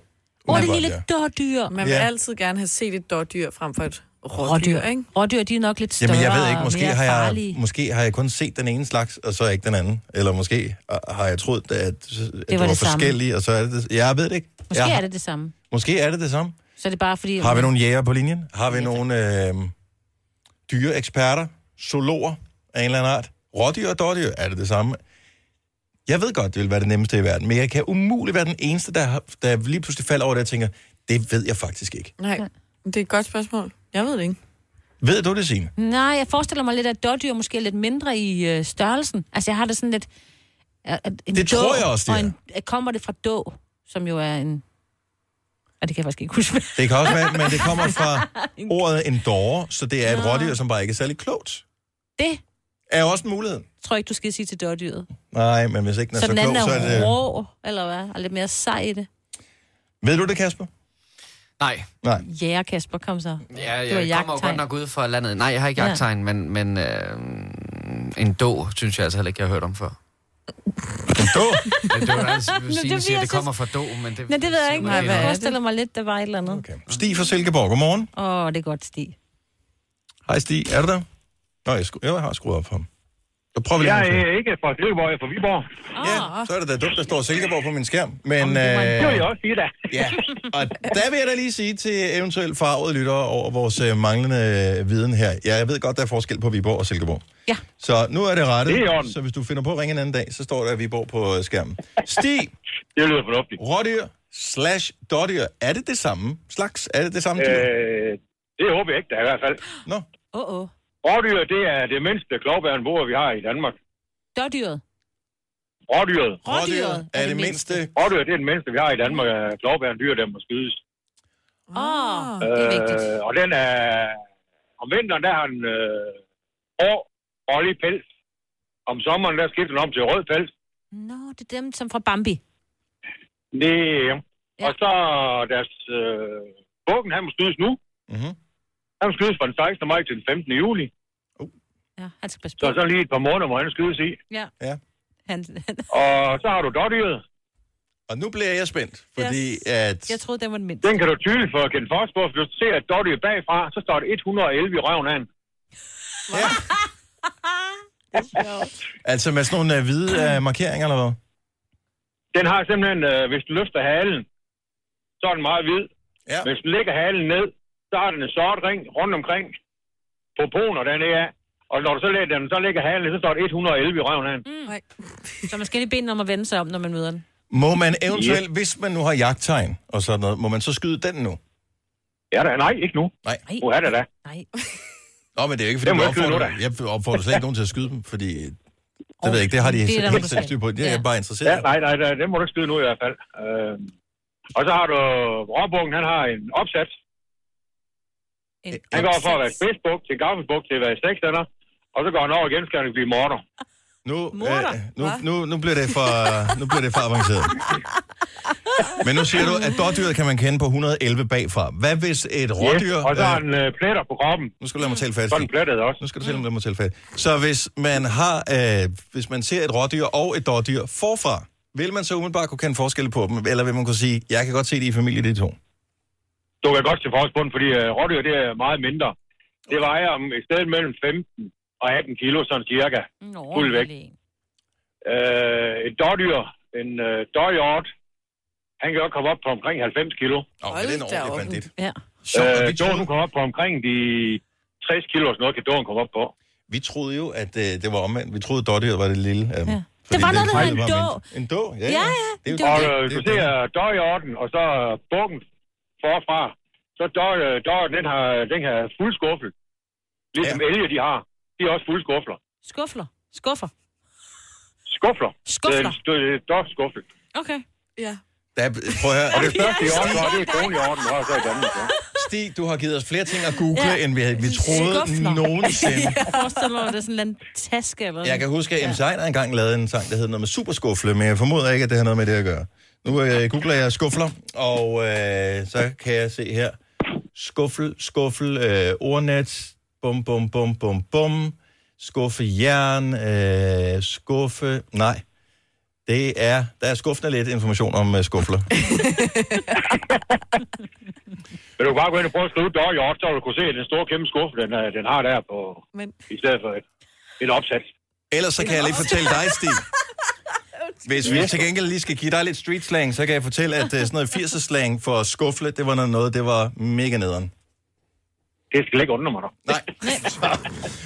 Speaker 2: Åh, oh,
Speaker 1: Ja.
Speaker 2: det lille dårdyr.
Speaker 3: Man vil
Speaker 1: Ja.
Speaker 3: altid gerne have set et dårdyr frem for et rådyr,
Speaker 2: Rådyr,
Speaker 3: ikke?
Speaker 2: Rådyr, de er nok lidt større
Speaker 1: Jamen, jeg ved ikke,
Speaker 2: og
Speaker 1: måske
Speaker 2: mere
Speaker 1: har, jeg,
Speaker 2: farlige.
Speaker 1: måske har jeg kun set den ene slags, og så ikke den anden. Eller måske øh, har jeg troet, at, at det var,
Speaker 2: det samme.
Speaker 1: forskellige, og så er det det. Jeg ved det ikke.
Speaker 2: Måske
Speaker 1: jeg,
Speaker 2: er det det samme.
Speaker 1: Måske er det det samme.
Speaker 2: Så er det bare fordi...
Speaker 1: Har vi nogle jæger på linjen? Har vi nogle øh, dyreeksperter? Zoologer af en eller anden art? Rådyr og dårdyr? Er det det samme? Jeg ved godt, det vil være det nemmeste i verden, men jeg kan umuligt være den eneste, der, har- der lige pludselig falder over det og tænker, det ved jeg faktisk ikke.
Speaker 3: Nej, det er et godt spørgsmål. Jeg ved det ikke.
Speaker 1: Ved du det, Signe?
Speaker 2: Nej, jeg forestiller mig lidt, at dårdyr måske er lidt mindre i øh, størrelsen. Altså, jeg har det sådan lidt... at- at En
Speaker 1: Det tror jeg også, det
Speaker 2: og en, at Kommer det fra då, som jo er en... Og det kan jeg faktisk ikke huske.
Speaker 1: Det kan også være, men det kommer fra
Speaker 2: [laughs]
Speaker 1: ordet [laughs] en dårer, så det er et rådyr, som bare ikke er særlig klogt.
Speaker 2: Det
Speaker 1: Er jo også en mulighed.
Speaker 2: tror jeg ikke, du skal sige til dårdyret.
Speaker 1: Nej, men hvis ikke den er
Speaker 2: Så
Speaker 1: så,
Speaker 2: den anden
Speaker 1: klog, så
Speaker 2: er,
Speaker 1: er det...
Speaker 2: rå, eller hvad? Og lidt mere sej i det.
Speaker 1: Ved du det, Kasper?
Speaker 10: Nej,
Speaker 1: Nej.
Speaker 2: Ja, yeah, Kasper, kom så.
Speaker 10: Ja,
Speaker 2: var
Speaker 10: jeg kommer jo
Speaker 2: jagttegn.
Speaker 10: godt nok ud fra landet. Nej, jeg har ikke
Speaker 2: Ja.
Speaker 10: jagttegn, men, men øh, en då, synes jeg altså heller ikke, jeg har hørt om før.
Speaker 1: En dår?
Speaker 10: Ja, Det var
Speaker 2: [laughs]
Speaker 10: altså,
Speaker 2: det
Speaker 10: Signe
Speaker 2: fordi,
Speaker 10: siger,
Speaker 2: jeg
Speaker 10: det
Speaker 2: synes-
Speaker 10: [laughs] kommer fra då, men det...
Speaker 2: Nej, det ved jeg ikke.
Speaker 10: siger man
Speaker 2: Nej,
Speaker 3: hvad
Speaker 2: jeg
Speaker 3: er
Speaker 2: forestiller mig lidt, der var et eller andet. Åh, okay.
Speaker 1: Okay. Stig fra Silkeborg, godmorgen.
Speaker 2: oh, det er godt, Stig.
Speaker 1: Hej Stig, er du der? Nå, jeg, skru- jeg har skruet op for ham. Så prøver vi lige
Speaker 15: Jeg
Speaker 1: en til.
Speaker 15: er ikke fra Silkeborg, jeg er fra Viborg.
Speaker 2: Ah.
Speaker 1: Ja, så er det da dumt, der står Silkeborg på min skærm. Men,
Speaker 2: Jamen, det var en-
Speaker 15: Det
Speaker 1: øh,
Speaker 15: vil jeg også sige da.
Speaker 1: ja. Og der vil jeg da lige sige til eventuelt farvede lyttere over vores øh, manglende øh, viden her. Ja, jeg ved godt, der er forskel på Viborg og Silkeborg.
Speaker 2: Ja.
Speaker 1: Så nu er det rettet.
Speaker 15: Det er i orden.
Speaker 1: så hvis du finder på at ringe en anden dag, så står der Viborg på øh, skærmen. Stig,
Speaker 15: [laughs] Det lyder fornuftigt.
Speaker 1: rådyr slash dårdyr. Er det det samme slags? Er det det samme dyr?
Speaker 15: Øh, det håber jeg ikke, der er i hvert fald.
Speaker 1: Nå.
Speaker 2: Åh, åh.
Speaker 15: Rådyr, det er det mindste klovbærenbord, vi har i Danmark.
Speaker 2: Dårdyret.
Speaker 15: Rådyret.
Speaker 1: Rådyret er det mindste.
Speaker 15: Rådyr, det er det mindste, vi har i Danmark. Klovbærendyr, der må skydes.
Speaker 2: Åh, oh, det er vigtigt.
Speaker 15: Øh, og den er... Om vinteren, der har den øh, hård, ollig pels. Om sommeren, der skifter den om til rød pels.
Speaker 2: Nå, det er dem, som fra Bambi.
Speaker 15: Det,
Speaker 2: Ja.
Speaker 15: ja. Og så deres... Øh, bukken, han må skydes nu.
Speaker 1: Mhm.
Speaker 15: Han må skydes fra den 16. maj til den 15. juli.
Speaker 1: Uh.
Speaker 2: Ja, han skal passe
Speaker 15: Så
Speaker 2: på.
Speaker 15: så lige et par måneder, må han skydes i.
Speaker 2: Ja.
Speaker 1: Ja.
Speaker 2: Han, [laughs]
Speaker 15: Og så har du dårdyret.
Speaker 1: Og nu bliver jeg spændt, fordi
Speaker 2: Yes.
Speaker 1: at...
Speaker 2: jeg troede, den var den mindste.
Speaker 15: Den kan du tydeligt for at kende forskel på. Hvis du ser et dårdyr bagfra, så står det 111 i røven af den.
Speaker 1: Ja. altså med sådan nogle uh, hvide uh, markeringer, eller hvad?
Speaker 15: Den har simpelthen... Øh, hvis du løfter halen, så er den meget hvid.
Speaker 1: Ja.
Speaker 15: Hvis den lægger halen ned, så har den en sort ring rundt omkring på poner, den er af. Og når du så lægger den, så ligger halen, ned, så står det 111 i røven af den.
Speaker 3: Nej.
Speaker 2: Mm. Så man skal lige bede den om at vende sig om, når man møder den.
Speaker 1: Må man eventuelt, hvis man nu har jagttegn og sådan noget, må man så skyde den nu?
Speaker 15: Ja, da, nej, ikke nu.
Speaker 1: Nej.
Speaker 2: Nej.
Speaker 15: Uha, da, da.
Speaker 2: Nej.
Speaker 1: Nå, men det er jo ikke, fordi
Speaker 15: Det må
Speaker 1: jeg
Speaker 15: jeg skyde
Speaker 1: opfordrer,
Speaker 15: nu,
Speaker 1: jeg opfordrer slet ikke nogen til at skyde dem, fordi det ved jeg ikke, det har de
Speaker 2: det er der, hvor
Speaker 1: helt
Speaker 2: du
Speaker 1: selv
Speaker 2: skal.
Speaker 1: styr på. Det er
Speaker 2: Ja.
Speaker 1: jeg bare
Speaker 15: Ja,
Speaker 1: interesseret. i.
Speaker 15: nej, nej, nej, den må du ikke skyde nu i hvert fald. Øh, og så har du råbukken, han har en opsats.
Speaker 2: En
Speaker 15: Han går fra at være
Speaker 2: opsats.
Speaker 15: spidsbuk til gaffelbuk til at være sexstander. Og så går han over igen, skal han blive morder.
Speaker 1: Nu,
Speaker 2: Morder,
Speaker 1: øh, nu,
Speaker 3: hva?
Speaker 1: nu, nu, bliver det for, øh, nu bliver det for avanceret. Men nu siger du, at dårdyret kan man kende på 111 bagfra. Hvad hvis et rådyr...
Speaker 15: og så har
Speaker 1: Øh,
Speaker 15: han øh, pletter på kroppen.
Speaker 1: nu skal du lade mig tale fast.
Speaker 15: Så er den plettet også.
Speaker 1: Nu skal du selv om det må tælle fat. Så hvis man, har, øh, hvis man ser et rådyr og et dårdyr forfra, vil man så umiddelbart kunne kende forskel på dem? Eller vil man kunne sige, jeg kan godt se det i familie, de to?
Speaker 15: Du kan godt se forsbund, fordi øh, rådyr, det er meget mindre. Det vejer om et sted mellem 15 og 18 kilo, sådan cirka.
Speaker 2: Nå,
Speaker 15: Fuld væk.
Speaker 2: lille en.
Speaker 15: Øh, et dårdyr, en øh, dårhjort, han kan jo komme op på omkring 90 kilo.
Speaker 1: Åh, oh, det er en
Speaker 3: Hold da
Speaker 1: ordentlig
Speaker 3: op.
Speaker 1: bandit.
Speaker 2: Ja.
Speaker 1: Sjovt, og
Speaker 15: Øh,
Speaker 1: vi
Speaker 15: Dåren,
Speaker 1: troede,
Speaker 15: hun kommer op på omkring de 60 kilo, og sådan noget kan Dåren komme op på.
Speaker 1: vi troede jo, at øh, det var omvendt. Vi troede, at Dottie var det lille. Øh, ja.
Speaker 2: Det var noget, der hed en
Speaker 1: En då, ja.
Speaker 2: Ja, ja,
Speaker 1: Det,
Speaker 2: det
Speaker 1: er
Speaker 2: var
Speaker 15: Og
Speaker 1: jo-
Speaker 2: det.
Speaker 1: det
Speaker 15: øh, du
Speaker 1: er jo
Speaker 15: ser
Speaker 1: dumt.
Speaker 15: døjeorden, og så øh, bukken forfra. Så døje- døjen, den har, den har fuld skuffel. Ligesom
Speaker 1: Ja.
Speaker 15: ja. elge, de har. De er også fuld skuffler.
Speaker 2: Skuffler. Skuffer.
Speaker 15: Skuffler.
Speaker 2: Skuffler.
Speaker 15: Det er en Øh, stø- døjskuffel.
Speaker 2: Okay.
Speaker 3: Ja.
Speaker 1: Der, prøv at høre. Og det
Speaker 15: Det første i orden, og det er kronen i orden, og så i Danmark. Ja.
Speaker 1: Stig, du har givet os flere ting at google, ja.
Speaker 2: Ja.
Speaker 1: end vi, havde- vi troede
Speaker 2: Skufler. [laughs]
Speaker 1: nogensinde.
Speaker 2: Jeg forestiller mig, at det er sådan en eller anden taske eller
Speaker 1: Jeg kan
Speaker 2: noget.
Speaker 1: huske, at MC Ejner engang lavede en sang, der hed noget med superskuffle, men jeg formoder ikke, at det har noget med det at gøre. Nu øh, googler jeg skuffler, og øh, så kan jeg se her. Skuffel, skuffel, øh, ordnet, bum, bum, bum, bum, bum. Skuffe jern, øh, skuffe... Nej, det er... Der er skuffende lidt information om øh, skuffler.
Speaker 15: Men du kan bare gå ind og prøve at skrive døjeorden, så vil du kunne se, at den store kæmpe skuffe, den, øh, den har der på,
Speaker 3: Men
Speaker 15: i stedet for et, et opsat.
Speaker 1: Ellers så kan jeg lige fortælle dig, Stig. Hvis vi til gengæld lige skal give dig lidt street slang, så kan jeg fortælle, at øh, sådan noget 80'er slang for skuffle, det var noget- noget, det var mega nederen.
Speaker 15: Det skal ikke undre mig, dog.
Speaker 1: Nej.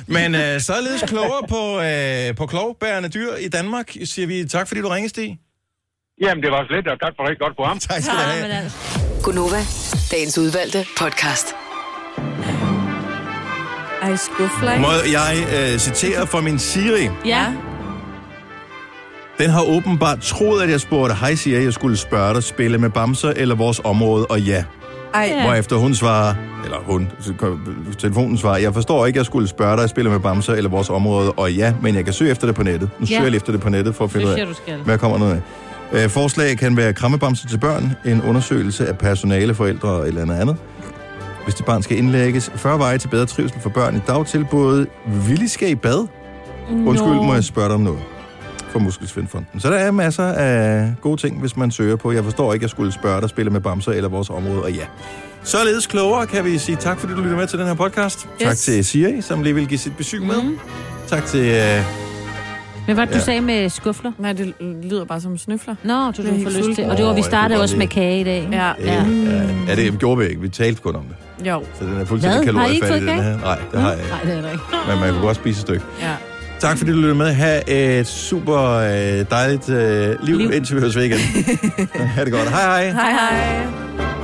Speaker 1: Men øh, således klogere på, øh, på klovbærende dyr i Danmark, siger vi tak, fordi du ringede, Stig.
Speaker 15: Jamen, det var slet, og tak for et rigtig godt program.
Speaker 1: Tak skal du
Speaker 2: Ja, men
Speaker 1: have.
Speaker 2: altså,
Speaker 6: Gunova, dagens udvalgte podcast.
Speaker 3: ej, skuffler, ikke?
Speaker 1: Må jeg øh, citere fra min Siri?
Speaker 2: ja.
Speaker 1: Den har åbenbart troet, at jeg spurgte, hej Siri, jeg skulle spørge dig, spille med bamser eller vores område, og ja.
Speaker 3: Ej,
Speaker 2: Ja.
Speaker 1: Hvorefter hun svarer, eller hun, telefonen svarer, jeg forstår ikke, jeg skulle spørge dig, spille med bamser eller vores område, og ja, men jeg kan søge efter det på nettet. Nu
Speaker 2: Ja.
Speaker 1: søger jeg efter det på nettet for at finde
Speaker 2: Det
Speaker 1: ud
Speaker 2: siger
Speaker 1: af,
Speaker 2: du skal.
Speaker 1: hvad kommer noget af. Øh, forslag kan være krammebamser til børn, en undersøgelse af personale, forældre eller noget andet. Hvis det barn skal indlægges, 40 veje til bedre trivsel for børn i dagtilbud, villig skal i bad. Undskyld,
Speaker 2: Nå.
Speaker 1: må jeg spørge dig om noget for Muskelsvindfonden. Så der er masser af gode ting, hvis man søger på. Jeg forstår ikke, jeg skulle spørge dig, spille med Bamser eller vores område, og ja. Således klogere kan vi sige tak, fordi du lytter med til den her podcast. Yes. Tak til Siri, som lige vil give sit besøg med. Mm. Tak til... Øh,
Speaker 2: Men hvad du
Speaker 1: Ja.
Speaker 2: sagde med skuffler?
Speaker 3: Nej, det lyder bare som snøfler.
Speaker 2: Nå, du,
Speaker 3: Jeg er
Speaker 2: du får
Speaker 3: helt
Speaker 2: lyst til.
Speaker 3: sulten.
Speaker 2: Og det var,
Speaker 1: Åh,
Speaker 2: vi
Speaker 1: jeg kunne
Speaker 2: startede
Speaker 1: godt
Speaker 2: også med
Speaker 1: lide-
Speaker 2: kage i dag. ikke?
Speaker 3: Ja. Mm.
Speaker 1: ja. Øh, ja, det gjorde vi ikke. Vi talte kun om det.
Speaker 3: Jo,
Speaker 1: Så den er fuldstændig
Speaker 2: Hvad? Har I ikke
Speaker 1: kaloriefattig,
Speaker 2: fået Mm.
Speaker 1: den her. Nej, det har jeg ikke.
Speaker 2: Nej, det er der ikke.
Speaker 1: Men man kan godt spise et stykke.
Speaker 3: ja.
Speaker 1: Tak fordi du lyttede med. Ha' et super øh, dejligt øh, liv, liv,
Speaker 2: Liv. [laughs]
Speaker 1: indtil vi høres ved igen. ha' det godt. Hej hej.
Speaker 3: Hej, hej.